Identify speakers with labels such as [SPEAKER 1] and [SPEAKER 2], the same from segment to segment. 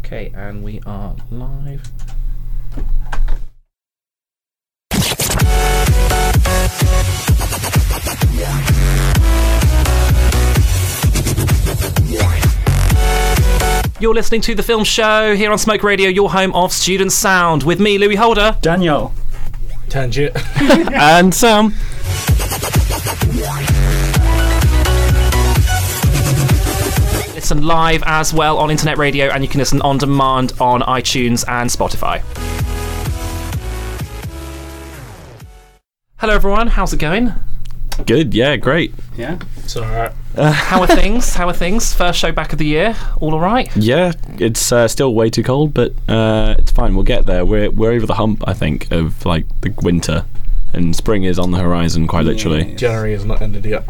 [SPEAKER 1] Okay, and we are live.
[SPEAKER 2] You're listening to The Film Show here on Smoke Radio, your home of student sound, with me, Louis Holder.
[SPEAKER 3] Daniel.
[SPEAKER 4] Tangent.
[SPEAKER 5] and Sam.
[SPEAKER 2] Listen live as well on internet radio, and you can listen on demand on iTunes and Spotify. Hello, everyone. How's it going?
[SPEAKER 5] Good, yeah, great.
[SPEAKER 3] Yeah.
[SPEAKER 4] It's alright.
[SPEAKER 2] How are things? How are things? First show back of the year. All all right?
[SPEAKER 5] Yeah, it's uh, still way too cold, but uh, it's fine. We'll get there. We're we're over the hump, I think, of like the winter, and spring is on the horizon, quite literally.
[SPEAKER 4] January has not ended yet.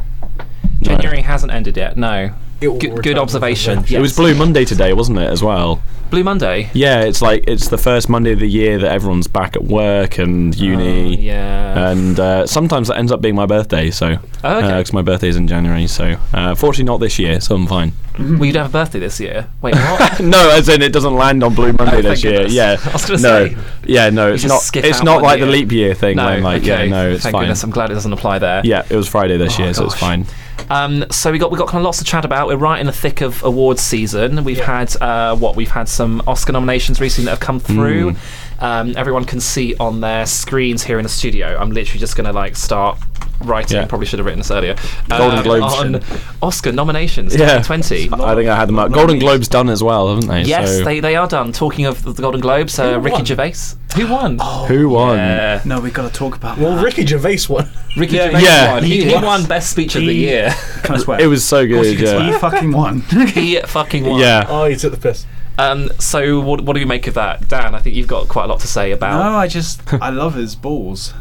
[SPEAKER 5] No.
[SPEAKER 2] January hasn't ended yet. No.
[SPEAKER 4] It will
[SPEAKER 2] Good-
[SPEAKER 4] return
[SPEAKER 2] good
[SPEAKER 4] with
[SPEAKER 2] observation.
[SPEAKER 4] vengeance.
[SPEAKER 5] It was
[SPEAKER 2] Yes.
[SPEAKER 5] Blue Monday today, wasn't it? As well.
[SPEAKER 2] Blue Monday.
[SPEAKER 5] Yeah, it's like it's the first Monday of the year that everyone's back at work and uni.
[SPEAKER 2] Oh, Yeah.
[SPEAKER 5] And uh, sometimes that ends up being my birthday, so
[SPEAKER 2] Oh, okay.
[SPEAKER 5] because my birthday's in January, so uh, fortunately not this year, so I'm fine.
[SPEAKER 2] well, you don't have a birthday this year. Wait, what?
[SPEAKER 5] No, as in it doesn't land on Blue Monday
[SPEAKER 2] Oh,
[SPEAKER 5] this
[SPEAKER 2] thank
[SPEAKER 5] year.
[SPEAKER 2] goodness.
[SPEAKER 5] Yeah,
[SPEAKER 2] I was gonna
[SPEAKER 5] no,
[SPEAKER 2] say.
[SPEAKER 5] yeah, no, it's
[SPEAKER 2] just
[SPEAKER 5] not.
[SPEAKER 2] skip
[SPEAKER 5] It's
[SPEAKER 2] out
[SPEAKER 5] not
[SPEAKER 2] one
[SPEAKER 5] like the
[SPEAKER 2] year.
[SPEAKER 5] leap year thing.
[SPEAKER 2] no.
[SPEAKER 5] when, like,
[SPEAKER 2] okay.
[SPEAKER 5] yeah, no, it's
[SPEAKER 2] Thank
[SPEAKER 5] fine.
[SPEAKER 2] goodness. I'm glad it doesn't apply there.
[SPEAKER 5] Yeah, it was Friday this year, so it's
[SPEAKER 2] gosh.
[SPEAKER 5] fine.
[SPEAKER 2] Um, so we got we got kind of lots to chat about. We're right in the thick of awards season. We've had uh, what we've had some Oscar nominations recently that have come through.
[SPEAKER 5] Hmm.
[SPEAKER 2] Um, everyone can see on their screens here in the studio. I'm literally just going to like start writing.
[SPEAKER 5] Yeah.
[SPEAKER 2] Probably should have written this earlier. Um,
[SPEAKER 5] Golden Globes.
[SPEAKER 2] on Oscar nominations.
[SPEAKER 5] Yeah.
[SPEAKER 2] 2020.
[SPEAKER 5] I think I had them up. Golden Globes done as well, haven't they?
[SPEAKER 2] Yes,
[SPEAKER 5] So-
[SPEAKER 2] they, they are done. Talking of the Golden Globes, uh, Ricky
[SPEAKER 4] won?
[SPEAKER 2] Gervais. Who won? Oh,
[SPEAKER 5] Who won?
[SPEAKER 3] No, we got to talk about.
[SPEAKER 4] Well, Oh, Ricky Gervais won.
[SPEAKER 2] Ricky
[SPEAKER 3] Yeah,
[SPEAKER 2] Gervais
[SPEAKER 5] yeah.
[SPEAKER 2] won. He,
[SPEAKER 5] He
[SPEAKER 2] he
[SPEAKER 5] won.
[SPEAKER 2] won Best Speech of the
[SPEAKER 3] He-
[SPEAKER 2] Year.
[SPEAKER 3] Can I swear?
[SPEAKER 5] It was so good.
[SPEAKER 3] He
[SPEAKER 5] Yeah,
[SPEAKER 3] fucking won.
[SPEAKER 2] he fucking won.
[SPEAKER 5] yeah.
[SPEAKER 4] Oh, he took the piss.
[SPEAKER 2] Um, so what, what do you make of that, Dan? I think you've got quite a lot to say
[SPEAKER 3] no,
[SPEAKER 2] about.
[SPEAKER 3] I just I love his balls.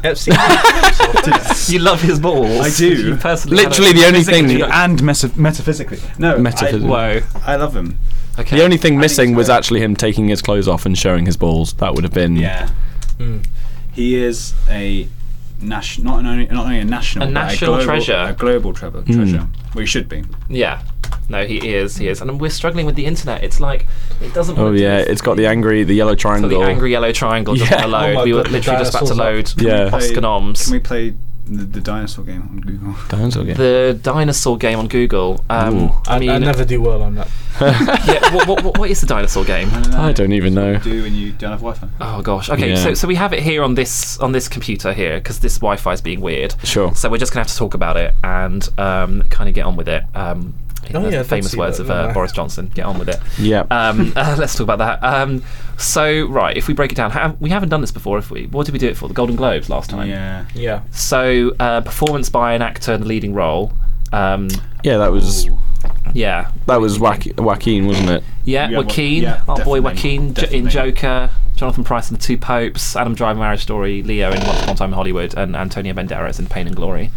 [SPEAKER 2] You love his balls.
[SPEAKER 3] I do.
[SPEAKER 2] You personally.
[SPEAKER 5] Literally the only thing. The
[SPEAKER 3] and meta- metaphysically. No,
[SPEAKER 5] Metaphysically.
[SPEAKER 2] Whoa.
[SPEAKER 3] I, I love him.
[SPEAKER 2] Oh, Okay.
[SPEAKER 5] only thing missing
[SPEAKER 3] so.
[SPEAKER 5] was actually him taking his clothes off and showing his balls. That would have been.
[SPEAKER 3] Yeah.
[SPEAKER 2] Hmm.
[SPEAKER 3] He is a national, not only not only a national,
[SPEAKER 2] A
[SPEAKER 3] but
[SPEAKER 2] national
[SPEAKER 3] global,
[SPEAKER 2] treasure.
[SPEAKER 3] a global treasure.
[SPEAKER 5] Hmm.
[SPEAKER 3] treasure. Well, he should be.
[SPEAKER 2] yeah. No, he is. He is. And we're struggling with the internet. It's like it doesn't.
[SPEAKER 5] Oh
[SPEAKER 2] wanna do
[SPEAKER 5] yeah,
[SPEAKER 2] this
[SPEAKER 5] it's got the angry, the yellow
[SPEAKER 2] So
[SPEAKER 5] triangle.
[SPEAKER 2] the angry yellow triangle doesn't
[SPEAKER 5] Yeah.
[SPEAKER 2] wanna load.
[SPEAKER 4] Oh my
[SPEAKER 2] we were
[SPEAKER 4] God, the
[SPEAKER 2] literally just about to load
[SPEAKER 4] dinosaurs
[SPEAKER 5] Yeah.
[SPEAKER 2] Oscar
[SPEAKER 3] Play-
[SPEAKER 2] noms.
[SPEAKER 3] Can we play the, the dinosaur game on Google?
[SPEAKER 5] Dinosaur game.
[SPEAKER 2] The dinosaur game on Google. Um,
[SPEAKER 5] Ooh.
[SPEAKER 2] I mean,
[SPEAKER 4] I never do well on that.
[SPEAKER 2] yeah, what, what- what, what is the dinosaur game?
[SPEAKER 3] don't
[SPEAKER 5] I don't even know.
[SPEAKER 3] Do when you don't have Wi-Fi.
[SPEAKER 2] Oh gosh. Okay,
[SPEAKER 5] Yeah.
[SPEAKER 2] so so we have it here on this on this computer here because this Wi-Fi is being weird.
[SPEAKER 5] Sure.
[SPEAKER 2] So we're just gonna have to talk about it and um, kind of get on with it. Um, in
[SPEAKER 4] Oh,
[SPEAKER 2] the
[SPEAKER 4] yeah, I did
[SPEAKER 2] famous
[SPEAKER 4] see
[SPEAKER 2] words
[SPEAKER 4] that,
[SPEAKER 2] of
[SPEAKER 4] didn't
[SPEAKER 2] uh,
[SPEAKER 4] I?
[SPEAKER 2] Boris Johnson. Get on with it.
[SPEAKER 5] Yeah.
[SPEAKER 2] Um, uh, let's talk about that. Um, so right, if we break it down, ha we haven't done this before, have we? What did we do it for? The Golden Globes last time.
[SPEAKER 3] Yeah.
[SPEAKER 4] Yeah.
[SPEAKER 2] So uh, performance by an actor in the leading role. Um,
[SPEAKER 5] yeah, that was
[SPEAKER 3] Ooh.
[SPEAKER 2] yeah.
[SPEAKER 5] that was Joaqu- Joaquin, wasn't it?
[SPEAKER 2] Yeah,
[SPEAKER 3] Yeah,
[SPEAKER 2] Joaquin,
[SPEAKER 3] well, yeah,
[SPEAKER 2] our boy
[SPEAKER 3] definitely,
[SPEAKER 2] Joaquin J- in
[SPEAKER 3] definitely.
[SPEAKER 2] Joker, Jonathan Price in The Two Popes, Adam Driver, Marriage Story, Leo in Once Upon a Time in Hollywood, and Antonio Banderas in Pain and Glory.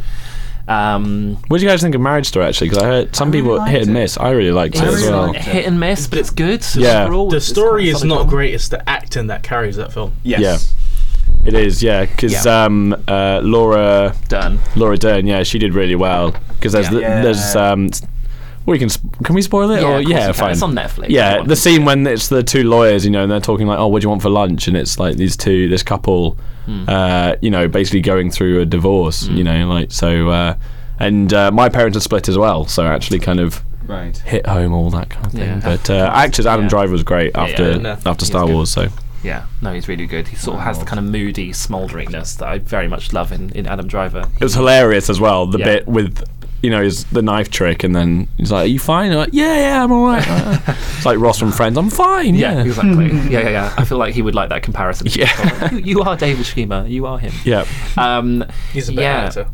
[SPEAKER 2] Um,
[SPEAKER 5] What do you guys think of Marriage Story actually? Because I heard some
[SPEAKER 3] really
[SPEAKER 5] people
[SPEAKER 3] liked
[SPEAKER 5] hit and
[SPEAKER 3] it.
[SPEAKER 5] miss. I really liked it
[SPEAKER 2] it's
[SPEAKER 5] as
[SPEAKER 3] really
[SPEAKER 5] well.
[SPEAKER 3] liked it.
[SPEAKER 2] hit and miss, but it's good.
[SPEAKER 5] Yeah.
[SPEAKER 2] Overall,
[SPEAKER 4] The
[SPEAKER 2] Oh, it's- it's
[SPEAKER 4] story
[SPEAKER 2] quite a
[SPEAKER 4] is
[SPEAKER 2] solid
[SPEAKER 4] not
[SPEAKER 2] film.
[SPEAKER 4] great. It's the acting that carries that film.
[SPEAKER 3] Yes.
[SPEAKER 5] It is, yeah. Because
[SPEAKER 2] Yeah.
[SPEAKER 5] um, uh, Laura
[SPEAKER 2] Done.
[SPEAKER 5] Laura Dern, yeah, she did really well. Because there's
[SPEAKER 2] Yeah.
[SPEAKER 5] the, there's um, s- we can sp- can we spoil it?
[SPEAKER 2] Yeah,
[SPEAKER 5] or,
[SPEAKER 2] of course you
[SPEAKER 5] Oh, yeah,
[SPEAKER 2] can.
[SPEAKER 5] fine.
[SPEAKER 2] It's on Netflix.
[SPEAKER 5] Yeah,
[SPEAKER 2] Everyone
[SPEAKER 5] the
[SPEAKER 2] can
[SPEAKER 5] scene when it's the two lawyers, you know, and they're talking like, "Oh, what do you want for lunch?" and it's like these two, this couple,
[SPEAKER 2] Hmm.
[SPEAKER 5] uh, you know, basically going through a divorce. You know, like so. Uh, and uh, my parents are split as well, so actually, kind of
[SPEAKER 3] Right.
[SPEAKER 5] hit home, all that kind of thing.
[SPEAKER 2] Yeah.
[SPEAKER 5] But uh, actors, Adam
[SPEAKER 2] Yeah.
[SPEAKER 5] Driver was great
[SPEAKER 2] Yeah,
[SPEAKER 5] after
[SPEAKER 2] yeah,
[SPEAKER 4] no,
[SPEAKER 5] after Star
[SPEAKER 2] good.
[SPEAKER 5] Wars. So
[SPEAKER 2] Yeah, no, he's really good. He sort of has the kind of moody smolderingness that I very much love in, in Adam Driver.
[SPEAKER 5] it was hilarious as well. The
[SPEAKER 2] Yeah.
[SPEAKER 5] bit with you know his the knife trick, and then he's like, "Are you fine?" I'm like, yeah, yeah, I'm all right. it's like Ross from Friends. I'm fine.
[SPEAKER 2] Yeah,
[SPEAKER 5] Yeah,
[SPEAKER 2] exactly. yeah, yeah, yeah. I feel like he would like that comparison.
[SPEAKER 5] Yeah.
[SPEAKER 2] you, you are David Schwimmer. You are him.
[SPEAKER 5] yeah.
[SPEAKER 2] Um,
[SPEAKER 4] He's a better
[SPEAKER 2] yeah.
[SPEAKER 4] actor.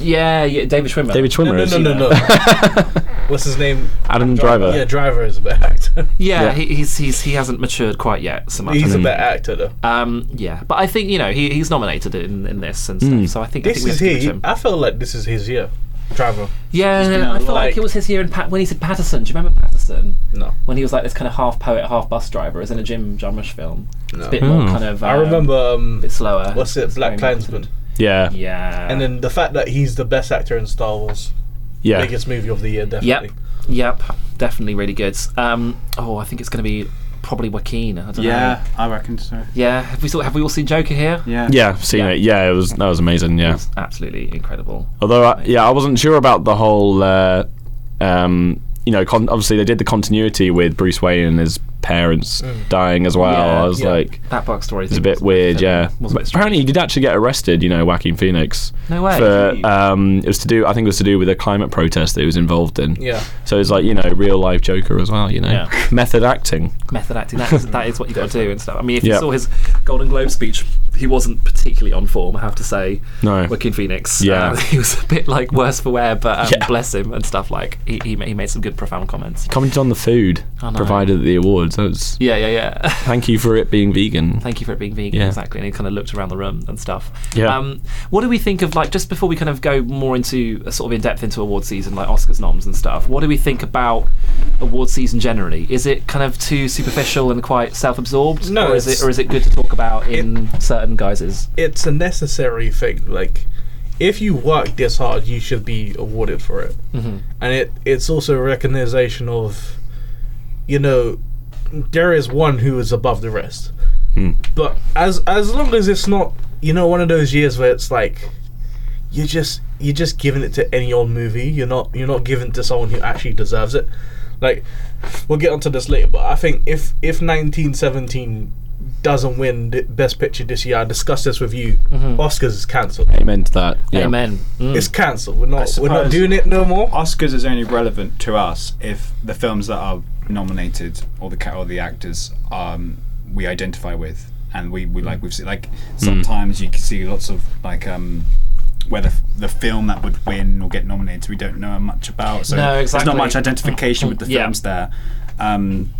[SPEAKER 2] Yeah, yeah, David Schwimmer.
[SPEAKER 5] David
[SPEAKER 4] No,
[SPEAKER 5] Schwimmer
[SPEAKER 4] no,
[SPEAKER 5] is
[SPEAKER 4] no, no, no. What's his name?
[SPEAKER 5] Adam Driver.
[SPEAKER 4] Yeah, Driver is a better actor.
[SPEAKER 2] Yeah,
[SPEAKER 5] Yeah.
[SPEAKER 2] He, he's he's he hasn't matured quite yet so much.
[SPEAKER 4] He's a better actor though.
[SPEAKER 2] um, yeah, but I think you know he, he's nominated in, in this and stuff. So I think I
[SPEAKER 4] This
[SPEAKER 2] think we have
[SPEAKER 4] is
[SPEAKER 2] to give it to
[SPEAKER 4] his.
[SPEAKER 2] him.
[SPEAKER 4] I feel like this is his year. Driver.
[SPEAKER 2] Yeah,
[SPEAKER 3] been
[SPEAKER 2] I
[SPEAKER 3] out
[SPEAKER 2] feel like,
[SPEAKER 4] like-
[SPEAKER 2] it was his year in Pat- when he said Patterson. Do you remember Patterson
[SPEAKER 4] No.
[SPEAKER 2] when he was like this kind of half poet, half bus driver? Is in a Jim Jarmusch film. It's a bit more kind of.
[SPEAKER 4] I
[SPEAKER 2] um,
[SPEAKER 4] remember. Um,
[SPEAKER 2] a bit slower.
[SPEAKER 4] what's it?
[SPEAKER 2] It's
[SPEAKER 4] Black
[SPEAKER 2] very much-
[SPEAKER 4] Klansman.
[SPEAKER 5] Yeah, yeah.
[SPEAKER 2] Yeah,
[SPEAKER 4] And then the fact that he's the best actor in Star Wars, biggest movie of the year,
[SPEAKER 2] Yep.
[SPEAKER 4] definitely.
[SPEAKER 2] Yep. Definitely really good. Um, oh, I think it's going to be probably Joaquin. I don't know.
[SPEAKER 3] Yeah, I reckon so.
[SPEAKER 2] Yeah. Have we still have we all seen Joker here?
[SPEAKER 3] Yeah.
[SPEAKER 5] Yeah, seen
[SPEAKER 2] Yeah.
[SPEAKER 5] it. Yeah, it was that was amazing. Yeah.
[SPEAKER 2] It's absolutely incredible.
[SPEAKER 5] Although, I, yeah, I wasn't sure about the whole. Uh, um, you know, con- obviously they did the continuity with Bruce Wayne and his parents dying as well.
[SPEAKER 2] Yeah,
[SPEAKER 5] I was
[SPEAKER 4] yeah.
[SPEAKER 5] like,
[SPEAKER 2] That backstory
[SPEAKER 5] it's
[SPEAKER 2] thing
[SPEAKER 5] a bit
[SPEAKER 2] was
[SPEAKER 5] weird. Yeah.
[SPEAKER 2] Was a bit
[SPEAKER 5] But apparently, he did actually get arrested. You know, Joaquin Phoenix.
[SPEAKER 2] No way.
[SPEAKER 5] For um, it was to do. I think it was to do with a climate protest that he was involved in.
[SPEAKER 4] Yeah.
[SPEAKER 5] So it's like you know, real life Joker as well. You know,
[SPEAKER 2] Yeah.
[SPEAKER 5] method acting.
[SPEAKER 2] method acting. That is, that is what you got to do and stuff. I mean, if you
[SPEAKER 5] Yeah.
[SPEAKER 2] saw his Golden Globe speech, he wasnwasn't particularly on form, I have to say.
[SPEAKER 5] No.
[SPEAKER 2] Joaquin Phoenix.
[SPEAKER 5] Yeah.
[SPEAKER 2] Uh, he was a bit like worse for wear, but um,
[SPEAKER 5] Yeah.
[SPEAKER 2] bless him and stuff. Like he, he ma- he made some good, profound comments.
[SPEAKER 5] Commented on the food
[SPEAKER 2] I know.
[SPEAKER 5] provided at the awards. That was.
[SPEAKER 2] Yeah, yeah, yeah.
[SPEAKER 5] Thank you for it being vegan.
[SPEAKER 2] Thank you for it being vegan,
[SPEAKER 5] Yeah.
[SPEAKER 2] exactly. And he kind of looked around the room and stuff.
[SPEAKER 5] Yeah.
[SPEAKER 2] Um, what do we think of like just before we kind of go more into uh, sort of in depth into award season, like Oscars noms and stuff? What do we think about award season generally? Is it kind of too superficial and quite self-absorbed?
[SPEAKER 4] No,
[SPEAKER 2] or is it
[SPEAKER 4] it's-
[SPEAKER 2] or is it good to talk about in certain guises?
[SPEAKER 4] It's a necessary thing. Like, if you work this hard, you should be awarded for it.
[SPEAKER 2] hmm
[SPEAKER 4] and it it's also a recognition of you know there is one who is above the rest
[SPEAKER 5] Hmm.
[SPEAKER 4] but as as long as it's not you know one of those years where it's like you just you're just giving it to any old movie you're not you're not giving it to someone who actually deserves it like we'll get onto this later but i think if if 1917 doesn't win the best picture this year i discussed this with you oscars is cancelled
[SPEAKER 5] Amen to that. Yeah.
[SPEAKER 2] Amen. Mm.
[SPEAKER 4] it's cancelled we're not we're not
[SPEAKER 3] suppose-
[SPEAKER 4] doing it no more
[SPEAKER 3] Oscars is only relevant to us if the films that are nominated or the ca- or the actors um, we identify with and we, we like we've seen like
[SPEAKER 5] Hmm.
[SPEAKER 3] sometimes you can see lots of like um where the, f- the film that would win or get nominated we don't know much about so
[SPEAKER 2] No,
[SPEAKER 3] there's
[SPEAKER 2] exactly.
[SPEAKER 3] not much identification with the
[SPEAKER 2] Yeah.
[SPEAKER 3] films there um,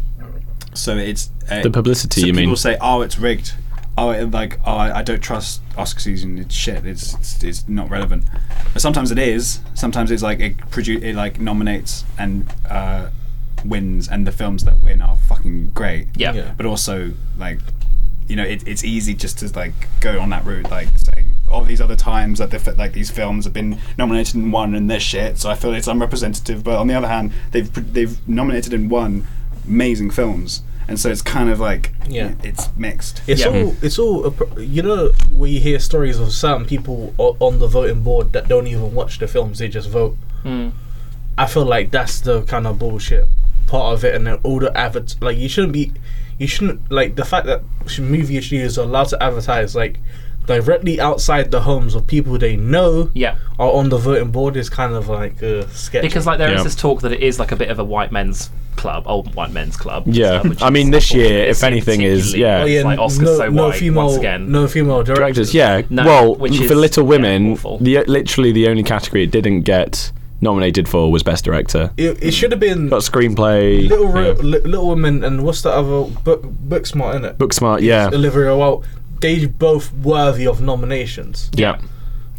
[SPEAKER 3] so it's uh,
[SPEAKER 5] The publicity,
[SPEAKER 3] so
[SPEAKER 5] you mean?
[SPEAKER 3] people say oh it's rigged oh it, like oh I, I don't trust Oscar season it's shit it's, it's it's not relevant but sometimes it is sometimes it's like it produ- it like nominates and uh, wins and the films that win are fucking great
[SPEAKER 2] Yeah.
[SPEAKER 4] Yeah.
[SPEAKER 3] but also like you know it, it's easy just to like go on that route like saying all these other times that they've like these films have been nominated and won and they're shit so I feel it's unrepresentative but on the other hand they've pr- they've nominated and won amazing films and so it's kind of like
[SPEAKER 4] Yeah.
[SPEAKER 3] it's mixed
[SPEAKER 4] It's
[SPEAKER 2] Yeah. Hmm.
[SPEAKER 4] all it's all a pro- you know we hear stories of some people o- on the voting board that don't even watch the films they just vote.
[SPEAKER 2] Mm.
[SPEAKER 4] I feel like that's the kind of bullshit part of it, and then all the advert like you shouldn't be, you shouldn't like the fact that sh- movie studios are allowed to advertise like directly outside the homes of people they know
[SPEAKER 2] Yeah.
[SPEAKER 4] are on the voting board is kind of like uh, sketchy.
[SPEAKER 2] Because like there is
[SPEAKER 5] Yeah.
[SPEAKER 2] this talk that it is like a bit of a white men's club, old white men's club. and
[SPEAKER 5] Yeah.
[SPEAKER 2] stuff, which
[SPEAKER 5] I mean,
[SPEAKER 2] is
[SPEAKER 5] this year,
[SPEAKER 2] unfortunate.
[SPEAKER 5] if
[SPEAKER 2] It's
[SPEAKER 5] anything, is-
[SPEAKER 2] particularly-
[SPEAKER 5] yeah.
[SPEAKER 4] Oh,
[SPEAKER 2] it's like Oscars
[SPEAKER 4] no,
[SPEAKER 2] so
[SPEAKER 4] no
[SPEAKER 2] white
[SPEAKER 4] female,
[SPEAKER 2] once again.
[SPEAKER 4] no female directors.
[SPEAKER 5] Directors, yeah.
[SPEAKER 2] No,
[SPEAKER 5] well,
[SPEAKER 2] which
[SPEAKER 5] for
[SPEAKER 2] is-
[SPEAKER 5] Little
[SPEAKER 2] yeah,
[SPEAKER 5] Women,
[SPEAKER 2] awful.
[SPEAKER 5] the literally the only category it didn't get nominated for was Best Director.
[SPEAKER 4] It, it should have been
[SPEAKER 5] Got screenplay.
[SPEAKER 4] Little Ro-
[SPEAKER 5] yeah.
[SPEAKER 4] Li- Little Women and what's the other book Booksmart in it?
[SPEAKER 5] Booksmart, yeah.
[SPEAKER 4] Olivia Wilde. They both worthy of nominations,
[SPEAKER 5] Yeah.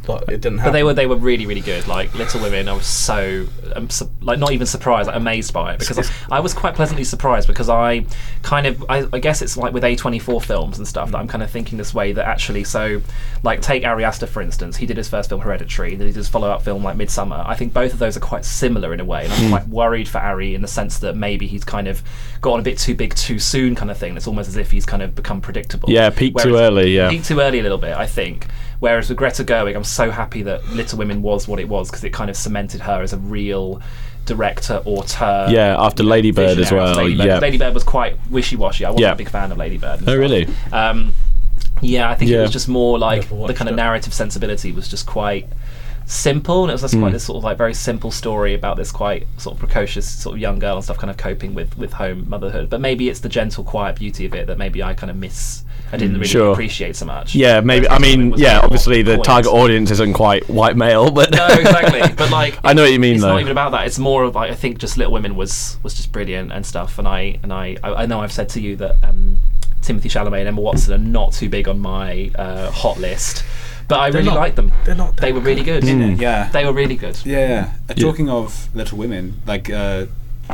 [SPEAKER 4] but it
[SPEAKER 2] But
[SPEAKER 4] didn't happen.
[SPEAKER 2] they were they were really really good. Like Little Women, I was so um, su- like not even surprised, like amazed by it because I, I was quite pleasantly surprised because I kind of I, I guess it's like with A twenty four films and stuff that I'm kind of thinking this way that actually so like take Ari Aster for instance, he did his first film Hereditary, and then he did his follow up film like Midsummer. I think both of those are quite similar in a way, and
[SPEAKER 5] Hmm.
[SPEAKER 2] I'm quite worried for Ari in the sense that maybe he's kind of gotten a bit too big too soon, kind of thing. It's almost as if he's kind of become predictable.
[SPEAKER 5] Yeah, peaked too
[SPEAKER 2] Whereas-
[SPEAKER 5] early, yeah.
[SPEAKER 2] peaked too early a little bit, I think. Whereas with Greta Gerwig, I'm so happy that Little Women was what it was because it kind of cemented her as a real director auteur.
[SPEAKER 5] Yeah, after Lady Bird as
[SPEAKER 2] visionary.
[SPEAKER 5] well.
[SPEAKER 2] Lady Bird,
[SPEAKER 5] yeah.
[SPEAKER 2] Lady Bird was quite wishy washy. I wasn't
[SPEAKER 5] Yeah.
[SPEAKER 2] a big fan of Lady Bird. and
[SPEAKER 5] Oh,
[SPEAKER 2] stuff.
[SPEAKER 5] really?
[SPEAKER 2] Um, yeah, I think it
[SPEAKER 5] Yeah.
[SPEAKER 2] was just more like
[SPEAKER 4] Never
[SPEAKER 2] the
[SPEAKER 4] watched
[SPEAKER 2] kind of
[SPEAKER 4] it.
[SPEAKER 2] narrative sensibility was just quite simple, and it was just
[SPEAKER 5] Hmm.
[SPEAKER 2] quite this sort of like very simple story about this quite sort of precocious sort of young girl and stuff, kind of coping with with home motherhood. But maybe it's the gentle, quiet beauty of it that maybe I kind of miss. I didn't really
[SPEAKER 5] Hmm, Sure.
[SPEAKER 2] appreciate so much.
[SPEAKER 5] Yeah, maybe. I
[SPEAKER 2] Whereas Little Women
[SPEAKER 5] mean,
[SPEAKER 2] was
[SPEAKER 5] yeah,
[SPEAKER 2] more
[SPEAKER 5] obviously the
[SPEAKER 2] poised.
[SPEAKER 5] target audience isn't quite white male, but.
[SPEAKER 2] No, exactly. But like,
[SPEAKER 5] I know what you mean,
[SPEAKER 2] it's
[SPEAKER 5] though.
[SPEAKER 2] not even about that. It's more of like, I think just Little Women was was just brilliant and stuff. And I and I I, I know I've said to you that um, Timothy Chalamet and Emma Watson are not too big on my uh, hot list, but I really
[SPEAKER 4] not-
[SPEAKER 2] like them.
[SPEAKER 4] they're not
[SPEAKER 2] They
[SPEAKER 4] that
[SPEAKER 2] were really good.
[SPEAKER 5] Mm.
[SPEAKER 3] yeah
[SPEAKER 2] They were really good.
[SPEAKER 3] Yeah. yeah. Uh, Talking of Little Women, like uh,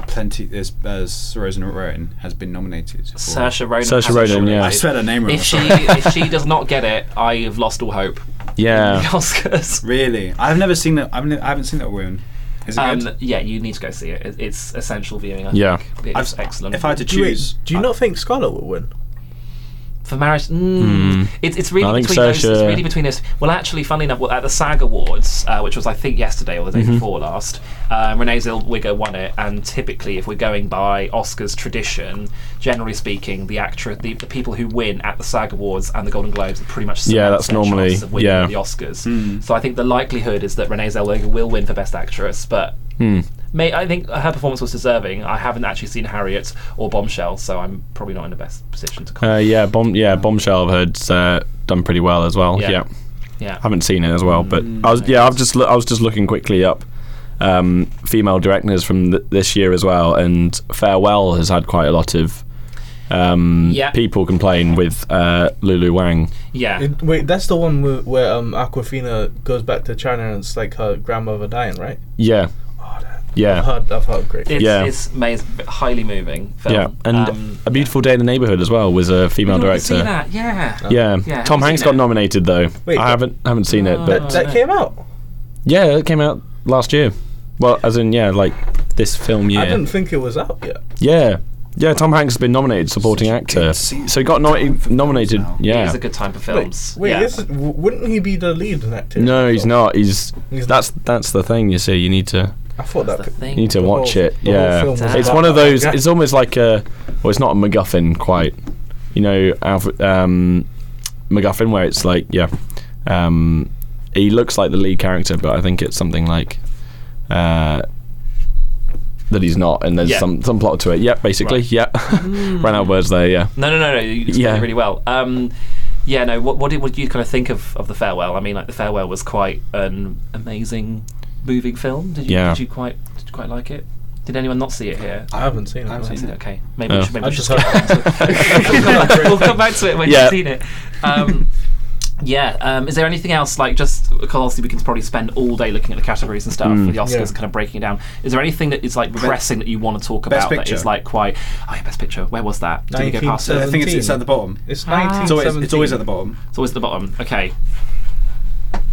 [SPEAKER 3] plenty, there's uh, Saoirse Ronan has been nominated. For,
[SPEAKER 2] Saoirse Ronan.
[SPEAKER 5] Saoirse
[SPEAKER 2] has a
[SPEAKER 5] Ronan,
[SPEAKER 2] short
[SPEAKER 5] yeah.
[SPEAKER 3] I
[SPEAKER 2] list.
[SPEAKER 3] swear her name. wrong.
[SPEAKER 2] If she if she does not get it, I have lost all hope. in the
[SPEAKER 5] yeah.
[SPEAKER 2] Oscars.
[SPEAKER 3] really, I've never seen that. I've ne- I haven't seen Little Women. Is it
[SPEAKER 2] Um,
[SPEAKER 3] good?
[SPEAKER 2] yeah, you need to go see it. it it's essential viewing. I
[SPEAKER 5] Yeah.
[SPEAKER 2] think. it's
[SPEAKER 3] I've-
[SPEAKER 2] excellent.
[SPEAKER 3] If I had to
[SPEAKER 4] Do you, wait,
[SPEAKER 3] choose,
[SPEAKER 4] do you
[SPEAKER 3] I-
[SPEAKER 4] not think Scarlet will win?
[SPEAKER 2] for marriage, mm, It's it's really
[SPEAKER 5] Hmm. I think
[SPEAKER 2] between those.
[SPEAKER 5] Saoirse- uh,
[SPEAKER 2] It's really between those. Well, actually, funnily enough, well, at the SAG Awards, uh, which was I think yesterday or the day
[SPEAKER 5] Mm-hmm.
[SPEAKER 2] before last, uh, Renee Zellweger won it. And typically, if we're going by Oscars tradition, generally speaking, the actress, the, the people who win at the SAG Awards and the Golden Globes are pretty much
[SPEAKER 5] Yeah, that's
[SPEAKER 2] cement their
[SPEAKER 5] normally-
[SPEAKER 2] chances of winning
[SPEAKER 5] yeah.
[SPEAKER 2] the Oscars. So I think the likelihood is that Renee Zellweger will win for Best Actress, but.
[SPEAKER 5] Hmm.
[SPEAKER 2] May, I think her performance was deserving. I haven't actually seen Harriet or Bombshell, so I'm probably not in the best position to comment.
[SPEAKER 5] Uh, yeah, bomb. Yeah, bombshell had uh, done pretty well as well.
[SPEAKER 2] Yeah. Mm,
[SPEAKER 5] Yeah.
[SPEAKER 2] yeah.
[SPEAKER 5] haven't seen it as well, but I was yeah, I've just loo- I was just looking quickly up um, female directors from th- this year as well, and Farewell has had quite a lot of um,
[SPEAKER 2] Yeah.
[SPEAKER 5] people complain with uh, Lulu Wang.
[SPEAKER 2] Yeah.
[SPEAKER 4] It- wait, that's the one where, where um, Aquafina goes back to China and it's like her grandmother dying, right?
[SPEAKER 5] Yeah,
[SPEAKER 2] Oh,
[SPEAKER 4] I've
[SPEAKER 5] yeah,
[SPEAKER 4] heard, I've heard great.
[SPEAKER 2] it's,
[SPEAKER 5] yeah.
[SPEAKER 2] it's amazing, highly moving film.
[SPEAKER 5] yeah, and
[SPEAKER 2] Um,
[SPEAKER 5] A Beautiful Day in the Neighborhood as well was a female
[SPEAKER 2] you want to See
[SPEAKER 5] director.
[SPEAKER 2] that? Yeah.
[SPEAKER 5] Yeah.
[SPEAKER 2] Yeah,
[SPEAKER 5] Tom
[SPEAKER 2] haven't
[SPEAKER 5] Hanks
[SPEAKER 2] seen
[SPEAKER 5] got
[SPEAKER 2] it. Uh,
[SPEAKER 5] nominated though.
[SPEAKER 4] Wait,
[SPEAKER 5] I haven't haven't seen it, but
[SPEAKER 4] that that
[SPEAKER 2] no.
[SPEAKER 4] came out.
[SPEAKER 5] yeah, it came out last year. Well, as in yeah, like this film year.
[SPEAKER 4] I didn't think it was out yet.
[SPEAKER 5] Yeah. Yeah, Tom Hanks has been nominated supporting actor.
[SPEAKER 3] good scene.
[SPEAKER 5] So he got nom-
[SPEAKER 3] Time for
[SPEAKER 5] nominated.
[SPEAKER 3] films now.
[SPEAKER 2] It is
[SPEAKER 5] Yeah.
[SPEAKER 2] a good time for
[SPEAKER 4] Wait,
[SPEAKER 2] films.
[SPEAKER 4] wait
[SPEAKER 2] yeah.
[SPEAKER 4] this is, w- wouldn't he be the lead in that?
[SPEAKER 5] No, he's not. He's,
[SPEAKER 4] He's
[SPEAKER 5] that's that's the thing. You see, you need to
[SPEAKER 4] I thought
[SPEAKER 2] That's
[SPEAKER 4] that.
[SPEAKER 2] the
[SPEAKER 4] could-
[SPEAKER 5] you
[SPEAKER 2] thing.
[SPEAKER 5] need to
[SPEAKER 4] whole-
[SPEAKER 5] watch it.
[SPEAKER 4] the whole
[SPEAKER 5] Yeah,
[SPEAKER 4] film was
[SPEAKER 5] it's
[SPEAKER 4] about
[SPEAKER 5] one of
[SPEAKER 4] that
[SPEAKER 5] those.
[SPEAKER 4] guy.
[SPEAKER 5] It's almost like a well, it's not a MacGuffin quite. You know, Alf- um, MacGuffin where it's like yeah, um, he looks like the lead character, but I think it's something like uh, that he's not, and there's
[SPEAKER 2] Yeah.
[SPEAKER 5] some some plot to it. Yeah, basically. Yeah, ran out of words there. Yeah.
[SPEAKER 2] No, no, no, no. You explained
[SPEAKER 5] Yeah.
[SPEAKER 2] it really well. Um, yeah, no. What, what did what did you kind of think of, of the farewell? I mean, like the farewell was quite an amazing, moving film. Did you
[SPEAKER 5] Yeah.
[SPEAKER 2] did you quite did you quite like it? Did anyone not see it here?
[SPEAKER 4] I haven't seen it.
[SPEAKER 3] haven't
[SPEAKER 4] no.
[SPEAKER 3] seen it.
[SPEAKER 2] Okay, maybe we
[SPEAKER 5] Oh.
[SPEAKER 2] should. Maybe
[SPEAKER 4] I
[SPEAKER 2] we should
[SPEAKER 4] just
[SPEAKER 2] skip
[SPEAKER 4] heard-
[SPEAKER 2] that one. we'll come back to it when
[SPEAKER 5] Yeah.
[SPEAKER 2] you've seen it. Um, yeah. Um, is there anything else? Like, just because obviously we can probably spend all day looking at the categories and stuff
[SPEAKER 5] Mm.
[SPEAKER 2] for the Oscars
[SPEAKER 4] Yeah.
[SPEAKER 2] and kind of breaking it down. Is there anything that is like pressing that you want to talk
[SPEAKER 3] Best
[SPEAKER 2] about that
[SPEAKER 3] Picture.
[SPEAKER 2] is like quite? Oh, yeah, best picture. Where was that? Did we go past
[SPEAKER 3] I
[SPEAKER 2] it?
[SPEAKER 4] 1970.
[SPEAKER 3] think it's, it's at the bottom.
[SPEAKER 4] It's
[SPEAKER 2] Ah.
[SPEAKER 4] nineteen.
[SPEAKER 3] It's always, it's always at the bottom.
[SPEAKER 2] It's always at the bottom. Okay.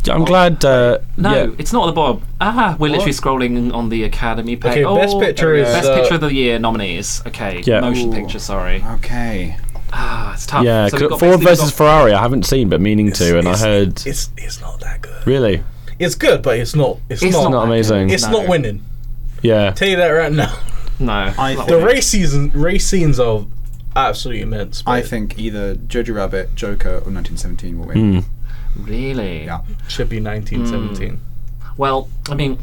[SPEAKER 5] I'm glad. Uh,
[SPEAKER 2] No,
[SPEAKER 5] yeah.
[SPEAKER 2] it's not at the bottom. Ah, we're literally scrolling on the Academy page.
[SPEAKER 4] Okay,
[SPEAKER 2] oh,
[SPEAKER 4] best picture is,
[SPEAKER 2] best
[SPEAKER 4] uh,
[SPEAKER 2] picture of the year nominees. Okay.
[SPEAKER 5] Yeah.
[SPEAKER 2] Motion
[SPEAKER 3] Ooh.
[SPEAKER 2] picture. Sorry.
[SPEAKER 3] Okay.
[SPEAKER 2] Ah, it's tough.
[SPEAKER 5] Yeah,
[SPEAKER 2] So
[SPEAKER 5] 'cause
[SPEAKER 2] we've got-
[SPEAKER 5] Ford
[SPEAKER 2] basically we've
[SPEAKER 5] versus
[SPEAKER 2] got-
[SPEAKER 5] Ferrari. I haven't seen, but meaning to, and I
[SPEAKER 4] it's-
[SPEAKER 5] heard
[SPEAKER 4] It's it's not that good.
[SPEAKER 5] really
[SPEAKER 4] It's good, but it's not. It's,
[SPEAKER 2] It's
[SPEAKER 4] not.
[SPEAKER 5] not amazing.
[SPEAKER 4] It's
[SPEAKER 2] No.
[SPEAKER 4] not winning.
[SPEAKER 5] yeah,
[SPEAKER 4] Tell you that right now.
[SPEAKER 2] No.
[SPEAKER 3] I
[SPEAKER 2] not
[SPEAKER 3] think-
[SPEAKER 4] The race season, race scenes are absolutely immense.
[SPEAKER 3] I
[SPEAKER 4] but
[SPEAKER 3] think either Jojo Rabbit, Joker, or 1917 will win.
[SPEAKER 5] Hmm.
[SPEAKER 2] Really?
[SPEAKER 3] Yeah.
[SPEAKER 4] it should be nineteen seventeen.
[SPEAKER 2] Well, I mean,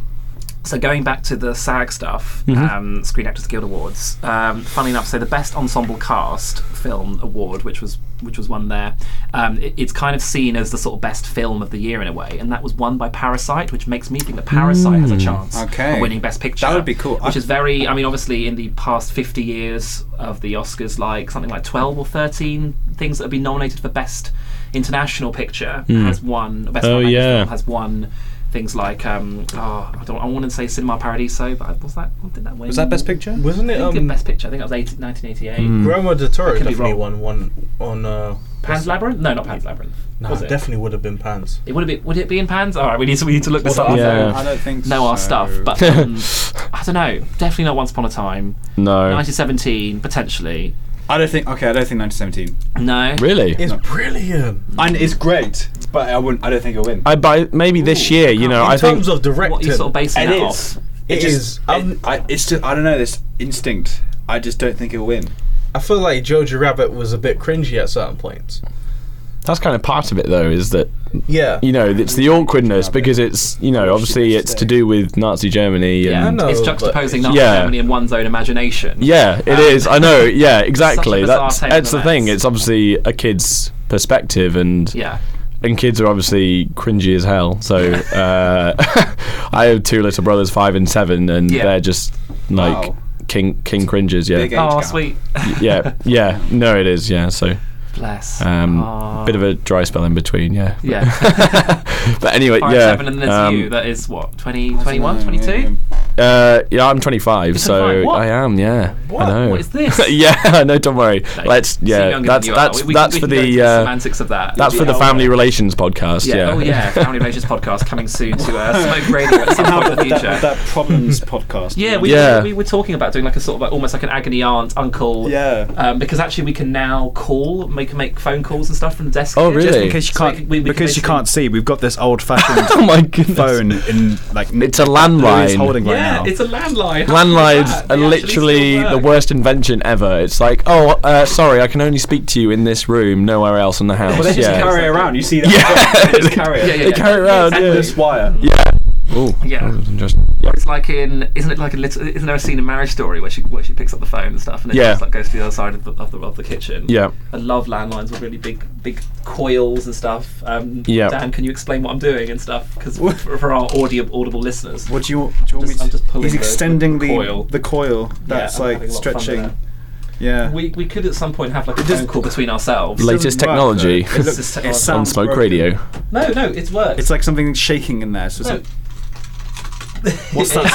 [SPEAKER 2] so going back to the SAG stuff,
[SPEAKER 3] Mm-hmm.
[SPEAKER 2] um, Screen Actors Guild Awards. Um, funny enough, so the best ensemble cast film award, which was which was won there, um, it- it's kind of seen as the sort of best film of the year in a way, and that was won by Parasite, which makes me think that Parasite has a chance
[SPEAKER 3] Mm, Okay.
[SPEAKER 2] of winning Best Picture.
[SPEAKER 3] That would be cool.
[SPEAKER 2] Which
[SPEAKER 3] I-
[SPEAKER 2] is very, I mean, obviously in the past fifty years of the Oscars, like something like twelve or thirteen things that have been nominated for Best International Picture
[SPEAKER 3] Mm.
[SPEAKER 2] has won Best
[SPEAKER 5] Oh,
[SPEAKER 2] Foreign Language
[SPEAKER 5] yeah.
[SPEAKER 2] Film has won things like um oh, I don't I want to say Cinema Paradiso, but was that did that win?
[SPEAKER 3] Was that Best Picture?
[SPEAKER 4] Wasn't
[SPEAKER 2] I
[SPEAKER 4] it?
[SPEAKER 2] think it
[SPEAKER 4] Um,
[SPEAKER 2] Best Picture. I think that was 80, 1988.
[SPEAKER 5] Hmm.
[SPEAKER 4] Guillermo del Toro
[SPEAKER 2] I could be
[SPEAKER 4] definitely won
[SPEAKER 2] wrong.
[SPEAKER 4] one on. Uh,
[SPEAKER 2] Pan's Labyrinth? No, not Pan's Labyrinth.
[SPEAKER 4] nah,
[SPEAKER 2] was it?
[SPEAKER 4] definitely would have been Pans.
[SPEAKER 2] it would, it, would it be in Pan's? All right, we need to we need to look this
[SPEAKER 4] Well,
[SPEAKER 2] up.
[SPEAKER 5] Yeah.
[SPEAKER 3] I don't- I don't think
[SPEAKER 2] Know our
[SPEAKER 3] so.
[SPEAKER 2] stuff, but um, I don't know. Definitely not Once Upon a Time.
[SPEAKER 5] no,
[SPEAKER 2] 1917 potentially.
[SPEAKER 3] I don't think. Okay, I don't think 1917.
[SPEAKER 2] No.
[SPEAKER 5] really.
[SPEAKER 4] It's brilliant
[SPEAKER 3] And it's great, but I wouldn't. I don't think it'll win.
[SPEAKER 5] I by maybe this
[SPEAKER 2] Ooh,
[SPEAKER 5] year, you know,
[SPEAKER 2] in
[SPEAKER 5] I
[SPEAKER 4] in
[SPEAKER 5] think
[SPEAKER 4] terms of directing.
[SPEAKER 2] What are you sort of basing
[SPEAKER 3] It
[SPEAKER 2] that
[SPEAKER 3] is.
[SPEAKER 2] off?
[SPEAKER 4] It
[SPEAKER 3] just,
[SPEAKER 4] is, um,
[SPEAKER 3] it- I, it's just. I don't know. This instinct. I just don't think it'll win.
[SPEAKER 4] I feel like Jojo Rabbit was a bit cringy at certain points.
[SPEAKER 5] that's kind of part of it, though, is that
[SPEAKER 4] Yeah.
[SPEAKER 5] you know it's the awkwardness because it's you know obviously it's to do with Nazi Germany
[SPEAKER 2] Yeah,
[SPEAKER 5] and
[SPEAKER 4] know,
[SPEAKER 2] it's
[SPEAKER 4] but-
[SPEAKER 2] juxtaposing Nazi
[SPEAKER 5] Yeah.
[SPEAKER 2] Germany in one's own imagination.
[SPEAKER 5] yeah, it is. I know. Yeah, exactly.
[SPEAKER 2] Um, bizarre
[SPEAKER 5] That's
[SPEAKER 2] take
[SPEAKER 5] that's
[SPEAKER 2] on
[SPEAKER 5] the thing.
[SPEAKER 2] that.
[SPEAKER 5] It's obviously a kid's perspective and
[SPEAKER 2] Yeah.
[SPEAKER 5] and kids are obviously cringy as hell. So uh, I have two little brothers, five and seven, and
[SPEAKER 2] Yeah.
[SPEAKER 5] they're just like
[SPEAKER 3] Wow.
[SPEAKER 5] king king cringes. Yeah,
[SPEAKER 3] Big
[SPEAKER 2] Oh,
[SPEAKER 3] gap.
[SPEAKER 2] sweet.
[SPEAKER 5] yeah, yeah. No, it is. Yeah, so
[SPEAKER 2] Bless.
[SPEAKER 5] um,
[SPEAKER 2] Aw.
[SPEAKER 5] bit of a dry spell in between. Yeah,
[SPEAKER 2] Ah. Yeah.
[SPEAKER 5] but anyway,
[SPEAKER 2] Five
[SPEAKER 5] yeah.
[SPEAKER 2] seven and then there's
[SPEAKER 5] um,
[SPEAKER 2] you. That is what 20,
[SPEAKER 3] I don't
[SPEAKER 2] 21,
[SPEAKER 3] know,
[SPEAKER 2] 22?
[SPEAKER 3] yeah.
[SPEAKER 5] Uh, yeah, I'm 25, so
[SPEAKER 2] 25? What?
[SPEAKER 5] I am. Yeah,
[SPEAKER 4] What?
[SPEAKER 5] I know.
[SPEAKER 2] What is this?
[SPEAKER 5] yeah, no, don't worry. Let's.
[SPEAKER 2] Seem
[SPEAKER 5] Yeah,
[SPEAKER 2] younger
[SPEAKER 5] that's
[SPEAKER 2] than you
[SPEAKER 5] that's
[SPEAKER 2] are. We- we can-
[SPEAKER 5] that's
[SPEAKER 2] we
[SPEAKER 5] for
[SPEAKER 2] can go into
[SPEAKER 5] the
[SPEAKER 2] the
[SPEAKER 5] uh,
[SPEAKER 2] semantics of that.
[SPEAKER 5] that's for the
[SPEAKER 4] Yeah.
[SPEAKER 5] family relations podcast.
[SPEAKER 2] Oh, yeah.
[SPEAKER 5] Yeah.
[SPEAKER 2] Oh yeah, Family Relations podcast coming soon to uh, Smoke Radio at some
[SPEAKER 3] Somehow
[SPEAKER 2] point in
[SPEAKER 3] with
[SPEAKER 2] the
[SPEAKER 3] that,
[SPEAKER 2] future.
[SPEAKER 3] with that problems podcast.
[SPEAKER 2] Yeah, we,
[SPEAKER 5] Yeah.
[SPEAKER 2] we were talking about doing like a sort of like almost like an agony aunt uncle.
[SPEAKER 3] Yeah.
[SPEAKER 2] Um, because actually we can now call, we can make phone calls and stuff from the desk.
[SPEAKER 5] Oh,
[SPEAKER 2] here, just
[SPEAKER 5] really?
[SPEAKER 3] In case you
[SPEAKER 2] So
[SPEAKER 3] can't,
[SPEAKER 2] we- we can
[SPEAKER 3] because you
[SPEAKER 2] basically-
[SPEAKER 3] can't see, we've got this
[SPEAKER 5] Oh
[SPEAKER 3] old-fashioned
[SPEAKER 5] my goodness.
[SPEAKER 3] phone in like
[SPEAKER 5] It's a
[SPEAKER 3] Louis
[SPEAKER 5] landline.
[SPEAKER 3] holding right
[SPEAKER 2] yeah,
[SPEAKER 3] now.
[SPEAKER 2] it's a landline. How cool is
[SPEAKER 5] Landlines
[SPEAKER 2] that?
[SPEAKER 5] are
[SPEAKER 2] They actually still
[SPEAKER 5] literally the
[SPEAKER 2] work.
[SPEAKER 5] worst invention ever. It's like, oh, uh, sorry, I can only speak to you in this room, nowhere else in the house.
[SPEAKER 2] they just
[SPEAKER 5] yeah.
[SPEAKER 2] carry
[SPEAKER 5] it.
[SPEAKER 2] it
[SPEAKER 3] around. You see that?
[SPEAKER 5] Yeah.
[SPEAKER 3] They just carry it.
[SPEAKER 2] Yeah, yeah,
[SPEAKER 5] They
[SPEAKER 2] yeah.
[SPEAKER 5] carry it around.
[SPEAKER 2] And
[SPEAKER 5] Yeah.
[SPEAKER 2] this
[SPEAKER 3] wire.
[SPEAKER 5] Ooh,
[SPEAKER 2] Yeah.
[SPEAKER 5] that was interesting.
[SPEAKER 2] It's like in, isn't it like a little, isn't there a scene in Marriage Story where she where she picks up the phone and stuff and it
[SPEAKER 5] Yeah.
[SPEAKER 2] just like goes to the other side of the of the, of the kitchen?
[SPEAKER 5] Yeah.
[SPEAKER 2] I love landlines with really big big coils and stuff. Um,
[SPEAKER 5] Yeah.
[SPEAKER 2] Dan, can you explain what I'm doing and stuff? Because for, for our audio audible listeners,
[SPEAKER 3] What do you, want- do you want
[SPEAKER 2] Just-
[SPEAKER 3] me to?
[SPEAKER 2] I'm just pulling
[SPEAKER 3] he's
[SPEAKER 2] the-
[SPEAKER 3] extending the
[SPEAKER 2] the coil.
[SPEAKER 3] the coil that's
[SPEAKER 2] I'm having
[SPEAKER 3] like
[SPEAKER 2] a lot of fun
[SPEAKER 3] stretching.
[SPEAKER 2] there.
[SPEAKER 3] Yeah.
[SPEAKER 2] we we could at some point have like a
[SPEAKER 3] It just-
[SPEAKER 2] phone call between ourselves.
[SPEAKER 5] Like- Latest
[SPEAKER 3] Doesn't work, though.
[SPEAKER 5] technology.
[SPEAKER 3] It looks-
[SPEAKER 2] This is
[SPEAKER 3] it
[SPEAKER 2] on
[SPEAKER 5] On
[SPEAKER 3] sounds
[SPEAKER 5] Smoke
[SPEAKER 3] broken.
[SPEAKER 5] Radio.
[SPEAKER 2] no, no, it's worked.
[SPEAKER 3] It's like something shaking in there. So it's
[SPEAKER 2] No.
[SPEAKER 3] like, what's that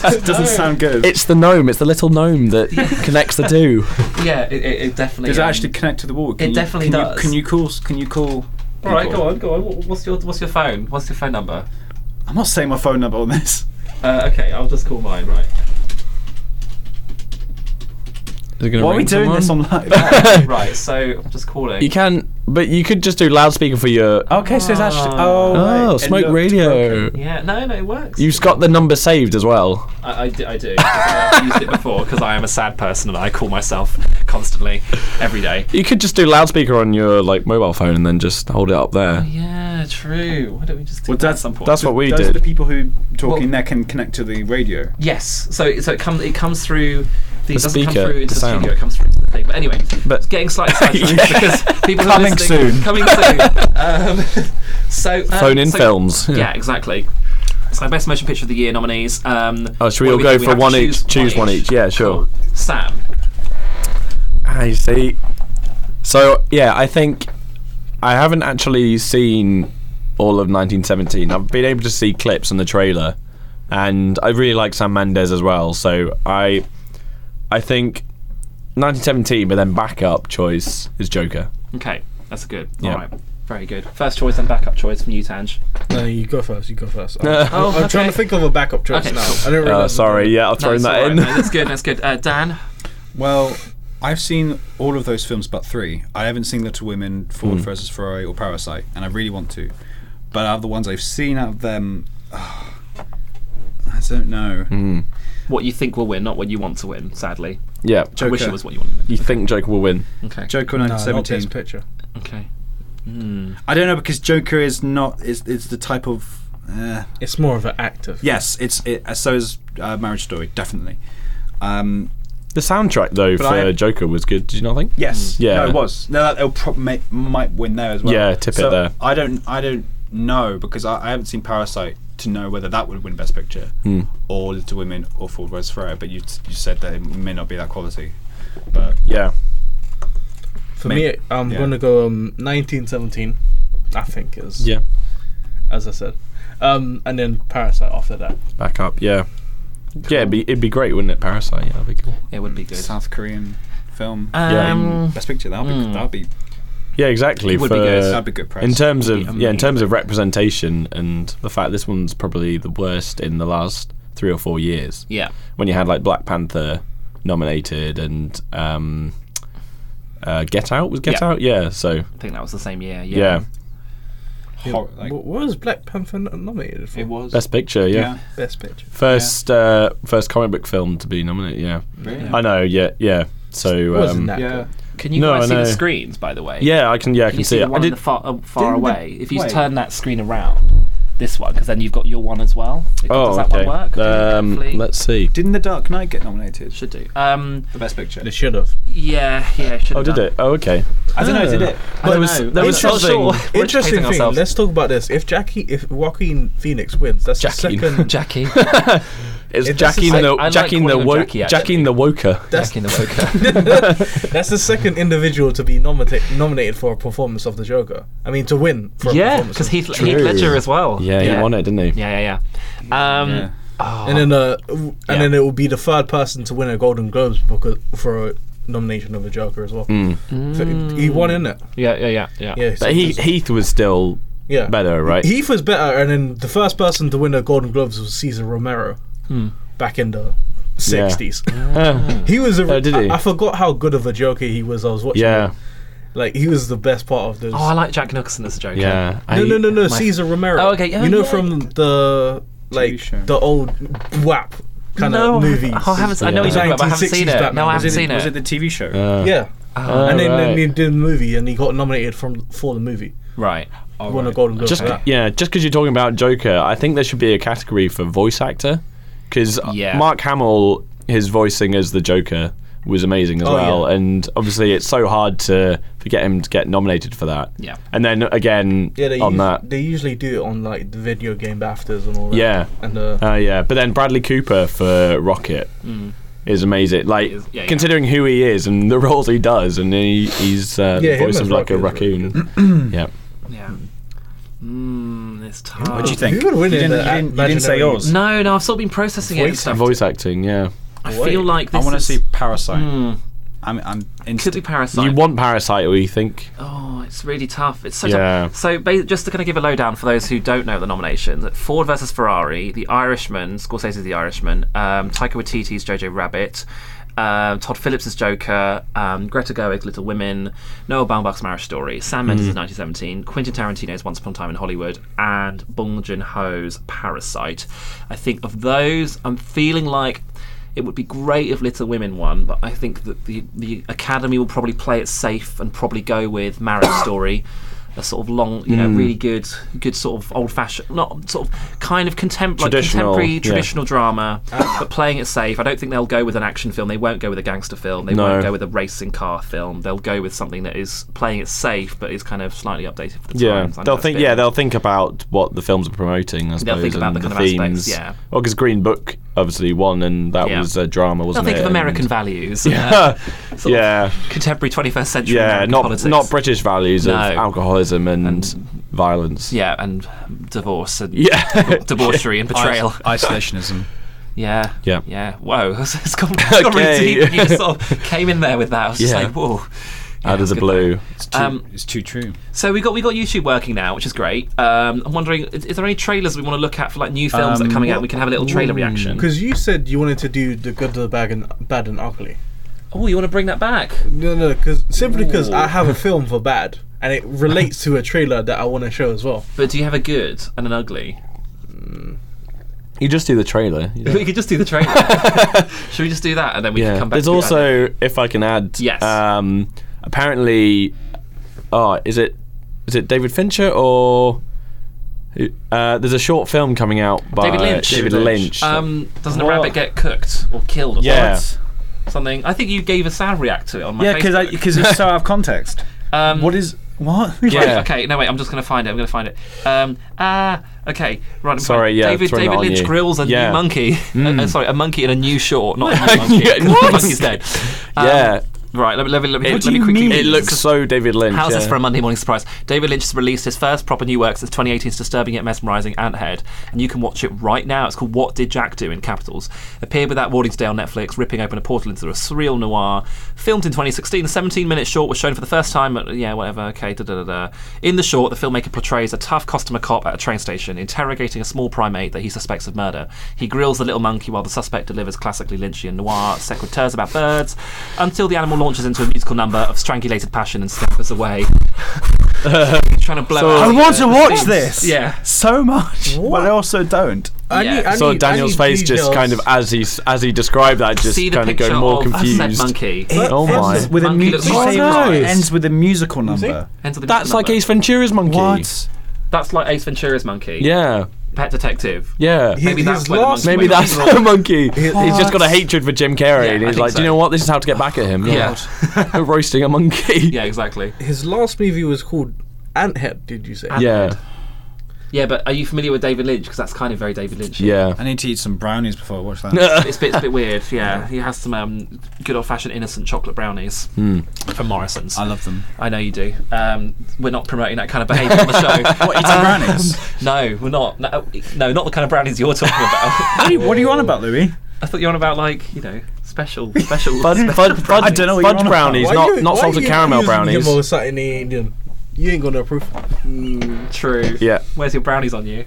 [SPEAKER 3] sound? it doesn't sound good.
[SPEAKER 5] It's the gnome. It's the little gnome that connects the two.
[SPEAKER 2] yeah, it, it, it definitely.
[SPEAKER 3] does it
[SPEAKER 2] um,
[SPEAKER 3] actually connect to the wall? Can
[SPEAKER 2] it
[SPEAKER 3] you,
[SPEAKER 2] definitely
[SPEAKER 3] can
[SPEAKER 2] does.
[SPEAKER 3] You, can you call? s- Can you call?
[SPEAKER 2] All right,
[SPEAKER 3] people?
[SPEAKER 2] go on, go on. Wh- What's your what's your phone? What's your phone number?
[SPEAKER 3] I'm not saying my phone number on this.
[SPEAKER 2] Uh, okay, I'll just call mine. Right.
[SPEAKER 5] Is it gonna
[SPEAKER 3] Why are we
[SPEAKER 5] ring
[SPEAKER 3] doing
[SPEAKER 5] someone?
[SPEAKER 3] this on live?
[SPEAKER 2] right. So I'm just calling.
[SPEAKER 5] You can, but you could just do loudspeaker for your.
[SPEAKER 3] okay, so it's actually. Oh, right.
[SPEAKER 5] Oh,
[SPEAKER 3] It
[SPEAKER 5] smoke
[SPEAKER 3] looked
[SPEAKER 5] radio.
[SPEAKER 3] broken.
[SPEAKER 2] yeah. No, no, it works.
[SPEAKER 5] You've got the number saved as well.
[SPEAKER 2] I, I do. I do. 'cause I've used it before because I am a sad person and I call myself constantly every day.
[SPEAKER 5] You could just do loudspeaker on your like mobile phone and then just hold it up there.
[SPEAKER 2] Yeah, true. Why don't we just do
[SPEAKER 3] Well,
[SPEAKER 2] that at
[SPEAKER 3] that's-
[SPEAKER 2] some point?
[SPEAKER 5] That's what we
[SPEAKER 3] Those are
[SPEAKER 5] did.
[SPEAKER 3] the people who talking
[SPEAKER 2] Well-
[SPEAKER 3] there can connect to the radio.
[SPEAKER 2] Yes. So so it comes it comes through. The,
[SPEAKER 5] The
[SPEAKER 2] it doesn't
[SPEAKER 5] speaker,
[SPEAKER 2] come through into
[SPEAKER 5] the
[SPEAKER 2] the,
[SPEAKER 5] sound.
[SPEAKER 2] studio. It comes through into the thing. But anyway,
[SPEAKER 5] But-
[SPEAKER 2] it's getting slightly sidetracked
[SPEAKER 5] Yeah.
[SPEAKER 2] because people are
[SPEAKER 5] Coming
[SPEAKER 2] listening-
[SPEAKER 5] soon.
[SPEAKER 2] Coming soon. Um, so um,
[SPEAKER 5] Phone in
[SPEAKER 2] so-
[SPEAKER 5] films.
[SPEAKER 2] Yeah. exactly. So best motion picture of the year nominees. Um,
[SPEAKER 5] Oh, should
[SPEAKER 2] what
[SPEAKER 5] we all
[SPEAKER 2] do
[SPEAKER 5] go
[SPEAKER 2] do?
[SPEAKER 5] for
[SPEAKER 2] have to
[SPEAKER 5] one each? Choose one each. Yeah, sure.
[SPEAKER 2] Cool. Sam.
[SPEAKER 5] I Ah, see. So yeah, I think I haven't actually seen all of 1917. I've been able to see clips and the trailer, and I really like Sam Mendes as well. So I, I think 1917, but then backup choice is Joker.
[SPEAKER 2] Okay, that's good.
[SPEAKER 5] Yeah.
[SPEAKER 2] All right. Very good. First choice and backup choice from you, Tanj.
[SPEAKER 4] No, you go first. You go first. I'm,
[SPEAKER 5] Uh,
[SPEAKER 2] Oh,
[SPEAKER 4] I'm trying to
[SPEAKER 2] okay.
[SPEAKER 4] think of a backup choice
[SPEAKER 2] Okay,
[SPEAKER 4] now.
[SPEAKER 2] cool.
[SPEAKER 4] I don't
[SPEAKER 5] Uh,
[SPEAKER 4] realize.
[SPEAKER 5] sorry, yeah, I've
[SPEAKER 2] No,
[SPEAKER 5] thrown
[SPEAKER 2] it's
[SPEAKER 5] that
[SPEAKER 2] all right,
[SPEAKER 5] in.
[SPEAKER 2] no, that's good. That's good. Uh, Dan.
[SPEAKER 3] Well, I've seen all of those films but three. I haven't seen Little Women,
[SPEAKER 5] Hmm.
[SPEAKER 3] Ford versus Ferrari, or Parasite, and I really want to. But out of the ones I've seen out of them, ah, I don't know.
[SPEAKER 5] Hmm.
[SPEAKER 2] What you think will win, not what you want to win. Sadly,
[SPEAKER 5] yeah,
[SPEAKER 2] I wish
[SPEAKER 3] Joker.
[SPEAKER 2] it was what you wanted. to win.
[SPEAKER 5] you think Joker will win?
[SPEAKER 2] Okay.
[SPEAKER 3] Joker
[SPEAKER 4] No, not this
[SPEAKER 3] 1917.
[SPEAKER 4] picture.
[SPEAKER 2] okay.
[SPEAKER 3] I don't know because Joker is not is is the type of. Uh,
[SPEAKER 4] It's more of an actor.
[SPEAKER 3] yes, it's it. uh, So is uh, Marriage Story, definitely. Um,
[SPEAKER 5] The soundtrack though for
[SPEAKER 3] I-
[SPEAKER 5] Joker was good. Did you not think?
[SPEAKER 3] Yes.
[SPEAKER 5] Mm. Yeah.
[SPEAKER 3] No, it was. No, that- it'll probably might win there as well.
[SPEAKER 5] Yeah, tip it
[SPEAKER 3] So,
[SPEAKER 5] there.
[SPEAKER 3] I don't. I don't know because I, I haven't seen Parasite to know whether that would win Best Picture
[SPEAKER 5] Hmm.
[SPEAKER 3] or Little Women or Ford vs Ferrari. But you you said that it may not be that quality. But
[SPEAKER 5] Yeah.
[SPEAKER 4] For
[SPEAKER 3] Ma-
[SPEAKER 4] me, I'm
[SPEAKER 3] yeah.
[SPEAKER 4] gonna go um, 1917. I think is
[SPEAKER 5] Yeah.
[SPEAKER 4] as I said, um, and then Parasite after that.
[SPEAKER 5] Back up. Yeah. Yeah, it'd be, it'd be great, wouldn't it? Parasite. Yeah, that'd be cool.
[SPEAKER 2] It would be good.
[SPEAKER 3] South Korean film
[SPEAKER 5] Yeah.
[SPEAKER 2] Um,
[SPEAKER 3] Best Picture that'll be
[SPEAKER 4] hmm.
[SPEAKER 3] that'll be
[SPEAKER 5] Yeah, exactly.
[SPEAKER 2] It would be
[SPEAKER 5] for-
[SPEAKER 2] good.
[SPEAKER 3] that'll be good press.
[SPEAKER 5] in terms
[SPEAKER 2] It'd be
[SPEAKER 5] of yeah, in
[SPEAKER 2] amazing.
[SPEAKER 5] terms of representation and the fact this one's probably the worst in the last three or four years.
[SPEAKER 2] yeah.
[SPEAKER 5] When you had like Black Panther nominated and um, uh, Get Out was Get
[SPEAKER 2] Yeah.
[SPEAKER 5] Out, yeah. So
[SPEAKER 2] I think that was the same year.
[SPEAKER 5] yeah,
[SPEAKER 2] Yeah.
[SPEAKER 3] Hor- like,
[SPEAKER 4] what was Black Panther n- nominated for?
[SPEAKER 3] it was
[SPEAKER 5] Best Picture, yeah.
[SPEAKER 3] yeah.
[SPEAKER 4] Best Picture.
[SPEAKER 5] First uh, first comic book film to be nominated, yeah.
[SPEAKER 3] Really?
[SPEAKER 5] I know, yeah, yeah. So
[SPEAKER 4] Wasn't
[SPEAKER 5] um,
[SPEAKER 4] that
[SPEAKER 3] Yeah.
[SPEAKER 4] good?
[SPEAKER 2] Can you
[SPEAKER 5] No,
[SPEAKER 2] guys
[SPEAKER 5] I
[SPEAKER 2] see
[SPEAKER 5] know.
[SPEAKER 2] the screens, by the way?
[SPEAKER 5] yeah, I can yeah I can,
[SPEAKER 2] Can you
[SPEAKER 5] see
[SPEAKER 2] see the
[SPEAKER 5] it. I
[SPEAKER 2] one in
[SPEAKER 5] did
[SPEAKER 2] the far, uh, far
[SPEAKER 3] Didn't the-
[SPEAKER 2] away? if you
[SPEAKER 3] wait.
[SPEAKER 2] turn that screen around, this one, because then you've got your one as well.
[SPEAKER 5] oh
[SPEAKER 2] Does that
[SPEAKER 5] okay.
[SPEAKER 2] one work?
[SPEAKER 5] Um,
[SPEAKER 2] Hopefully.
[SPEAKER 5] let's see.
[SPEAKER 3] Didn't The Dark Knight get nominated
[SPEAKER 2] Should do. Um,
[SPEAKER 3] for Best Picture?
[SPEAKER 4] They should have.
[SPEAKER 2] yeah, yeah. Should
[SPEAKER 5] Oh, did it? Oh, okay. Ah.
[SPEAKER 3] I don't know.
[SPEAKER 5] Oh.
[SPEAKER 3] Did it?
[SPEAKER 5] There was there was
[SPEAKER 4] Interesting-
[SPEAKER 5] something.
[SPEAKER 2] We're
[SPEAKER 4] Interesting
[SPEAKER 2] educating
[SPEAKER 4] thing.
[SPEAKER 2] ourselves.
[SPEAKER 4] Let's talk about this. If Jackie, if Joaquin Phoenix wins, that's
[SPEAKER 5] Jackie.
[SPEAKER 4] the second.
[SPEAKER 2] Jackie,
[SPEAKER 5] It's
[SPEAKER 4] It
[SPEAKER 5] Jackie
[SPEAKER 4] doesn't-
[SPEAKER 5] the
[SPEAKER 2] I- I like
[SPEAKER 5] Jackie the
[SPEAKER 2] calling him
[SPEAKER 5] woke
[SPEAKER 2] Jackie, actually.
[SPEAKER 5] Jackie the woker.
[SPEAKER 2] Jackie the Woker.
[SPEAKER 4] that's the second individual to be nominated nominated for a performance of the Joker. I mean, to win. For a
[SPEAKER 2] yeah,
[SPEAKER 4] performance
[SPEAKER 2] because
[SPEAKER 4] of-
[SPEAKER 2] Heath,
[SPEAKER 5] True.
[SPEAKER 2] Heath Ledger as well.
[SPEAKER 5] Yeah, he won it, didn't he?
[SPEAKER 2] Yeah, yeah, yeah. Um,
[SPEAKER 3] Yeah.
[SPEAKER 4] and then uh, w-
[SPEAKER 2] Yeah.
[SPEAKER 4] and then it will be the third person to win a Golden Globes because for a nomination of a Joker as well. So he- he won in it.
[SPEAKER 2] Yeah, yeah, yeah, yeah.
[SPEAKER 4] Yeah,
[SPEAKER 5] Mm.
[SPEAKER 4] so
[SPEAKER 5] But he,
[SPEAKER 4] it's-
[SPEAKER 5] Heath was still
[SPEAKER 4] yeah.
[SPEAKER 5] better, right?
[SPEAKER 4] Heath was better, and then the first person to win a Golden Globes was Cesar Romero
[SPEAKER 2] Hmm.
[SPEAKER 4] back in the sixties.
[SPEAKER 5] Uh,
[SPEAKER 4] He was a.
[SPEAKER 5] Oh, did he?
[SPEAKER 4] I, I forgot how good of a Joker he was. I was watching.
[SPEAKER 5] yeah,
[SPEAKER 4] it. like he was the best part of this.
[SPEAKER 2] Oh, I like Jack Nicholson as a Joker.
[SPEAKER 5] yeah.
[SPEAKER 4] no,
[SPEAKER 5] I-
[SPEAKER 4] no, no, no,
[SPEAKER 2] my-
[SPEAKER 4] Cesar Romero.
[SPEAKER 2] Oh, okay, yeah,
[SPEAKER 4] you know
[SPEAKER 2] yeah.
[SPEAKER 4] from the like
[SPEAKER 3] show.
[SPEAKER 4] the old WAP kind
[SPEAKER 2] no,
[SPEAKER 4] of movies.
[SPEAKER 2] I haven't. I know
[SPEAKER 5] Yeah.
[SPEAKER 2] he's talking about, but I haven't seen it.
[SPEAKER 4] 1960s
[SPEAKER 2] No, I
[SPEAKER 4] Batman.
[SPEAKER 2] haven't
[SPEAKER 4] Was it-
[SPEAKER 2] seen
[SPEAKER 3] Was it
[SPEAKER 2] it.
[SPEAKER 3] the TV show?
[SPEAKER 5] Uh,
[SPEAKER 4] Yeah.
[SPEAKER 5] Oh,
[SPEAKER 4] and then, then
[SPEAKER 5] right.
[SPEAKER 4] he did the movie, and he got nominated from for the movie.
[SPEAKER 2] Right.
[SPEAKER 4] He won a Golden Globe.
[SPEAKER 5] just
[SPEAKER 4] for that.
[SPEAKER 5] yeah, just because you're talking about Joker, I think there should be a category for voice actor because
[SPEAKER 2] Yeah.
[SPEAKER 5] Mark Hamill, his voicing as the Joker was amazing as
[SPEAKER 4] Oh,
[SPEAKER 5] well, and obviously it's so hard to for get him to get nominated for that.
[SPEAKER 2] Yeah.
[SPEAKER 5] and then again
[SPEAKER 4] Yeah, they,
[SPEAKER 5] on
[SPEAKER 4] us-
[SPEAKER 5] that.
[SPEAKER 4] they usually do it on like the video game BAFTAs and all that.
[SPEAKER 5] Yeah.
[SPEAKER 4] and uh,
[SPEAKER 2] Um,
[SPEAKER 5] Uh, yeah, but then Bradley Cooper for Rocket is amazing. Like
[SPEAKER 2] Mm. is- yeah, yeah.
[SPEAKER 5] considering who he is and the roles he does, and he, he's uh,
[SPEAKER 4] Yeah,
[SPEAKER 5] the
[SPEAKER 4] him
[SPEAKER 5] voice
[SPEAKER 4] as
[SPEAKER 5] of like a
[SPEAKER 4] Rocket is really
[SPEAKER 5] raccoon. yeah,
[SPEAKER 2] Yeah. Mmm, it's tough.
[SPEAKER 3] What do you think?
[SPEAKER 4] Who would win
[SPEAKER 3] you didn't,
[SPEAKER 4] in the
[SPEAKER 3] you didn't, you didn't say
[SPEAKER 4] imaginary-
[SPEAKER 3] yours.
[SPEAKER 2] No, no, I've sort of been processing it. and
[SPEAKER 4] Voice
[SPEAKER 2] stuff.
[SPEAKER 5] voice acting. Yeah,
[SPEAKER 2] I
[SPEAKER 4] Wait.
[SPEAKER 2] feel like
[SPEAKER 3] I
[SPEAKER 2] this
[SPEAKER 3] want to
[SPEAKER 2] is-
[SPEAKER 3] see Parasite.
[SPEAKER 2] Mm,
[SPEAKER 3] I'm, I'm
[SPEAKER 2] could
[SPEAKER 3] instant.
[SPEAKER 2] be Parasite.
[SPEAKER 5] you want Parasite, or you think?
[SPEAKER 2] Oh, it's really tough. It's so
[SPEAKER 5] Yeah.
[SPEAKER 2] tough. So ba- just to kind of give a lowdown for those who don't know the nominations: Ford versus Ferrari, The Irishman, Scorsese's The Irishman, um, Taika Waititi's Jojo Rabbit, um, Todd Phillips' Joker, um, Greta Gerwig's Little Women, Noah Baumbach's Marriage Story, Sam Mendes' 1917, Quentin Tarantino's Once Upon a Time in Hollywood, and Bong Joon Ho's Parasite. I think of those, I'm feeling like. It would be great if Little Women won, but I think that the the Academy will probably play it safe and probably go with Marriage Story, a sort of long, you know,
[SPEAKER 5] Hmm.
[SPEAKER 2] really good, good sort of old fashioned, not sort of kind of contem- like
[SPEAKER 5] Traditional,
[SPEAKER 2] contemporary
[SPEAKER 5] yeah.
[SPEAKER 2] traditional drama, but playing it safe. I don't think they'll go with an action film. They won't go with a gangster film. They
[SPEAKER 5] No.
[SPEAKER 2] won't go with a racing car film. They'll go with something that is playing it safe, but is kind of slightly updated for the
[SPEAKER 5] Yeah,
[SPEAKER 2] times. I know
[SPEAKER 5] they'll
[SPEAKER 2] it's
[SPEAKER 5] think.
[SPEAKER 2] been-
[SPEAKER 5] Yeah, they'll think about what the films are promoting. I suppose,
[SPEAKER 2] think about
[SPEAKER 5] and
[SPEAKER 2] the kind of
[SPEAKER 5] themes.
[SPEAKER 2] aspects, yeah.
[SPEAKER 5] well, because Green Book obviously won, and that
[SPEAKER 2] Yeah.
[SPEAKER 5] was a drama,
[SPEAKER 2] They'll
[SPEAKER 5] wasn't
[SPEAKER 2] think
[SPEAKER 5] it?
[SPEAKER 2] of American
[SPEAKER 5] And-
[SPEAKER 2] values. Yeah. sort of
[SPEAKER 5] yeah,
[SPEAKER 2] Contemporary 21st century
[SPEAKER 5] yeah,
[SPEAKER 2] American
[SPEAKER 5] not
[SPEAKER 2] politics.
[SPEAKER 5] not British values
[SPEAKER 2] No.
[SPEAKER 5] of alcoholism and, violence.
[SPEAKER 2] Yeah, and divorce and
[SPEAKER 5] Yeah.
[SPEAKER 2] debauchery and betrayal.
[SPEAKER 3] Is- Isolationism.
[SPEAKER 2] Yeah.
[SPEAKER 5] Yeah.
[SPEAKER 2] Yeah. Whoa. It's gone, it's gone
[SPEAKER 5] Okay.
[SPEAKER 2] really deep. You just sort of came in there with that. I was just
[SPEAKER 5] Yeah.
[SPEAKER 2] like, whoa. Yeah,
[SPEAKER 5] out of
[SPEAKER 2] it's
[SPEAKER 5] the
[SPEAKER 2] good
[SPEAKER 5] blue.
[SPEAKER 3] It's too,
[SPEAKER 2] Um,
[SPEAKER 3] it's too true.
[SPEAKER 2] So we got we got YouTube working now, which is great. Um, I'm wondering, is, is there any trailers we want to look at for like new films that are
[SPEAKER 5] Um,
[SPEAKER 2] coming out? We can have a little trailer reaction.
[SPEAKER 4] because you said you wanted to do the good, the bad, and bad and ugly.
[SPEAKER 2] Oh, you want to bring that back?
[SPEAKER 4] No, no, because simply because I have a film for bad, and it relates to a trailer that I want to show as well.
[SPEAKER 2] But do you have a good and an ugly?
[SPEAKER 5] You just do the trailer. you don't-
[SPEAKER 2] We could just do the trailer. Should we just do that and then we can
[SPEAKER 5] yeah.
[SPEAKER 2] come back?
[SPEAKER 5] There's
[SPEAKER 2] to the other?
[SPEAKER 5] also, if I can add,
[SPEAKER 2] Yes.
[SPEAKER 5] Um, apparently, oh, is it is it David Fincher or? who- Uh, there's a short film coming out by
[SPEAKER 2] David Lynch.
[SPEAKER 5] uh, David
[SPEAKER 3] David
[SPEAKER 5] Lynch.
[SPEAKER 3] Lynch.
[SPEAKER 2] um, doesn't a
[SPEAKER 3] What?
[SPEAKER 2] rabbit get cooked or killed? Or
[SPEAKER 5] Yeah.
[SPEAKER 2] something. I think you gave a sound react to it on my
[SPEAKER 3] Yeah, because
[SPEAKER 2] Facebook.
[SPEAKER 3] because it's so out of context.
[SPEAKER 2] um,
[SPEAKER 3] What is what?
[SPEAKER 2] Right,
[SPEAKER 5] Yeah.
[SPEAKER 2] Okay. No wait. I'm just gonna find it. I'm gonna find it. Um. Ah. okay. Right. I'm
[SPEAKER 5] Sorry,
[SPEAKER 2] fine.
[SPEAKER 5] yeah,
[SPEAKER 2] David.
[SPEAKER 5] throwing
[SPEAKER 2] David
[SPEAKER 5] that on
[SPEAKER 2] Lynch
[SPEAKER 5] you.
[SPEAKER 2] grills a
[SPEAKER 5] Yeah. Mm.
[SPEAKER 2] new monkey. Uh, sorry, a monkey in a new short, not a new monkey. 'cause the
[SPEAKER 5] What?
[SPEAKER 2] monkey's dead. Um,
[SPEAKER 5] yeah,
[SPEAKER 2] Right. Let me. Let me. Let me,
[SPEAKER 5] It-
[SPEAKER 2] let me quickly.
[SPEAKER 5] It looks so David Lynch.
[SPEAKER 2] How's this
[SPEAKER 5] yeah.
[SPEAKER 2] for a Monday morning surprise? David Lynch has released his first proper new work since 2018's disturbing yet mesmerising Anthead, and you can watch it right now. It's called What Did Jack Do in Capitals. Appeared without warning today on Netflix, ripping open a portal into a surreal noir. Filmed in 2016, the 17-minute short was shown for the first time. At, yeah, whatever. Okay, da da da da. In the short, the filmmaker portrays a tough customer cop at a train station, interrogating a small primate that he suspects of murder. He grills the little monkey while the suspect delivers classically Lynchian noir secretaires about birds, until the animal launches into a musical number of strangulated passion and scampers away. trying to blow. out
[SPEAKER 3] I
[SPEAKER 2] the-
[SPEAKER 3] want to watch this.
[SPEAKER 2] Yeah.
[SPEAKER 3] So much,
[SPEAKER 4] What?
[SPEAKER 3] but I also don't.
[SPEAKER 4] I
[SPEAKER 2] Yeah.
[SPEAKER 4] need, I
[SPEAKER 5] Saw
[SPEAKER 4] need,
[SPEAKER 5] Daniel's
[SPEAKER 4] I need
[SPEAKER 5] face just
[SPEAKER 4] details.
[SPEAKER 5] kind of as he s- as he described that just
[SPEAKER 2] See the
[SPEAKER 5] kind of
[SPEAKER 2] picture
[SPEAKER 5] going more
[SPEAKER 2] of
[SPEAKER 5] confused.
[SPEAKER 2] said monkey.
[SPEAKER 5] Oh my.
[SPEAKER 3] Ends With a
[SPEAKER 2] Monkey
[SPEAKER 3] mu-
[SPEAKER 2] looks
[SPEAKER 3] you
[SPEAKER 2] like
[SPEAKER 3] say
[SPEAKER 5] a
[SPEAKER 3] it
[SPEAKER 5] monkey.
[SPEAKER 3] ends with a musical number.
[SPEAKER 2] Ends with a
[SPEAKER 5] That's
[SPEAKER 2] musical
[SPEAKER 5] like
[SPEAKER 2] number.
[SPEAKER 5] Ace Ventura's monkey.
[SPEAKER 3] What?
[SPEAKER 2] That's like Ace Ventura's monkey.
[SPEAKER 5] Yeah,
[SPEAKER 2] Pet detective.
[SPEAKER 5] yeah.
[SPEAKER 4] His-
[SPEAKER 2] Maybe
[SPEAKER 4] his
[SPEAKER 2] that's where the
[SPEAKER 4] last
[SPEAKER 2] monkey
[SPEAKER 5] Maybe
[SPEAKER 4] movie-
[SPEAKER 5] that's the monkey. He's just got a
[SPEAKER 3] What?
[SPEAKER 5] hatred for Jim Carrey, and
[SPEAKER 2] Yeah, I
[SPEAKER 5] he's
[SPEAKER 2] think
[SPEAKER 5] like, "Do you
[SPEAKER 2] so.
[SPEAKER 5] know what? This is how to get back at him."
[SPEAKER 2] Yeah.
[SPEAKER 5] roasting a monkey.
[SPEAKER 2] Yeah. Exactly.
[SPEAKER 4] His last movie was called Anthead. Did you say?
[SPEAKER 5] yeah.
[SPEAKER 2] Yeah, but are you familiar with David Lynch? Because that's kind of very David Lynch.
[SPEAKER 5] Yeah.
[SPEAKER 3] I need to eat some brownies before I watch that.
[SPEAKER 2] It's a, bit, it's a bit weird, yeah. He has some um, good old fashioned innocent chocolate brownies
[SPEAKER 5] Hmm.
[SPEAKER 2] from Morrison's.
[SPEAKER 3] I love them.
[SPEAKER 2] I know you do. Um, we're not promoting that kind of behaviour on the show.
[SPEAKER 3] What, eating brownies?
[SPEAKER 2] No, we're not. No, no, not the kind of brownies you're talking about.
[SPEAKER 3] What are, you, what are you on about, Louis?
[SPEAKER 2] I thought you were on about like you know special special.
[SPEAKER 5] Fudge,
[SPEAKER 2] special
[SPEAKER 5] fudge, fudge,
[SPEAKER 3] I don't know what you're
[SPEAKER 5] fudge
[SPEAKER 3] on about.
[SPEAKER 5] brownies,
[SPEAKER 3] Why
[SPEAKER 4] Why
[SPEAKER 5] not,
[SPEAKER 4] you-
[SPEAKER 5] not
[SPEAKER 4] why
[SPEAKER 5] salted
[SPEAKER 4] you
[SPEAKER 5] caramel
[SPEAKER 4] accusing
[SPEAKER 5] brownies.
[SPEAKER 4] Him of something he ain't doing? You ain't gonna approve.
[SPEAKER 2] True.
[SPEAKER 5] Yeah.
[SPEAKER 2] Where's your brownies on you?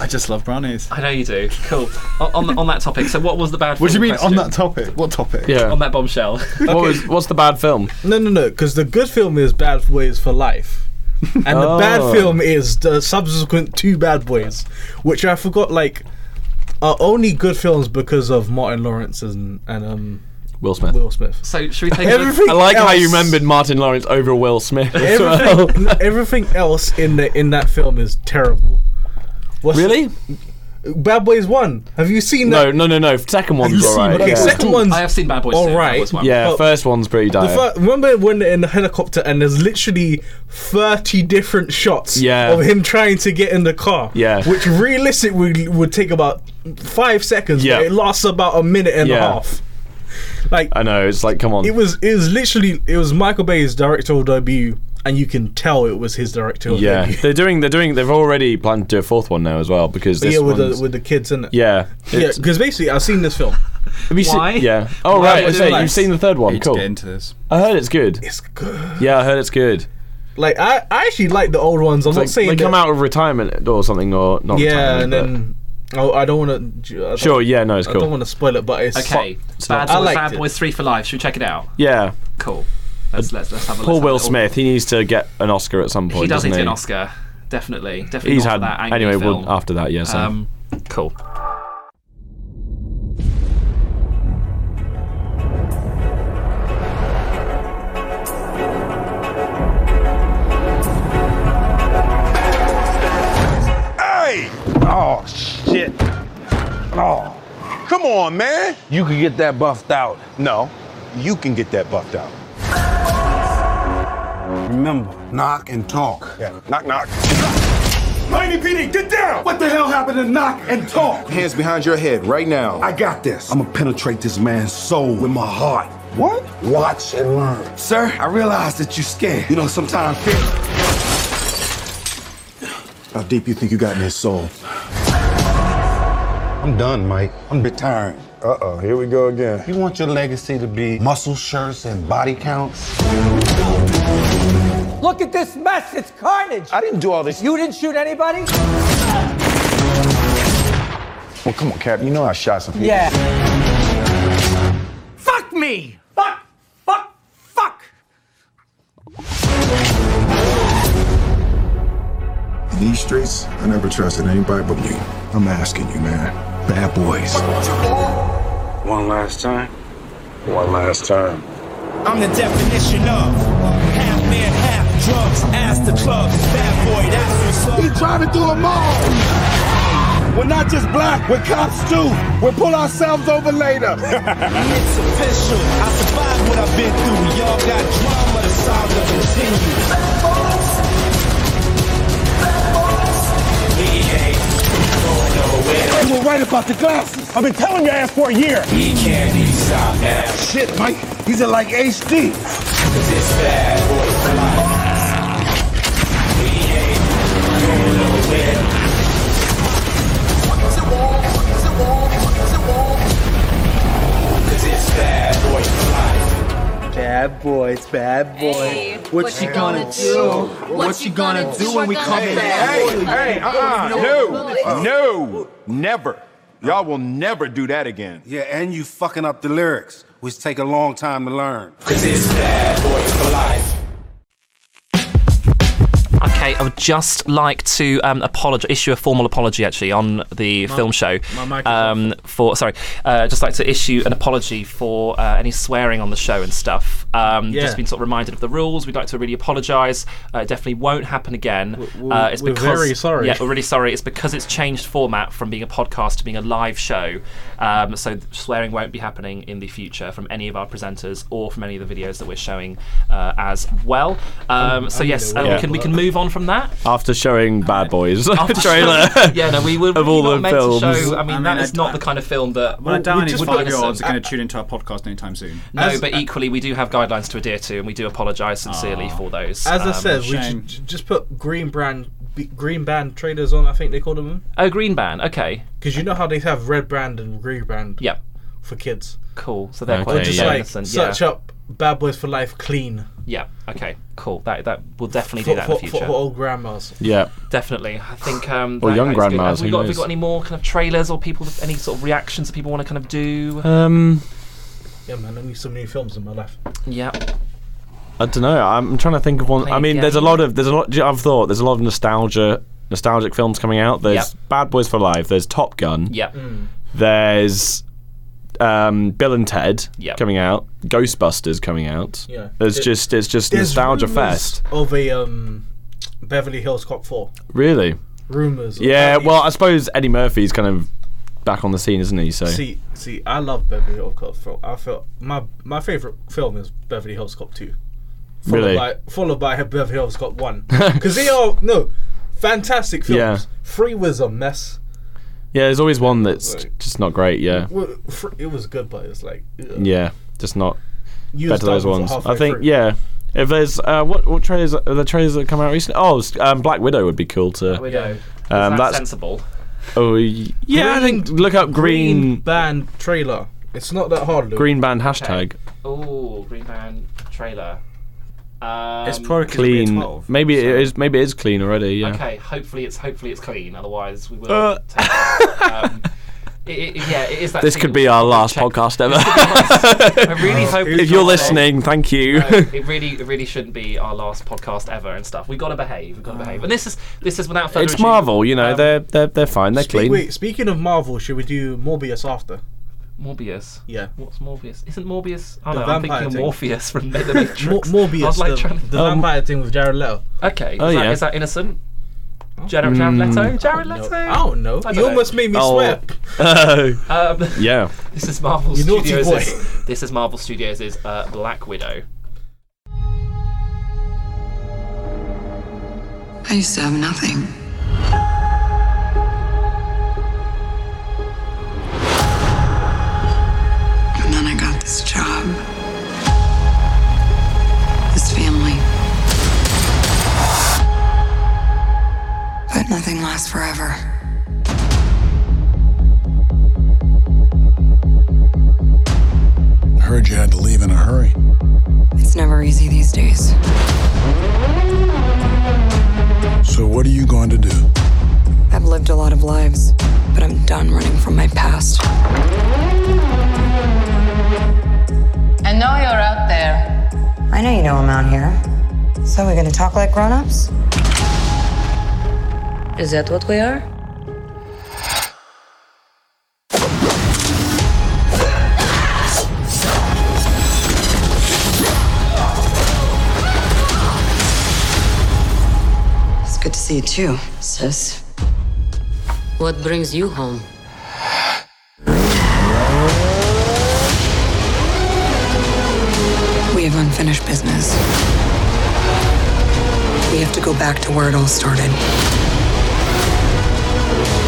[SPEAKER 3] I just love brownies.
[SPEAKER 2] I know you do. Cool. O- on, on that topic. So what was the bad?
[SPEAKER 3] What do you
[SPEAKER 2] film
[SPEAKER 3] mean
[SPEAKER 2] question?
[SPEAKER 3] on that topic? What topic?
[SPEAKER 5] Yeah.
[SPEAKER 2] On that bombshell.
[SPEAKER 5] What was, what's the bad film?
[SPEAKER 4] No, no, no. Because the good film is Bad Boys for Life, and the
[SPEAKER 5] Oh.
[SPEAKER 4] bad film is the subsequent two Bad Boys, which I forgot like are only good films because of Martin Lawrence and and um,
[SPEAKER 5] Will Smith.
[SPEAKER 4] Will Smith.
[SPEAKER 2] so should we take a
[SPEAKER 4] Everything
[SPEAKER 5] I like how you
[SPEAKER 4] else-
[SPEAKER 5] remembered Martin Lawrence over Will Smith as well.
[SPEAKER 4] Everything, everything else in the in that film is terrible. What's
[SPEAKER 5] Really?
[SPEAKER 4] Bad Boys One. Have you seen
[SPEAKER 5] No,
[SPEAKER 4] that?
[SPEAKER 5] no, no, no. Second one's
[SPEAKER 4] you seen
[SPEAKER 5] alright.
[SPEAKER 4] what I
[SPEAKER 5] Yeah,
[SPEAKER 4] said? Second one's
[SPEAKER 2] I have seen Bad Boys.
[SPEAKER 4] All
[SPEAKER 2] too, that
[SPEAKER 4] right.
[SPEAKER 2] was one.
[SPEAKER 5] Yeah,
[SPEAKER 4] Well,
[SPEAKER 5] first one's pretty
[SPEAKER 4] The
[SPEAKER 5] dire.
[SPEAKER 4] fir- remember when they're in the helicopter and there's literally 30 different shots
[SPEAKER 5] Yeah.
[SPEAKER 4] of him trying to get in the car.
[SPEAKER 5] Yeah.
[SPEAKER 4] Which realistically would take about five seconds,
[SPEAKER 5] Yeah.
[SPEAKER 4] but it lasts about a minute and
[SPEAKER 5] Yeah.
[SPEAKER 4] a half. Like
[SPEAKER 5] I know. It's like, come on.
[SPEAKER 4] it was it was literally it was Michael Bay's directorial debut and you can tell it was his directorial
[SPEAKER 5] yeah,
[SPEAKER 4] debut.
[SPEAKER 5] they're doing. They're doing. They've already planned to do a fourth one now as well because this
[SPEAKER 4] yeah, with the
[SPEAKER 5] one's-
[SPEAKER 4] with the kids in it.
[SPEAKER 5] yeah.
[SPEAKER 4] Yeah,
[SPEAKER 5] it's-
[SPEAKER 4] because basically I've seen this film.
[SPEAKER 5] have you seen-
[SPEAKER 2] Why?
[SPEAKER 5] yeah. Oh
[SPEAKER 2] Why
[SPEAKER 5] right.
[SPEAKER 2] would
[SPEAKER 5] I
[SPEAKER 2] they
[SPEAKER 5] say
[SPEAKER 2] do that?
[SPEAKER 5] you've seen the third
[SPEAKER 3] I
[SPEAKER 5] one.
[SPEAKER 3] need to
[SPEAKER 5] Cool.
[SPEAKER 3] get into this.
[SPEAKER 5] I heard it's good.
[SPEAKER 4] It's good.
[SPEAKER 5] Yeah, I heard it's good.
[SPEAKER 4] Like I, I actually like the old ones. I'm
[SPEAKER 5] Like,
[SPEAKER 4] not saying
[SPEAKER 5] they come
[SPEAKER 4] that-
[SPEAKER 5] out of retirement or something or not.
[SPEAKER 4] Yeah,
[SPEAKER 5] retirement,
[SPEAKER 4] and
[SPEAKER 5] but-
[SPEAKER 4] then oh, I don't want to.
[SPEAKER 5] Sure. Yeah. No, it's
[SPEAKER 4] I don't
[SPEAKER 5] cool.
[SPEAKER 4] want to spoil it, but it's
[SPEAKER 2] Okay.
[SPEAKER 4] fu-
[SPEAKER 2] Bad,
[SPEAKER 4] I
[SPEAKER 2] Boys,
[SPEAKER 4] liked
[SPEAKER 2] Bad
[SPEAKER 4] it.
[SPEAKER 2] Boys Three for Life. Should we check it out?
[SPEAKER 5] Yeah.
[SPEAKER 2] Cool. Let's let's, let's have a let's
[SPEAKER 5] Poor
[SPEAKER 2] have a
[SPEAKER 5] Will
[SPEAKER 2] little-
[SPEAKER 5] Smith. He needs to get an Oscar at some point.
[SPEAKER 2] He does
[SPEAKER 5] doesn't
[SPEAKER 2] need
[SPEAKER 5] he?
[SPEAKER 2] an Oscar. Definitely. Definitely.
[SPEAKER 5] He's
[SPEAKER 2] not
[SPEAKER 5] had
[SPEAKER 2] for that angry
[SPEAKER 5] anyway.
[SPEAKER 2] Film.
[SPEAKER 5] Well, after that, yeah. So.
[SPEAKER 2] Um, cool.
[SPEAKER 6] Hey! Oh, shit. Oh. Come on, man. You can get that buffed out. No, you can get that buffed out. Remember, knock and talk. Yeah. Knock, knock. Miami PD, get down! What the hell happened to knock and talk?
[SPEAKER 7] Hands behind your head right now.
[SPEAKER 6] I got this. I'm gonna penetrate this man's soul with my heart. What? Watch and learn. Sir, I realize that you're scared. You know, sometimes fear.
[SPEAKER 7] How deep you think you got in his soul?
[SPEAKER 6] I'm done, Mike. I'm a bit tired.
[SPEAKER 7] Uh oh, here we go again.
[SPEAKER 6] You want your legacy to be muscle shirts and body counts?
[SPEAKER 8] Look at this mess. It's carnage.
[SPEAKER 6] I didn't do all this.
[SPEAKER 8] You didn't shoot anybody?
[SPEAKER 6] Well, come on, Cap. You know I shot some people.
[SPEAKER 8] Yeah. Fuck me. Fuck. Fuck. Fuck.
[SPEAKER 7] These streets, I never trusted anybody but you. I'm asking you, man. Bad boys.
[SPEAKER 6] One last time. One last time.
[SPEAKER 9] I'm the definition of half man, half drugs. Ask the clubs, bad boy, that's what's up.
[SPEAKER 6] He tried to do them all. We're not just black. We're cops too. We'll pull ourselves over later.
[SPEAKER 9] It's official. I survived what I've been through. Y'all got drama, the saga continues. We ain't going nowhere.
[SPEAKER 6] you were right about the glasses. I've been telling your ass for a year.
[SPEAKER 9] We can't be stopped now.
[SPEAKER 6] Shit, Mike. He's in like HD.
[SPEAKER 9] This bad boy for life. We ain't going nowhere. Cause it's bad boy for life.
[SPEAKER 8] Bad boys. Bad boys.
[SPEAKER 10] What, you gonna, do? What, you gonna, do when we come back?
[SPEAKER 6] hey, uh-uh. No, no, never. Y'all will never do that again. Yeah, and you fucking up the lyrics, which take a long time to learn.
[SPEAKER 9] Cause it's bad boy for life.
[SPEAKER 2] Okay, I would just like to um, apologize, issue a formal apology actually on the film show.
[SPEAKER 4] mic is
[SPEAKER 2] um, for sorry, uh, just like to issue an apology for uh, any swearing on the show and stuff. Um,
[SPEAKER 4] Yeah.
[SPEAKER 2] Just been sort of reminded of the rules. We'd like to really apologise. Uh, it definitely won't happen again.
[SPEAKER 4] we're-
[SPEAKER 2] uh, it's
[SPEAKER 4] we're
[SPEAKER 2] because
[SPEAKER 4] very sorry.
[SPEAKER 2] Yeah, we're really sorry. It's because it's changed format from being a podcast to being a live show. Um, so th- swearing won't be happening in the future from any of our presenters or from any of the videos that we're showing uh, as well. Um, so yes, uh,
[SPEAKER 5] Yeah.
[SPEAKER 2] we can we can move on from that?
[SPEAKER 5] After showing Bad Boys trailer.
[SPEAKER 2] yeah, no, we were
[SPEAKER 5] Of all
[SPEAKER 2] not
[SPEAKER 5] the
[SPEAKER 2] meant to
[SPEAKER 5] films.
[SPEAKER 2] show. I mean,
[SPEAKER 3] I mean,
[SPEAKER 2] that
[SPEAKER 3] I
[SPEAKER 2] is not the kind of film that.
[SPEAKER 3] Well, I doubt any
[SPEAKER 2] would be
[SPEAKER 3] five year olds
[SPEAKER 2] innocent.
[SPEAKER 3] are going to tune into our podcast anytime soon.
[SPEAKER 2] No,
[SPEAKER 4] As-
[SPEAKER 2] but equally, we do have guidelines to adhere to, and we do apologise sincerely for those.
[SPEAKER 4] As I
[SPEAKER 2] um,
[SPEAKER 4] said, we
[SPEAKER 3] shame.
[SPEAKER 4] should j- just put green brand, b- green band traders on. I think they call them
[SPEAKER 2] oh, Green Ban. Okay,
[SPEAKER 4] because you know how they have red brand and green brand.
[SPEAKER 2] yep,
[SPEAKER 4] for kids.
[SPEAKER 2] cool. So they're
[SPEAKER 5] Okay,
[SPEAKER 2] quite
[SPEAKER 5] Just
[SPEAKER 4] Just
[SPEAKER 5] Yeah.
[SPEAKER 2] yeah.
[SPEAKER 4] like
[SPEAKER 2] innocent. Yeah.
[SPEAKER 4] search up Bad Boys for Life clean
[SPEAKER 2] yeah, okay, cool. That that we'll definitely
[SPEAKER 4] for,
[SPEAKER 2] do that in
[SPEAKER 4] for,
[SPEAKER 2] the
[SPEAKER 4] for,
[SPEAKER 2] future.
[SPEAKER 4] for old grandmas.
[SPEAKER 5] yeah.
[SPEAKER 2] Definitely, I think. Um,
[SPEAKER 5] Or
[SPEAKER 2] that-
[SPEAKER 5] young
[SPEAKER 2] that is good.
[SPEAKER 5] grandmas,
[SPEAKER 2] Have we,
[SPEAKER 5] who
[SPEAKER 2] got, have we
[SPEAKER 5] knows?
[SPEAKER 2] got any more kind of trailers or people, any sort of reactions that people want to kind of do?
[SPEAKER 5] Um,
[SPEAKER 4] Yeah, man, I need some new films in my life.
[SPEAKER 2] yeah,
[SPEAKER 5] I don't know. I'm trying to think of one.
[SPEAKER 2] Play
[SPEAKER 5] I
[SPEAKER 2] a
[SPEAKER 5] mean, there's a
[SPEAKER 2] game.
[SPEAKER 5] lot of there's a lot. I've thought there's a lot of nostalgia, nostalgic films coming out. There's Bad Boys for Life. There's Top Gun.
[SPEAKER 2] yeah,
[SPEAKER 5] There's um, Bill and Ted
[SPEAKER 2] Yep.
[SPEAKER 5] coming out. Ghostbusters coming out.
[SPEAKER 4] Yeah.
[SPEAKER 5] There's
[SPEAKER 4] There-
[SPEAKER 5] just it's just nostalgia fest.
[SPEAKER 4] of a um, Beverly Hills Cop Four.
[SPEAKER 5] Really.
[SPEAKER 4] Rumors.
[SPEAKER 5] Yeah.
[SPEAKER 4] Apparently-
[SPEAKER 5] Well, I suppose Eddie Murphy's kind of back on the scene, isn't he? So
[SPEAKER 4] See, see, I love Beverly Hills Cop Four. I felt my my favorite film is Beverly Hills Cop Two. Followed
[SPEAKER 5] Really?
[SPEAKER 4] By, followed by Beverly Hills Cop One, because they are no fantastic films.
[SPEAKER 5] Yeah.
[SPEAKER 4] Three was a mess.
[SPEAKER 5] yeah, there's always one that's
[SPEAKER 4] Right.
[SPEAKER 5] just not great. Yeah.
[SPEAKER 4] Well, fr- it was good, but it's like ugh.
[SPEAKER 5] Yeah. Just not
[SPEAKER 4] You
[SPEAKER 5] better
[SPEAKER 4] was
[SPEAKER 5] those
[SPEAKER 4] done
[SPEAKER 5] ones. I
[SPEAKER 4] halfway
[SPEAKER 5] think
[SPEAKER 4] through.
[SPEAKER 5] yeah. If there's uh, what what trailers are the trailers that come out recently? Oh, s- um, Black Widow would be cool to.
[SPEAKER 2] we know. Is
[SPEAKER 5] Um,
[SPEAKER 2] that
[SPEAKER 5] that's
[SPEAKER 2] sensible.
[SPEAKER 5] oh y- yeah. I think
[SPEAKER 4] Green-
[SPEAKER 5] look up
[SPEAKER 4] Green
[SPEAKER 5] green
[SPEAKER 4] Band trailer. It's not that hard. Luke.
[SPEAKER 5] green band hashtag
[SPEAKER 2] Oh, Green Ban trailer. Um,
[SPEAKER 3] It's probably 'cause we're
[SPEAKER 5] clean.
[SPEAKER 3] 12,
[SPEAKER 5] Maybe
[SPEAKER 3] so-
[SPEAKER 5] it is. Maybe it is clean already. Yeah.
[SPEAKER 2] Okay, hopefully it's hopefully it's clean. Otherwise, we will.
[SPEAKER 5] Uh.
[SPEAKER 2] take it. Um, it, it, yeah, it is that.
[SPEAKER 5] This
[SPEAKER 2] thing
[SPEAKER 5] could
[SPEAKER 2] that
[SPEAKER 5] be
[SPEAKER 2] we
[SPEAKER 5] our
[SPEAKER 2] should
[SPEAKER 5] last
[SPEAKER 2] check.
[SPEAKER 5] podcast ever.
[SPEAKER 2] I really hope
[SPEAKER 5] if
[SPEAKER 2] it's
[SPEAKER 5] you're
[SPEAKER 2] not-
[SPEAKER 5] listening, thank you.
[SPEAKER 2] it really, it really shouldn't be our last podcast ever and stuff. We gotta behave. We gotta behave. And this is this is without further
[SPEAKER 5] it's
[SPEAKER 2] ado,
[SPEAKER 5] Marvel. You know
[SPEAKER 2] um,
[SPEAKER 5] they're they're they're fine. They're
[SPEAKER 4] Spe-
[SPEAKER 5] clean.
[SPEAKER 4] Wait, speaking of Marvel, should we do Morbius after?
[SPEAKER 2] Morbius.
[SPEAKER 4] Yeah.
[SPEAKER 2] What's Morbius? Isn't Morbius? Oh
[SPEAKER 4] The
[SPEAKER 2] no, I'm
[SPEAKER 4] vampire
[SPEAKER 2] thinking of
[SPEAKER 4] thing.
[SPEAKER 2] Morpheus from the
[SPEAKER 4] Mor-
[SPEAKER 2] Matrix.
[SPEAKER 4] Morbius,
[SPEAKER 2] I was like
[SPEAKER 4] the,
[SPEAKER 2] trying to- Um,
[SPEAKER 4] the vampire thing with Jared Leto.
[SPEAKER 2] Okay.
[SPEAKER 5] Oh,
[SPEAKER 2] is, that,
[SPEAKER 5] yeah. Hmm.
[SPEAKER 2] is that innocent? Jared, Jared Leto. Jared
[SPEAKER 4] Oh, No, Oh.
[SPEAKER 2] Leto.
[SPEAKER 4] I don't know.
[SPEAKER 2] don't
[SPEAKER 4] you
[SPEAKER 2] know.
[SPEAKER 4] almost made me
[SPEAKER 5] Oh.
[SPEAKER 4] swear.
[SPEAKER 2] Um,
[SPEAKER 5] yeah.
[SPEAKER 2] This is Marvel
[SPEAKER 4] You naughty
[SPEAKER 2] Studios.
[SPEAKER 4] boy.
[SPEAKER 2] This is Marvel Studios' uh, Black Widow.
[SPEAKER 11] I used to have nothing. And then I got this job, this family. But nothing lasts forever.
[SPEAKER 7] I heard you had to leave in a hurry.
[SPEAKER 11] It's never easy these days.
[SPEAKER 7] So what are you going to do?
[SPEAKER 11] I've lived a lot of lives, but I'm done running from my past.
[SPEAKER 10] I know you're out there.
[SPEAKER 11] I know you know I'm out here. So we're gonna talk like grown-ups? Is that what we are? It's good to see you too, sis. What brings you home? We have unfinished business. We have to go back to where it all started.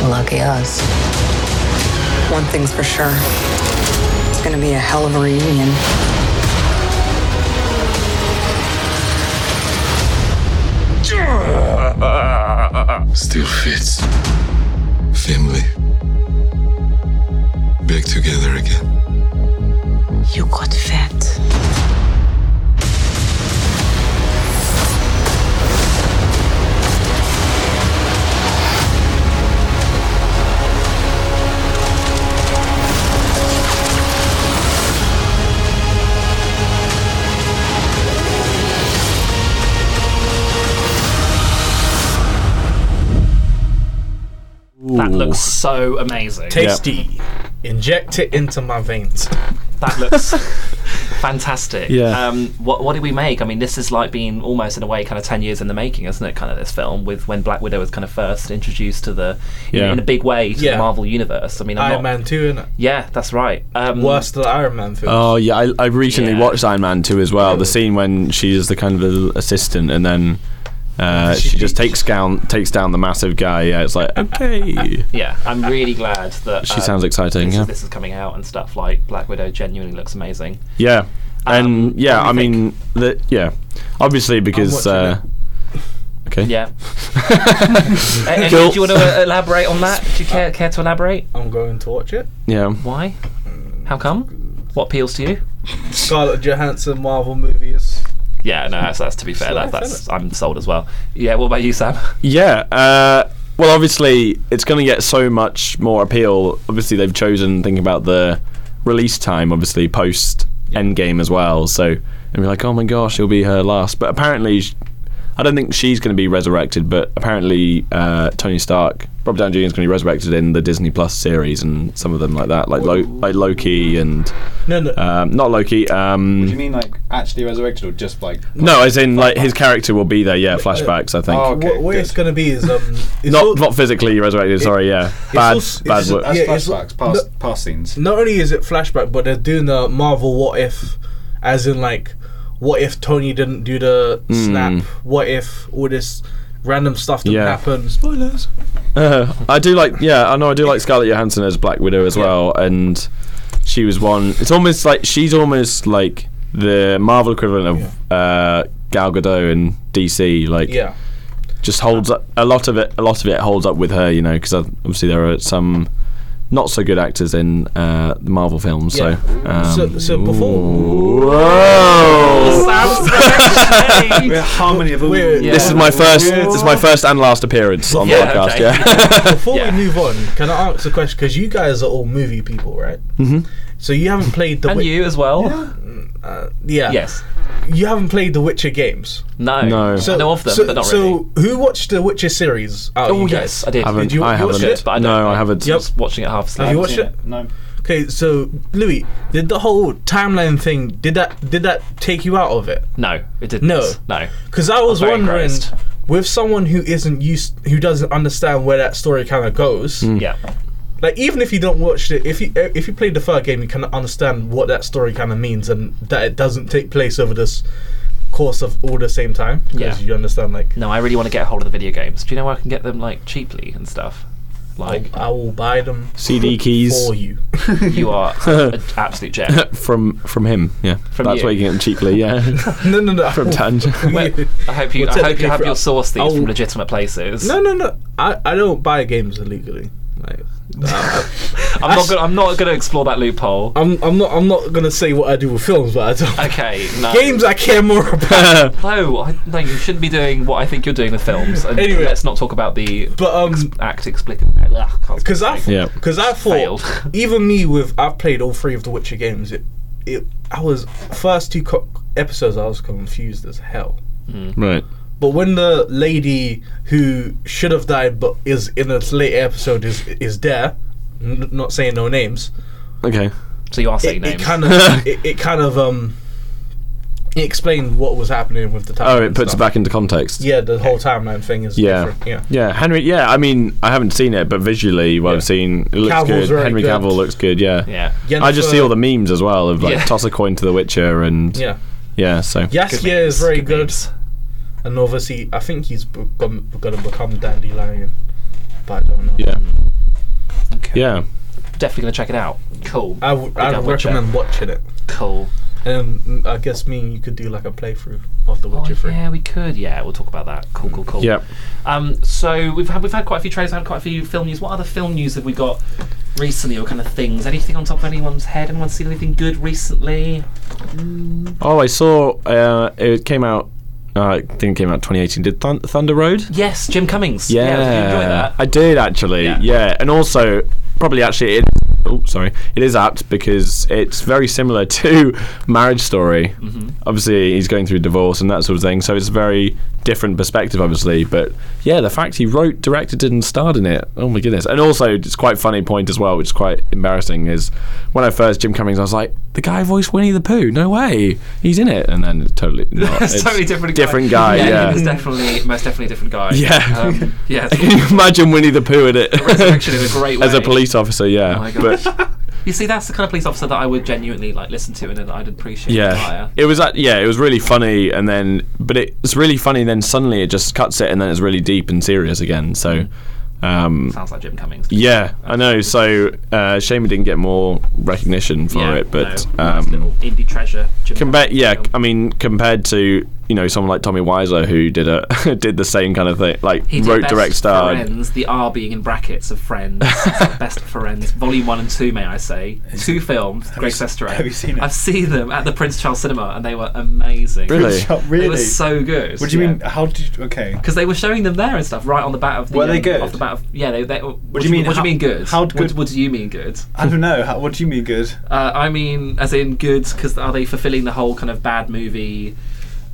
[SPEAKER 11] Lucky us. One thing's for sure. It's gonna be a hell of a reunion.
[SPEAKER 7] Still fits. Family. Back together again.
[SPEAKER 11] You got fat.
[SPEAKER 2] That looks so amazing.
[SPEAKER 4] Tasty. Inject it into my veins.
[SPEAKER 2] that looks fantastic.
[SPEAKER 5] Yeah.
[SPEAKER 2] Um, what what did we make? I mean, this is like being almost in a way kind of ten years in the making, isn't it? Kind of this film with when Black Widow was kind of first introduced to the in-
[SPEAKER 5] Yeah.
[SPEAKER 2] in, a big way to
[SPEAKER 4] Yeah.
[SPEAKER 2] the Marvel universe. I mean, I'm not,
[SPEAKER 4] Iron Man 2, innit?
[SPEAKER 5] Mm.
[SPEAKER 2] Yeah, that's right. Um,
[SPEAKER 4] Worst of the Iron Man films.
[SPEAKER 5] Oh yeah, I, I recently
[SPEAKER 2] Yeah.
[SPEAKER 5] watched Iron Man 2 as well. The scene when she's the kind of the assistant, and then Uh, she just takes down takes down the massive guy. Yeah, it's like okay.
[SPEAKER 2] yeah, I'm really glad that um,
[SPEAKER 5] She sounds exciting,
[SPEAKER 2] This,
[SPEAKER 5] yeah.
[SPEAKER 2] this is coming out and stuff. Like Black Widow genuinely looks amazing.
[SPEAKER 5] Yeah,
[SPEAKER 2] Um,
[SPEAKER 5] and yeah, I mean, the, yeah, obviously because. Uh, okay.
[SPEAKER 2] Yeah. Uh, Ed, do you want to elaborate on that? Do you care care to elaborate?
[SPEAKER 5] Oh.
[SPEAKER 4] I'm going to watch it.
[SPEAKER 5] Yeah.
[SPEAKER 2] Why?
[SPEAKER 5] Mm.
[SPEAKER 2] How come? What appeals to you?
[SPEAKER 4] Scarlett Johansson Marvel movies.
[SPEAKER 2] Yeah, no, that's, that's to be fair.
[SPEAKER 4] Sure,
[SPEAKER 2] That,
[SPEAKER 4] fair
[SPEAKER 2] that's I'm sold as well. Yeah, what about you, Sam?
[SPEAKER 5] Yeah. Uh, well, obviously, it's going to get so much more appeal. Obviously, they've chosen think about the release time. Obviously, post Endgame as well. So, and we're like, oh my gosh, it'll be her last. But apparently, sh- I don't think she's going to be resurrected. But apparently, uh, Tony Stark, Robert Downey Jr. is going to be resurrected in the Disney Plus series and some of them like that, like Lo- like Loki and
[SPEAKER 4] no, no.
[SPEAKER 5] Um, not Loki. Um,
[SPEAKER 3] Do you mean like actually resurrected or just like?
[SPEAKER 5] no, as in like his character will be there. Yeah, flashbacks. I think.
[SPEAKER 3] Oh, okay.
[SPEAKER 4] what what it's going to be is um, it's
[SPEAKER 5] not
[SPEAKER 4] all-
[SPEAKER 5] not physically resurrected. sorry, yeah, bad
[SPEAKER 4] also-
[SPEAKER 5] bad
[SPEAKER 4] it's-
[SPEAKER 5] work.
[SPEAKER 4] yeah, it's-
[SPEAKER 3] flashbacks, past past scenes.
[SPEAKER 4] not only is it flashback, but they're doing the Marvel what if, as in like, what if Tony didn't do the snap?
[SPEAKER 5] Mm.
[SPEAKER 4] What if all this random stuff didn't
[SPEAKER 5] Yeah.
[SPEAKER 4] happen? Spoilers.
[SPEAKER 5] Uh, I do like, yeah, I know I do like Scarlett Johansson as Black Widow as well, and she was one. It's almost like she's almost like the Marvel equivalent of uh, Gal Gadot in DC. Like,
[SPEAKER 4] Yeah.
[SPEAKER 5] just holds up a lot of it. A lot of it holds up with her, you know, because obviously there are some not so good actors in uh, the Marvel films.
[SPEAKER 4] Yeah.
[SPEAKER 5] So, um,
[SPEAKER 4] so, so before
[SPEAKER 3] We're a harmony of all.
[SPEAKER 5] This is my first. This is my first and last appearance on the podcast. Yeah.
[SPEAKER 4] before we move on, can I ask a question? Because you guys are all movie people, right?
[SPEAKER 2] Mm-hmm.
[SPEAKER 5] Mhm.
[SPEAKER 4] So you haven't played the
[SPEAKER 2] And
[SPEAKER 4] Wi-
[SPEAKER 2] you as well.
[SPEAKER 4] uh, yeah
[SPEAKER 2] Yes.
[SPEAKER 4] you haven't played the Witcher games.
[SPEAKER 2] No.
[SPEAKER 5] No.
[SPEAKER 2] I know of them,
[SPEAKER 4] so,
[SPEAKER 2] but not really.
[SPEAKER 4] so who watched the Witcher series? out of
[SPEAKER 2] Oh,
[SPEAKER 4] you
[SPEAKER 2] yes,
[SPEAKER 4] guys?
[SPEAKER 2] I did.
[SPEAKER 5] haven't,
[SPEAKER 4] Did you-
[SPEAKER 5] I
[SPEAKER 4] you
[SPEAKER 5] haven't.
[SPEAKER 4] watched it?
[SPEAKER 2] But I don't
[SPEAKER 5] no, I
[SPEAKER 2] know.
[SPEAKER 5] haven't.
[SPEAKER 4] Yep.
[SPEAKER 2] Just watching it half asleep.
[SPEAKER 4] Have you watched it?
[SPEAKER 3] No.
[SPEAKER 4] Okay, so Louis, did the whole timeline thing did that did that take you out of it?
[SPEAKER 2] No, it didn't.
[SPEAKER 4] No.
[SPEAKER 2] No.
[SPEAKER 4] Because I was
[SPEAKER 2] very
[SPEAKER 4] wondering,
[SPEAKER 2] impressed.
[SPEAKER 4] with someone who isn't used, who doesn't understand where that story kind of goes,
[SPEAKER 2] Yeah.
[SPEAKER 4] like even if you don't watch it, if you eh, if you played the first game, you kind of understand what that story kind of means and that it doesn't take place over this course of all the same time. 'cause
[SPEAKER 2] Yeah.
[SPEAKER 4] you understand like
[SPEAKER 2] No, I really want to get a hold of the video games. Do you know where I can get them like cheaply and stuff? Like
[SPEAKER 4] I will buy them
[SPEAKER 5] CD keys
[SPEAKER 4] for you.
[SPEAKER 2] you are an absolute gem.
[SPEAKER 5] from from him. Yeah,
[SPEAKER 2] From
[SPEAKER 5] that's
[SPEAKER 2] you.
[SPEAKER 5] where you get them cheaply. Yeah,
[SPEAKER 4] No, no, no.
[SPEAKER 5] from Tangent.
[SPEAKER 2] Well, I hope you.
[SPEAKER 4] Well,
[SPEAKER 2] I hope
[SPEAKER 4] technically
[SPEAKER 2] you have
[SPEAKER 4] for-
[SPEAKER 2] your source these
[SPEAKER 4] I'll-
[SPEAKER 2] from legitimate places.
[SPEAKER 4] No, no, no. I, I don't buy games illegally. Like, I-
[SPEAKER 2] I'm not. Gonna, I'm not going to explore that loophole.
[SPEAKER 4] I'm I'm not I'm not gonna say what I do with films, but I don't.
[SPEAKER 2] Okay. No.
[SPEAKER 4] Games I care more about.
[SPEAKER 2] No, I, no, you shouldn't be doing what I think you're doing with films. And
[SPEAKER 4] Anyway.
[SPEAKER 2] let's not talk about the
[SPEAKER 4] But um,
[SPEAKER 2] act explicitly.
[SPEAKER 4] because I
[SPEAKER 5] Yeah.
[SPEAKER 4] because I
[SPEAKER 2] Failed.
[SPEAKER 4] thought even me with I've played all three of the Witcher games. It it I was first two co- episodes I was confused as hell.
[SPEAKER 5] right.
[SPEAKER 4] But when the lady who should have died but is in a later episode is is there, n- not saying no names,
[SPEAKER 5] Okay.
[SPEAKER 2] So you are saying
[SPEAKER 4] it, it
[SPEAKER 2] names.
[SPEAKER 4] kind of it, it kind of um it explained what was happening with the time.
[SPEAKER 5] Oh, it puts it back into context.
[SPEAKER 4] Yeah, the whole timeline thing is
[SPEAKER 5] Yeah.
[SPEAKER 4] different. Yeah.
[SPEAKER 5] Yeah, Henry. Yeah, I mean, I haven't seen it, but visually, what I've seen, it looks
[SPEAKER 4] Cavill's
[SPEAKER 5] good.
[SPEAKER 4] very
[SPEAKER 5] Henry
[SPEAKER 4] good.
[SPEAKER 5] Cavill looks good. Yeah.
[SPEAKER 2] yeah.
[SPEAKER 4] Yennefer-
[SPEAKER 5] I just see all the memes as well of like
[SPEAKER 2] Yeah.
[SPEAKER 5] toss a coin to the Witcher and yeah,
[SPEAKER 4] Yeah.
[SPEAKER 5] so
[SPEAKER 4] Yes, yeah, is very good.
[SPEAKER 2] memes.
[SPEAKER 4] And obviously, I think he's become, gonna become Dandelion, but I don't know.
[SPEAKER 5] yeah,
[SPEAKER 2] Okay.
[SPEAKER 5] yeah.
[SPEAKER 2] Definitely going to check it out. Cool.
[SPEAKER 4] I would I
[SPEAKER 2] out
[SPEAKER 4] would
[SPEAKER 2] Witcher.
[SPEAKER 4] recommend watching it.
[SPEAKER 2] Cool.
[SPEAKER 4] And mm, I guess me and you could do like a playthrough of The
[SPEAKER 2] Oh,
[SPEAKER 4] Witcher 3.
[SPEAKER 2] yeah, we could. Yeah, we'll talk about that. Cool, cool, cool.
[SPEAKER 5] Yep.
[SPEAKER 2] Um, so we've had we've had quite a few trailers, we've had quite a few film news. What other film news have we got recently, or kind of things? Anything on top of anyone's head? Anyone seen anything good recently?
[SPEAKER 5] Oh, I saw. Uh, it came out. Uh, I think it came out 2018. Did Thun- Thunder Road?
[SPEAKER 2] Yes, Jim Cummings.
[SPEAKER 5] Yeah,
[SPEAKER 2] did you enjoy that?
[SPEAKER 5] I did actually. Yeah. and also probably actually it. Oh, sorry. It is apt because it's very similar to Marriage Story.
[SPEAKER 2] Mm-hmm.
[SPEAKER 5] Obviously, he's going through divorce and that sort of thing, so it's a very different perspective, obviously. But yeah, the fact he wrote, directed, it, and starred in it. Oh my goodness! And also, it's quite a funny point as well, which is quite embarrassing. Is when I first Jim Cummings, I was like, the guy voiced Winnie the Pooh. No way, he's in it. And then it's totally not.
[SPEAKER 2] It's totally different.
[SPEAKER 5] Different guy.
[SPEAKER 2] it was
[SPEAKER 5] Yeah.
[SPEAKER 2] definitely most definitely a different guy.
[SPEAKER 5] Yeah.
[SPEAKER 2] um, yeah.
[SPEAKER 5] Can you imagine Winnie the Pooh in it?
[SPEAKER 2] Resurrection in a great way.
[SPEAKER 5] As a police officer, yeah.
[SPEAKER 2] Oh my gosh.
[SPEAKER 5] But
[SPEAKER 2] You see, that's the kind of police officer that I would genuinely like listen to and that I'd appreciate.
[SPEAKER 5] Yeah,
[SPEAKER 2] admire.
[SPEAKER 5] it was. That, yeah, it was really funny, and then but it's really funny. and Then suddenly it just cuts it, and then it's really deep and serious again. So um,
[SPEAKER 2] Sounds like Jim Cummings.
[SPEAKER 5] Yeah, I know. So uh, shame we didn't get more recognition for
[SPEAKER 2] Yeah,
[SPEAKER 5] it, but
[SPEAKER 2] no, nice
[SPEAKER 5] um,
[SPEAKER 2] little indie treasure. Jim
[SPEAKER 5] compared, yeah, I mean, compared to you know someone like Tommy Wiseau who did a did the same kind of thing, like
[SPEAKER 2] He did
[SPEAKER 5] wrote,
[SPEAKER 2] best
[SPEAKER 5] direct, star.
[SPEAKER 2] Friends, the R being in brackets of Friends. So best Friends, Volume 1 and 2, may I say. Two films, Greg Sestero. Have you seen it? I've seen them at the Prince Charles Cinema and they were amazing.
[SPEAKER 3] Really? Prince Charles-
[SPEAKER 2] They
[SPEAKER 3] really?
[SPEAKER 2] were so good.
[SPEAKER 3] What do you mean? How did you? Okay.
[SPEAKER 2] Because they were showing them there and stuff, right on the bat of the.
[SPEAKER 3] Were they
[SPEAKER 2] um,
[SPEAKER 3] good?
[SPEAKER 2] Off the bat of, yeah, they. they what,
[SPEAKER 3] do you mean,
[SPEAKER 2] What do
[SPEAKER 3] how-
[SPEAKER 2] you mean good?
[SPEAKER 3] how
[SPEAKER 2] What-
[SPEAKER 3] good-
[SPEAKER 2] What, do you mean good?
[SPEAKER 3] I don't know. How, what do you mean good?
[SPEAKER 2] Uh, I mean, as in good, because are they fulfilling the whole kind of bad movie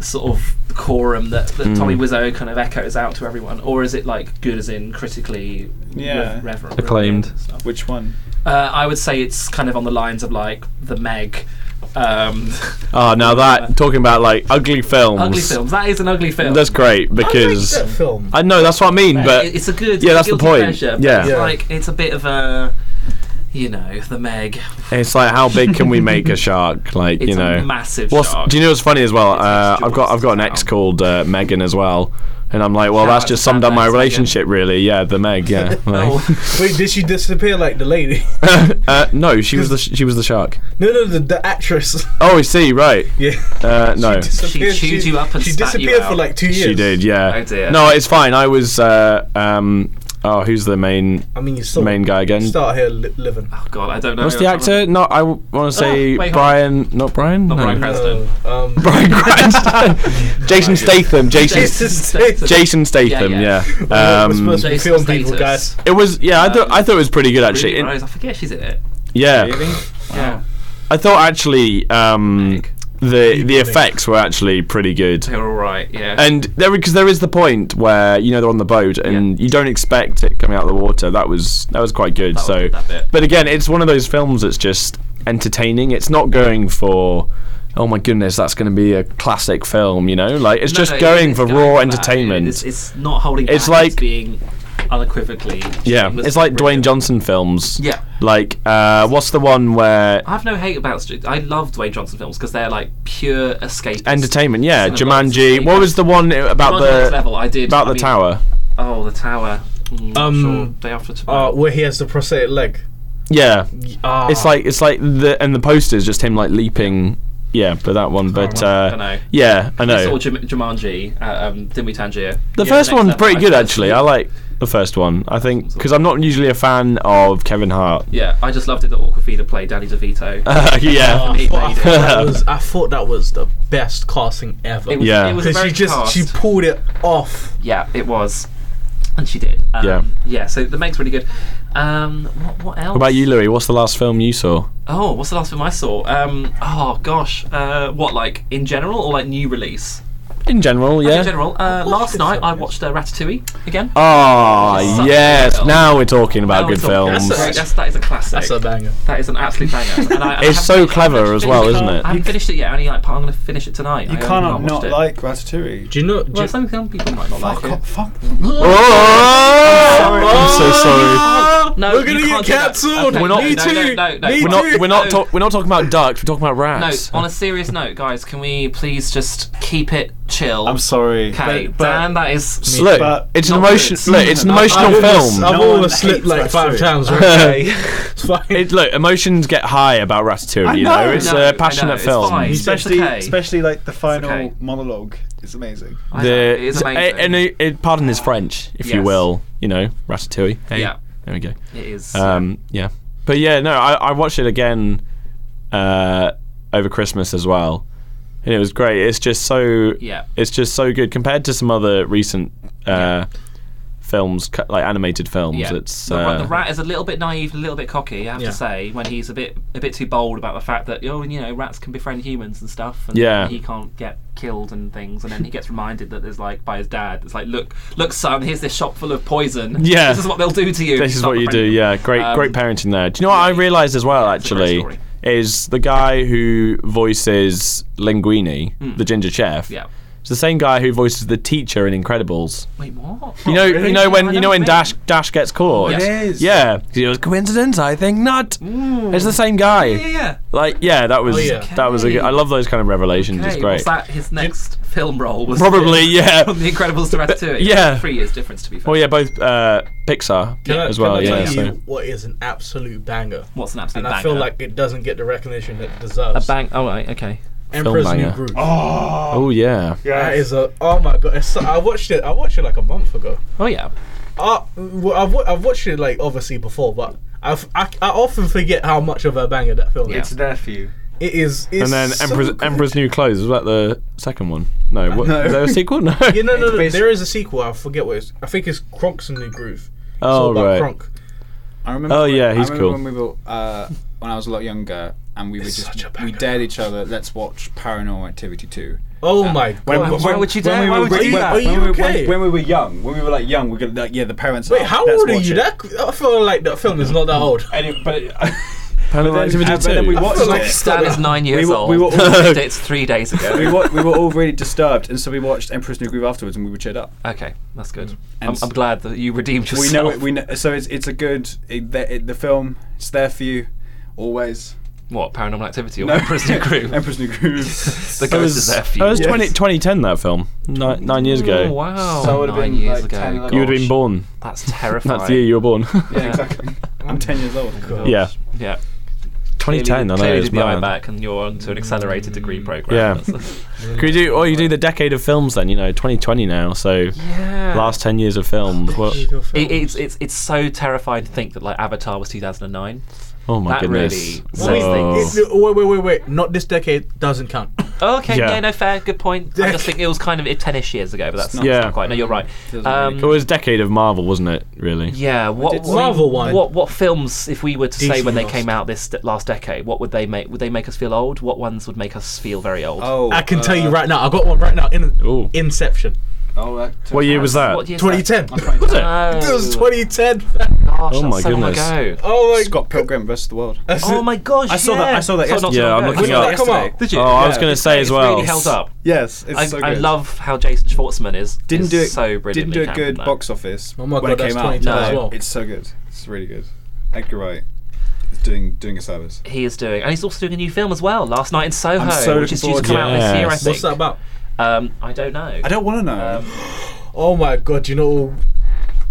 [SPEAKER 2] sort of quorum that, that
[SPEAKER 5] Mm.
[SPEAKER 2] Tommy Wiseau kind of echoes out to everyone, or is it like good as in critically
[SPEAKER 3] Yeah.
[SPEAKER 2] rev- reverent?
[SPEAKER 5] Acclaimed.
[SPEAKER 3] Which one?
[SPEAKER 2] Uh, I would say it's kind of on the lines of like the Meg. Um,
[SPEAKER 5] Oh, now that talking about like ugly films.
[SPEAKER 2] Ugly films. That is an ugly film.
[SPEAKER 5] That's great because
[SPEAKER 2] that film.
[SPEAKER 5] I know that's what I mean, but
[SPEAKER 2] It- it's a good.
[SPEAKER 5] Yeah, that's the
[SPEAKER 2] guilty
[SPEAKER 5] point.
[SPEAKER 2] pleasure, but
[SPEAKER 5] yeah,
[SPEAKER 2] it's like it's a bit of a, you know, the Meg.
[SPEAKER 5] It's like how big can we make a shark? Like
[SPEAKER 2] It's
[SPEAKER 5] you
[SPEAKER 2] a
[SPEAKER 5] know,
[SPEAKER 2] massive
[SPEAKER 5] What's,
[SPEAKER 2] shark.
[SPEAKER 5] Do you know what's funny as well? Uh, I've got I've got an ex called uh, Megan as well, and I'm like, well,
[SPEAKER 4] Shout
[SPEAKER 5] that's
[SPEAKER 4] out
[SPEAKER 5] just
[SPEAKER 4] to
[SPEAKER 5] summed up my relationship really. Yeah, the Meg. Yeah.
[SPEAKER 2] Oh,
[SPEAKER 5] like-
[SPEAKER 4] Wait, did she disappear like the lady?
[SPEAKER 5] uh, no, she was the she was the shark.
[SPEAKER 4] No, no, the, the actress.
[SPEAKER 5] Oh, I see. Right.
[SPEAKER 4] Yeah.
[SPEAKER 5] Uh, no.
[SPEAKER 4] Disappeared.
[SPEAKER 2] chewed you up and
[SPEAKER 4] she
[SPEAKER 2] spat you
[SPEAKER 4] disappeared for
[SPEAKER 2] out.
[SPEAKER 4] like two years.
[SPEAKER 5] She did. Yeah.
[SPEAKER 2] Oh, dear.
[SPEAKER 5] No, it's fine. I was. Uh, um, oh, who's the main?
[SPEAKER 4] I mean, you still
[SPEAKER 5] main guy again.
[SPEAKER 4] Start here li- living.
[SPEAKER 2] Oh God, I don't know.
[SPEAKER 5] What's the actor? No, I want to say
[SPEAKER 4] wait, hold on.
[SPEAKER 5] Brian. Not Brian.
[SPEAKER 2] Not
[SPEAKER 5] no.
[SPEAKER 2] Bryan Cranston.
[SPEAKER 4] Um,
[SPEAKER 5] Brian Cranston. Jason Statham. Jason.
[SPEAKER 4] Jason Statham.
[SPEAKER 5] Jason Statham. Yeah.
[SPEAKER 4] We're
[SPEAKER 5] Um,
[SPEAKER 4] supposed to be film people, guys.
[SPEAKER 5] it was. Yeah, I thought. I thought it was pretty good actually.
[SPEAKER 2] Ruby
[SPEAKER 5] In-
[SPEAKER 2] Rose, I forget she's in it.
[SPEAKER 5] yeah.
[SPEAKER 2] Yeah.
[SPEAKER 5] I thought actually um, the the effects were actually pretty good.
[SPEAKER 2] They were all right. Yeah.
[SPEAKER 5] And there, because there is the point where you know they're on the boat and you don't expect it coming out of the water. That was that was quite good. so, but again, it's one of those films that's just entertaining. It's not going for, oh my goodness, that's going to be a classic film. You know, like it's
[SPEAKER 2] No,
[SPEAKER 5] just
[SPEAKER 2] no, it
[SPEAKER 5] going
[SPEAKER 2] is
[SPEAKER 5] for
[SPEAKER 2] going
[SPEAKER 5] raw
[SPEAKER 2] for that.
[SPEAKER 5] entertainment.
[SPEAKER 2] It's, it's not holding.
[SPEAKER 5] It's
[SPEAKER 2] back,
[SPEAKER 5] like-
[SPEAKER 2] being unequivocally.
[SPEAKER 5] yeah,
[SPEAKER 2] shameless.
[SPEAKER 5] it's like Dwayne Johnson films.
[SPEAKER 2] Yeah.
[SPEAKER 5] Like, uh, what's the one where
[SPEAKER 2] I have no hate about. St- I love Dwayne Johnson films because they're like pure escape.
[SPEAKER 5] entertainment? Yeah,
[SPEAKER 2] Cinema
[SPEAKER 5] Jumanji. What was the one about
[SPEAKER 2] Jumanji Next
[SPEAKER 5] the
[SPEAKER 2] Level, I did,
[SPEAKER 5] about
[SPEAKER 2] I
[SPEAKER 5] the
[SPEAKER 2] mean-
[SPEAKER 5] tower?
[SPEAKER 2] Oh, the tower. Mm,
[SPEAKER 4] Um,
[SPEAKER 2] sure, day after tomorrow.
[SPEAKER 4] Uh, where he has the prosthetic leg.
[SPEAKER 5] Yeah,
[SPEAKER 4] Ah.
[SPEAKER 5] it's like it's like the and the poster is just him like leaping. Yeah, but that one, but uh,
[SPEAKER 2] Oh, Dunno.
[SPEAKER 5] yeah, I
[SPEAKER 2] I saw
[SPEAKER 5] know.
[SPEAKER 2] Jum- Jumanji at um, Dimi Tangier.
[SPEAKER 5] The
[SPEAKER 2] Yeah,
[SPEAKER 5] first
[SPEAKER 2] next
[SPEAKER 5] one's
[SPEAKER 2] level,
[SPEAKER 5] pretty
[SPEAKER 2] I
[SPEAKER 5] good
[SPEAKER 2] just-
[SPEAKER 5] actually. I like the first one. I think because I'm not usually a fan of Kevin Hart.
[SPEAKER 2] Yeah, I just loved it that Awkwafina played Danny DeVito. Oh,
[SPEAKER 5] yeah.
[SPEAKER 2] He
[SPEAKER 4] I,
[SPEAKER 2] made
[SPEAKER 4] thought that
[SPEAKER 2] it.
[SPEAKER 4] was, I thought that was the best casting ever.
[SPEAKER 2] It was- Yeah. it was a
[SPEAKER 4] because she
[SPEAKER 2] very
[SPEAKER 4] just
[SPEAKER 2] cast.
[SPEAKER 4] she pulled it off.
[SPEAKER 2] Yeah, it was. And she did. Um,
[SPEAKER 5] Yeah.
[SPEAKER 2] Yeah, so the Meg's really good. Um, what, what else?
[SPEAKER 5] What about you, Louis? What's the last film you saw?
[SPEAKER 2] Oh, what's the last film I saw? Um, oh gosh, uh, what like in general or like new release?
[SPEAKER 5] In general,
[SPEAKER 2] Actually,
[SPEAKER 5] yeah.
[SPEAKER 2] In general, uh, last night I watched uh, Ratatouille again. It's
[SPEAKER 5] Ah,
[SPEAKER 2] such a good
[SPEAKER 5] yes.
[SPEAKER 2] film.
[SPEAKER 5] Now we're talking about
[SPEAKER 2] Now
[SPEAKER 5] good
[SPEAKER 2] it's all-
[SPEAKER 5] films.
[SPEAKER 2] That's, a, that's that is a classic. That's a
[SPEAKER 4] banger.
[SPEAKER 2] That is an absolute banger. And I, I
[SPEAKER 5] It's
[SPEAKER 2] haven't
[SPEAKER 5] so
[SPEAKER 2] finished-
[SPEAKER 5] clever as well, isn't it?
[SPEAKER 2] I haven't finished it yet. Only like part- I'm going to finish it tonight.
[SPEAKER 3] You
[SPEAKER 2] I only
[SPEAKER 3] cannot
[SPEAKER 2] watched
[SPEAKER 3] not
[SPEAKER 2] it.
[SPEAKER 3] like Ratatouille.
[SPEAKER 4] Do you know?
[SPEAKER 2] Well, some, some people might not like it.
[SPEAKER 3] Fuck.
[SPEAKER 5] I'm so sorry.
[SPEAKER 2] No,
[SPEAKER 4] We're gonna
[SPEAKER 2] you can't
[SPEAKER 4] get
[SPEAKER 2] do that.
[SPEAKER 4] cancelled.
[SPEAKER 2] Okay,
[SPEAKER 5] We're not-
[SPEAKER 2] no,
[SPEAKER 5] Me
[SPEAKER 2] no,
[SPEAKER 5] too.
[SPEAKER 2] No, no, no.
[SPEAKER 5] We're not. We're not.
[SPEAKER 2] No,
[SPEAKER 5] Talk, we're not talking about ducks. We're talking about
[SPEAKER 2] No,
[SPEAKER 5] rats.
[SPEAKER 2] on a serious note, guys, can we please just keep it chill?
[SPEAKER 3] I'm sorry.
[SPEAKER 2] Okay,
[SPEAKER 3] But- but-
[SPEAKER 2] Dan, that is.
[SPEAKER 5] Look, it's an emotion. Look, it's an emotional film.
[SPEAKER 4] I've
[SPEAKER 3] No one
[SPEAKER 4] almost slipped
[SPEAKER 3] hates
[SPEAKER 4] like five
[SPEAKER 3] Ratatouille.
[SPEAKER 4] times. Okay, it's fine.
[SPEAKER 5] It, look, emotions get high about Ratatouille. You know, it's
[SPEAKER 2] No, I
[SPEAKER 5] a
[SPEAKER 2] know,
[SPEAKER 5] passionate
[SPEAKER 2] it's
[SPEAKER 5] film.
[SPEAKER 2] fine. It's
[SPEAKER 3] Especially,
[SPEAKER 2] okay.
[SPEAKER 3] especially like the final
[SPEAKER 2] okay.
[SPEAKER 3] monologue. It's amazing.
[SPEAKER 2] I
[SPEAKER 5] The-
[SPEAKER 2] know, it is
[SPEAKER 5] a-
[SPEAKER 2] amazing.
[SPEAKER 5] and it- it- pardon his French, if you
[SPEAKER 2] Yes.
[SPEAKER 5] will. You know, Ratatouille. Hey,
[SPEAKER 2] Yeah.
[SPEAKER 5] there we go.
[SPEAKER 2] It is.
[SPEAKER 5] Um, yeah, but yeah, no, I, I watched it again uh, over Christmas as well, and it was great. It's just so
[SPEAKER 2] Yeah.
[SPEAKER 5] it's just so good compared to some other recent uh, films, cu- like animated films.
[SPEAKER 2] yeah.
[SPEAKER 5] It's
[SPEAKER 2] the,
[SPEAKER 5] uh,
[SPEAKER 2] rat- the rat is a little bit naive, a little bit cocky. I have
[SPEAKER 5] Yeah.
[SPEAKER 2] to say, when he's a bit, a bit too bold about the fact that oh, you know, rats can befriend humans and stuff, and
[SPEAKER 5] Yeah.
[SPEAKER 2] he can't get killed and things, and then he gets reminded that there's like by his dad, it's like, look, look, son, here's this shop full of poison.
[SPEAKER 5] Yeah.
[SPEAKER 2] this is what they'll do to you. if
[SPEAKER 5] This is
[SPEAKER 2] stop
[SPEAKER 5] what you do.
[SPEAKER 2] befriending
[SPEAKER 5] Yeah,
[SPEAKER 2] them."
[SPEAKER 5] great,
[SPEAKER 2] Um,
[SPEAKER 5] great parenting there. Do you know what I realised as well? Actually,
[SPEAKER 2] story.
[SPEAKER 5] is the guy who voices Linguini, the ginger chef.
[SPEAKER 2] Mm. Yeah.
[SPEAKER 5] It's the same guy who voices the teacher in Incredibles.
[SPEAKER 2] Wait, what?
[SPEAKER 5] You know, you know when you know when Dash Dash gets caught.
[SPEAKER 2] Yes. It is.
[SPEAKER 5] Yeah, 'Cause it was coincidence. I think not. It's the same guy.
[SPEAKER 2] Yeah, yeah, yeah.
[SPEAKER 5] Like, yeah, that was
[SPEAKER 2] Oh, yeah.
[SPEAKER 5] that was. A, good- I love those kind of revelations.
[SPEAKER 2] Okay,
[SPEAKER 5] it's great.
[SPEAKER 2] Was that his next film role? Was
[SPEAKER 5] Probably, yeah.
[SPEAKER 2] From The Incredibles to Ratatouille.
[SPEAKER 5] yeah.
[SPEAKER 2] Three years difference to be fair.
[SPEAKER 5] Well, yeah, both uh, Pixar
[SPEAKER 4] Can I-
[SPEAKER 5] as well.
[SPEAKER 4] can I
[SPEAKER 5] yeah.
[SPEAKER 4] tell you
[SPEAKER 5] So.
[SPEAKER 4] what is an absolute banger?
[SPEAKER 2] What's an absolute
[SPEAKER 4] and I feel
[SPEAKER 2] banger?
[SPEAKER 4] like it doesn't get the recognition it deserves.
[SPEAKER 2] A bang. Oh, right, okay.
[SPEAKER 4] Emperor's
[SPEAKER 5] Film
[SPEAKER 4] New
[SPEAKER 5] banger.
[SPEAKER 4] Groove.
[SPEAKER 5] Oh yeah.
[SPEAKER 4] That is a oh my god! It's, I watched it. I watched it like a month ago.
[SPEAKER 2] Oh yeah.
[SPEAKER 4] Uh, well, I've, wa- I've watched it like obviously before, but I've, I I often forget how much of a banger that film
[SPEAKER 3] It's
[SPEAKER 4] is.
[SPEAKER 3] there for you.
[SPEAKER 4] It is. It's
[SPEAKER 5] and then
[SPEAKER 4] so
[SPEAKER 5] Emperor's
[SPEAKER 4] good.
[SPEAKER 5] Emperor's New Clothes was that the second one? No, what,
[SPEAKER 4] No.
[SPEAKER 5] is there a sequel? No.
[SPEAKER 4] Yeah, no, no, no.
[SPEAKER 3] It's
[SPEAKER 4] There is a sequel. I forget what it's. I think it's Kronk's New Groove. It's
[SPEAKER 5] Oh,
[SPEAKER 4] all about
[SPEAKER 5] right.
[SPEAKER 4] Kronk.
[SPEAKER 3] I remember.
[SPEAKER 5] Oh,
[SPEAKER 3] when-
[SPEAKER 5] yeah, he's
[SPEAKER 3] I remember
[SPEAKER 5] cool.
[SPEAKER 3] When we were, uh, when I was a lot younger, and we were just we dared each other. Let's watch Paranormal Activity two.
[SPEAKER 4] Oh my god!
[SPEAKER 3] When, when- when we were- when-
[SPEAKER 4] Are
[SPEAKER 3] when
[SPEAKER 4] you
[SPEAKER 3] we were-
[SPEAKER 4] okay?
[SPEAKER 3] When, when we were young, when we were like young, we were like, yeah, the parents.
[SPEAKER 4] Wait,
[SPEAKER 3] oh,
[SPEAKER 4] how
[SPEAKER 3] let's
[SPEAKER 4] old are
[SPEAKER 3] watch
[SPEAKER 4] you?
[SPEAKER 3] it.
[SPEAKER 4] That I feel like that film is not that old.
[SPEAKER 3] Anyway, but it-
[SPEAKER 5] Paranormal
[SPEAKER 3] then-
[SPEAKER 5] Activity
[SPEAKER 3] but then
[SPEAKER 5] two.
[SPEAKER 3] we
[SPEAKER 5] I
[SPEAKER 3] watched
[SPEAKER 2] feel
[SPEAKER 3] it.
[SPEAKER 2] like Stan is nine
[SPEAKER 3] We
[SPEAKER 2] years
[SPEAKER 3] were-
[SPEAKER 2] old.
[SPEAKER 3] we were all-
[SPEAKER 2] it's three days ago.
[SPEAKER 3] we, were, we were all really disturbed, and so we watched Emperor's New Groove afterwards, and we were cheered up.
[SPEAKER 2] Okay, that's good. I'm,
[SPEAKER 3] And s-
[SPEAKER 2] I'm glad that you redeemed yourself.
[SPEAKER 3] We know it. We know, so it's it's a good it, the, it, the film. It's there for you always.
[SPEAKER 2] What Paranormal Activity or Emperor's New Groove?
[SPEAKER 3] Emperor's New Groove.
[SPEAKER 2] the
[SPEAKER 5] That
[SPEAKER 2] ghost
[SPEAKER 5] was,
[SPEAKER 2] is there for you.
[SPEAKER 5] that was 20, 2010 that film nine, nine years ago.
[SPEAKER 2] Oh, wow.
[SPEAKER 3] So it would've
[SPEAKER 2] Nine
[SPEAKER 3] been,
[SPEAKER 2] years
[SPEAKER 3] like, 10,
[SPEAKER 2] ago.
[SPEAKER 3] 11.
[SPEAKER 5] You would have
[SPEAKER 2] Gosh.
[SPEAKER 5] been born.
[SPEAKER 2] That's
[SPEAKER 5] That's
[SPEAKER 2] terrifying.
[SPEAKER 5] the year you were born.
[SPEAKER 3] Yeah, exactly. I'm ten years old.
[SPEAKER 5] yeah,
[SPEAKER 2] Yeah.
[SPEAKER 5] 2010. I know.
[SPEAKER 2] Clearly
[SPEAKER 5] It's
[SPEAKER 2] did the eye
[SPEAKER 5] mad.
[SPEAKER 2] back, and you're on to an accelerated degree
[SPEAKER 5] Yeah.
[SPEAKER 2] program.
[SPEAKER 5] Could we do, or you do the decade of films then? You know, 2020 now. So
[SPEAKER 2] yeah.
[SPEAKER 5] last 10 years of films. What?
[SPEAKER 2] It, it's it's it's so terrifying to think that like Avatar was 2009.
[SPEAKER 5] Oh my
[SPEAKER 2] that
[SPEAKER 5] goodness.
[SPEAKER 2] really
[SPEAKER 4] Wait,
[SPEAKER 2] says
[SPEAKER 5] Whoa.
[SPEAKER 2] things.
[SPEAKER 4] it- wait, wait, wait, wait! Not this decade doesn't count.
[SPEAKER 2] Oh, Okay,
[SPEAKER 5] Yeah.
[SPEAKER 2] yeah. no, fair, good point. I just think it was kind of it- 10-ish years ago, but that's not,
[SPEAKER 5] Yeah.
[SPEAKER 2] that's not quite. No, you're right. Um,
[SPEAKER 5] It was decade of Marvel, wasn't it? Really.
[SPEAKER 2] yeah, what
[SPEAKER 4] see- Marvel one.
[SPEAKER 2] What what films, if we were to say
[SPEAKER 4] Disney
[SPEAKER 2] when they
[SPEAKER 4] lost.
[SPEAKER 2] came out this de- last decade, what would they make? Would they make us feel old? What ones would make us feel very old?
[SPEAKER 3] Oh,
[SPEAKER 4] I can
[SPEAKER 3] uh,
[SPEAKER 4] tell you right now. I got one right now. In
[SPEAKER 5] Ooh.
[SPEAKER 4] Inception,
[SPEAKER 3] Oh, that
[SPEAKER 5] What year was that?
[SPEAKER 2] year is that?
[SPEAKER 4] 2010.
[SPEAKER 5] Was it?
[SPEAKER 2] Oh,
[SPEAKER 4] It was 2010.
[SPEAKER 2] gosh,
[SPEAKER 5] Oh
[SPEAKER 2] that's
[SPEAKER 5] my
[SPEAKER 2] so long
[SPEAKER 5] goodness.
[SPEAKER 2] ago.
[SPEAKER 4] Oh my
[SPEAKER 3] Scott Pilgrim versus the World.
[SPEAKER 2] Oh my gosh!
[SPEAKER 3] I saw that- I saw that
[SPEAKER 2] not so
[SPEAKER 5] yesterday. Yeah,
[SPEAKER 2] long
[SPEAKER 5] I'm
[SPEAKER 2] ago.
[SPEAKER 5] looking
[SPEAKER 4] When did up. that come out?
[SPEAKER 2] Did you?
[SPEAKER 5] Oh, I was gonna
[SPEAKER 2] it's-
[SPEAKER 5] say as
[SPEAKER 2] It's
[SPEAKER 5] well.
[SPEAKER 2] really held up.
[SPEAKER 3] Yes, it's
[SPEAKER 2] I,
[SPEAKER 3] so good.
[SPEAKER 2] I love how Jason Schwartzman is.
[SPEAKER 3] Didn't
[SPEAKER 2] is
[SPEAKER 3] do it.
[SPEAKER 2] so
[SPEAKER 3] didn't
[SPEAKER 2] brilliantly
[SPEAKER 3] do a
[SPEAKER 2] canned
[SPEAKER 3] good
[SPEAKER 2] in that.
[SPEAKER 3] box office.
[SPEAKER 4] Oh my
[SPEAKER 3] when
[SPEAKER 4] God,
[SPEAKER 3] it came
[SPEAKER 4] that's
[SPEAKER 3] out,
[SPEAKER 4] 2010
[SPEAKER 2] as
[SPEAKER 4] well.
[SPEAKER 3] it's so good. It's really good. Edgar Wright is doing doing a service.
[SPEAKER 2] He is doing, and he's also doing a new film as well. Last Night in Soho,
[SPEAKER 3] I'm so
[SPEAKER 2] which is due to come
[SPEAKER 3] looking
[SPEAKER 2] out this
[SPEAKER 5] forward to
[SPEAKER 2] year.
[SPEAKER 5] it.
[SPEAKER 2] I
[SPEAKER 5] Yes.
[SPEAKER 2] think.
[SPEAKER 4] What's that about?
[SPEAKER 2] Um, I don't know.
[SPEAKER 3] I don't want to know,
[SPEAKER 4] Oh my god! You know,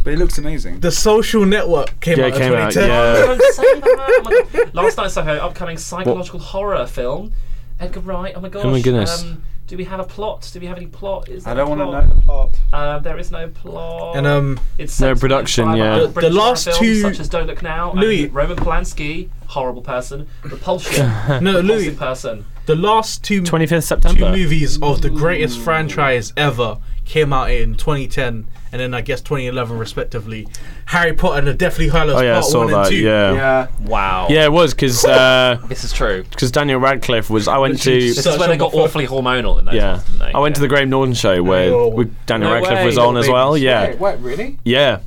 [SPEAKER 3] but it looks amazing.
[SPEAKER 4] the Social Network came
[SPEAKER 5] Yeah,
[SPEAKER 4] out
[SPEAKER 5] it
[SPEAKER 4] in
[SPEAKER 5] came out.
[SPEAKER 4] 2010.
[SPEAKER 5] Yeah.
[SPEAKER 2] Don't say that. Oh my God. Last Night in Soho, upcoming psychological horror film. Edgar Wright. Oh my gosh.
[SPEAKER 5] goodness.
[SPEAKER 2] Um, do we have a plot? Do we have any plot? Is
[SPEAKER 3] I
[SPEAKER 2] there a
[SPEAKER 3] don't want to
[SPEAKER 2] plot?
[SPEAKER 3] know the plot.
[SPEAKER 2] Um, there is no plot.
[SPEAKER 4] And um,
[SPEAKER 2] It's
[SPEAKER 5] No
[SPEAKER 2] set to
[SPEAKER 5] production,
[SPEAKER 2] inspired by
[SPEAKER 5] yeah.
[SPEAKER 2] other
[SPEAKER 5] The-
[SPEAKER 4] the
[SPEAKER 2] British horror
[SPEAKER 4] last
[SPEAKER 2] films
[SPEAKER 4] two-
[SPEAKER 2] such as Don't Look Now, and
[SPEAKER 4] Louis-
[SPEAKER 2] Roman Polanski, horrible person, Repulsion,
[SPEAKER 4] no,
[SPEAKER 2] repulsive
[SPEAKER 4] Louis.
[SPEAKER 2] person.
[SPEAKER 4] The last two
[SPEAKER 5] 25th
[SPEAKER 4] two
[SPEAKER 5] September.
[SPEAKER 4] movies of the greatest franchise ever came out in 2010 and then I guess 2011 respectively. Harry Potter and the Deathly Hallows
[SPEAKER 5] Oh yeah, I
[SPEAKER 4] Part
[SPEAKER 5] saw
[SPEAKER 4] One and
[SPEAKER 5] that.
[SPEAKER 4] Two.
[SPEAKER 5] Yeah. yeah.
[SPEAKER 3] Yeah,
[SPEAKER 2] Wow.
[SPEAKER 5] it was because because
[SPEAKER 2] This is true.
[SPEAKER 5] Daniel Radcliffe was. I went
[SPEAKER 4] Literally
[SPEAKER 5] to
[SPEAKER 2] This
[SPEAKER 4] Such
[SPEAKER 2] is where they
[SPEAKER 4] a
[SPEAKER 2] got
[SPEAKER 4] motherfucker.
[SPEAKER 2] awfully hormonal in those.
[SPEAKER 5] yeah.
[SPEAKER 2] ones, didn't they?
[SPEAKER 5] I went to the Graham Norton show where
[SPEAKER 4] Oh.
[SPEAKER 5] we- Daniel
[SPEAKER 2] No
[SPEAKER 5] Radcliffe
[SPEAKER 2] way,
[SPEAKER 5] was
[SPEAKER 2] little
[SPEAKER 5] on as
[SPEAKER 2] babies.
[SPEAKER 5] well. Yeah.
[SPEAKER 3] Wait, wait, really?
[SPEAKER 5] Yeah.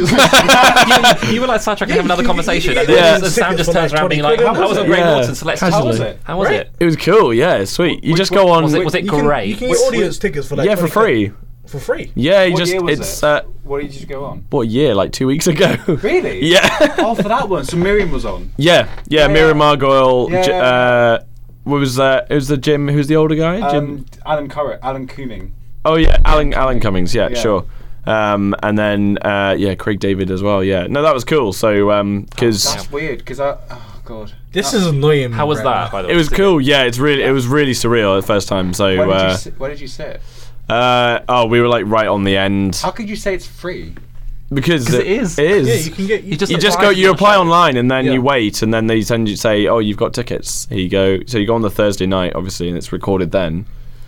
[SPEAKER 2] You, you were like sidetracking have another
[SPEAKER 4] you-
[SPEAKER 2] conversation,
[SPEAKER 4] you-
[SPEAKER 2] and
[SPEAKER 4] you-
[SPEAKER 5] yeah.
[SPEAKER 2] then the Sam just turns around being like, "How how was it, Graham
[SPEAKER 5] Yeah.
[SPEAKER 2] Norton? So let's
[SPEAKER 5] How
[SPEAKER 2] how
[SPEAKER 5] was
[SPEAKER 2] was
[SPEAKER 5] it?
[SPEAKER 2] it? How was it?
[SPEAKER 5] It was cool. Yeah, it's sweet. You just go on.
[SPEAKER 2] Was it was it
[SPEAKER 4] You can- You
[SPEAKER 2] great?
[SPEAKER 4] can get audience tickets for like
[SPEAKER 5] yeah, for
[SPEAKER 4] 20
[SPEAKER 5] free.
[SPEAKER 4] For free.
[SPEAKER 5] Yeah, you
[SPEAKER 3] What
[SPEAKER 5] just
[SPEAKER 3] year was
[SPEAKER 5] it's
[SPEAKER 3] it?
[SPEAKER 5] uh,
[SPEAKER 3] What did you go on?
[SPEAKER 5] what year? Like two weeks ago.
[SPEAKER 3] Really?
[SPEAKER 5] yeah.
[SPEAKER 3] oh, for that one. So Miriam was on.
[SPEAKER 5] Yeah, yeah, Mira Margoyle.
[SPEAKER 3] Yeah,
[SPEAKER 5] J-
[SPEAKER 3] yeah, yeah.
[SPEAKER 5] uh, what was that? It was the Jim. Who's the older guy? Jim.
[SPEAKER 3] Um, Alan Curran, Alan Cooning.
[SPEAKER 5] Oh yeah, Alan. Alan Cummings. Yeah,
[SPEAKER 3] Yeah.
[SPEAKER 5] sure. Um, and then uh, yeah, Craig David as well. Yeah, no, that was cool. So um, because
[SPEAKER 3] That's weird because I. Oh god.
[SPEAKER 4] This is annoying.
[SPEAKER 2] How was that? By the way,
[SPEAKER 5] it was cool. Yeah, it's really it was really surreal the first time. So
[SPEAKER 3] Where did,
[SPEAKER 5] uh,
[SPEAKER 3] you sit, where did you sit?
[SPEAKER 5] uh, oh, we were like right on the end
[SPEAKER 3] How could you say it's free?
[SPEAKER 5] because
[SPEAKER 2] 'Cause it is.
[SPEAKER 5] It is.
[SPEAKER 4] Yeah, you can get. You,
[SPEAKER 2] just
[SPEAKER 5] you just
[SPEAKER 2] apply
[SPEAKER 5] go.
[SPEAKER 2] for
[SPEAKER 5] You
[SPEAKER 2] the
[SPEAKER 5] apply
[SPEAKER 2] show.
[SPEAKER 5] online, and then
[SPEAKER 4] Yeah.
[SPEAKER 5] you wait, and then they send you say, "Oh, you've got tickets." Here you go. So you go on the Thursday night, obviously, and it's recorded then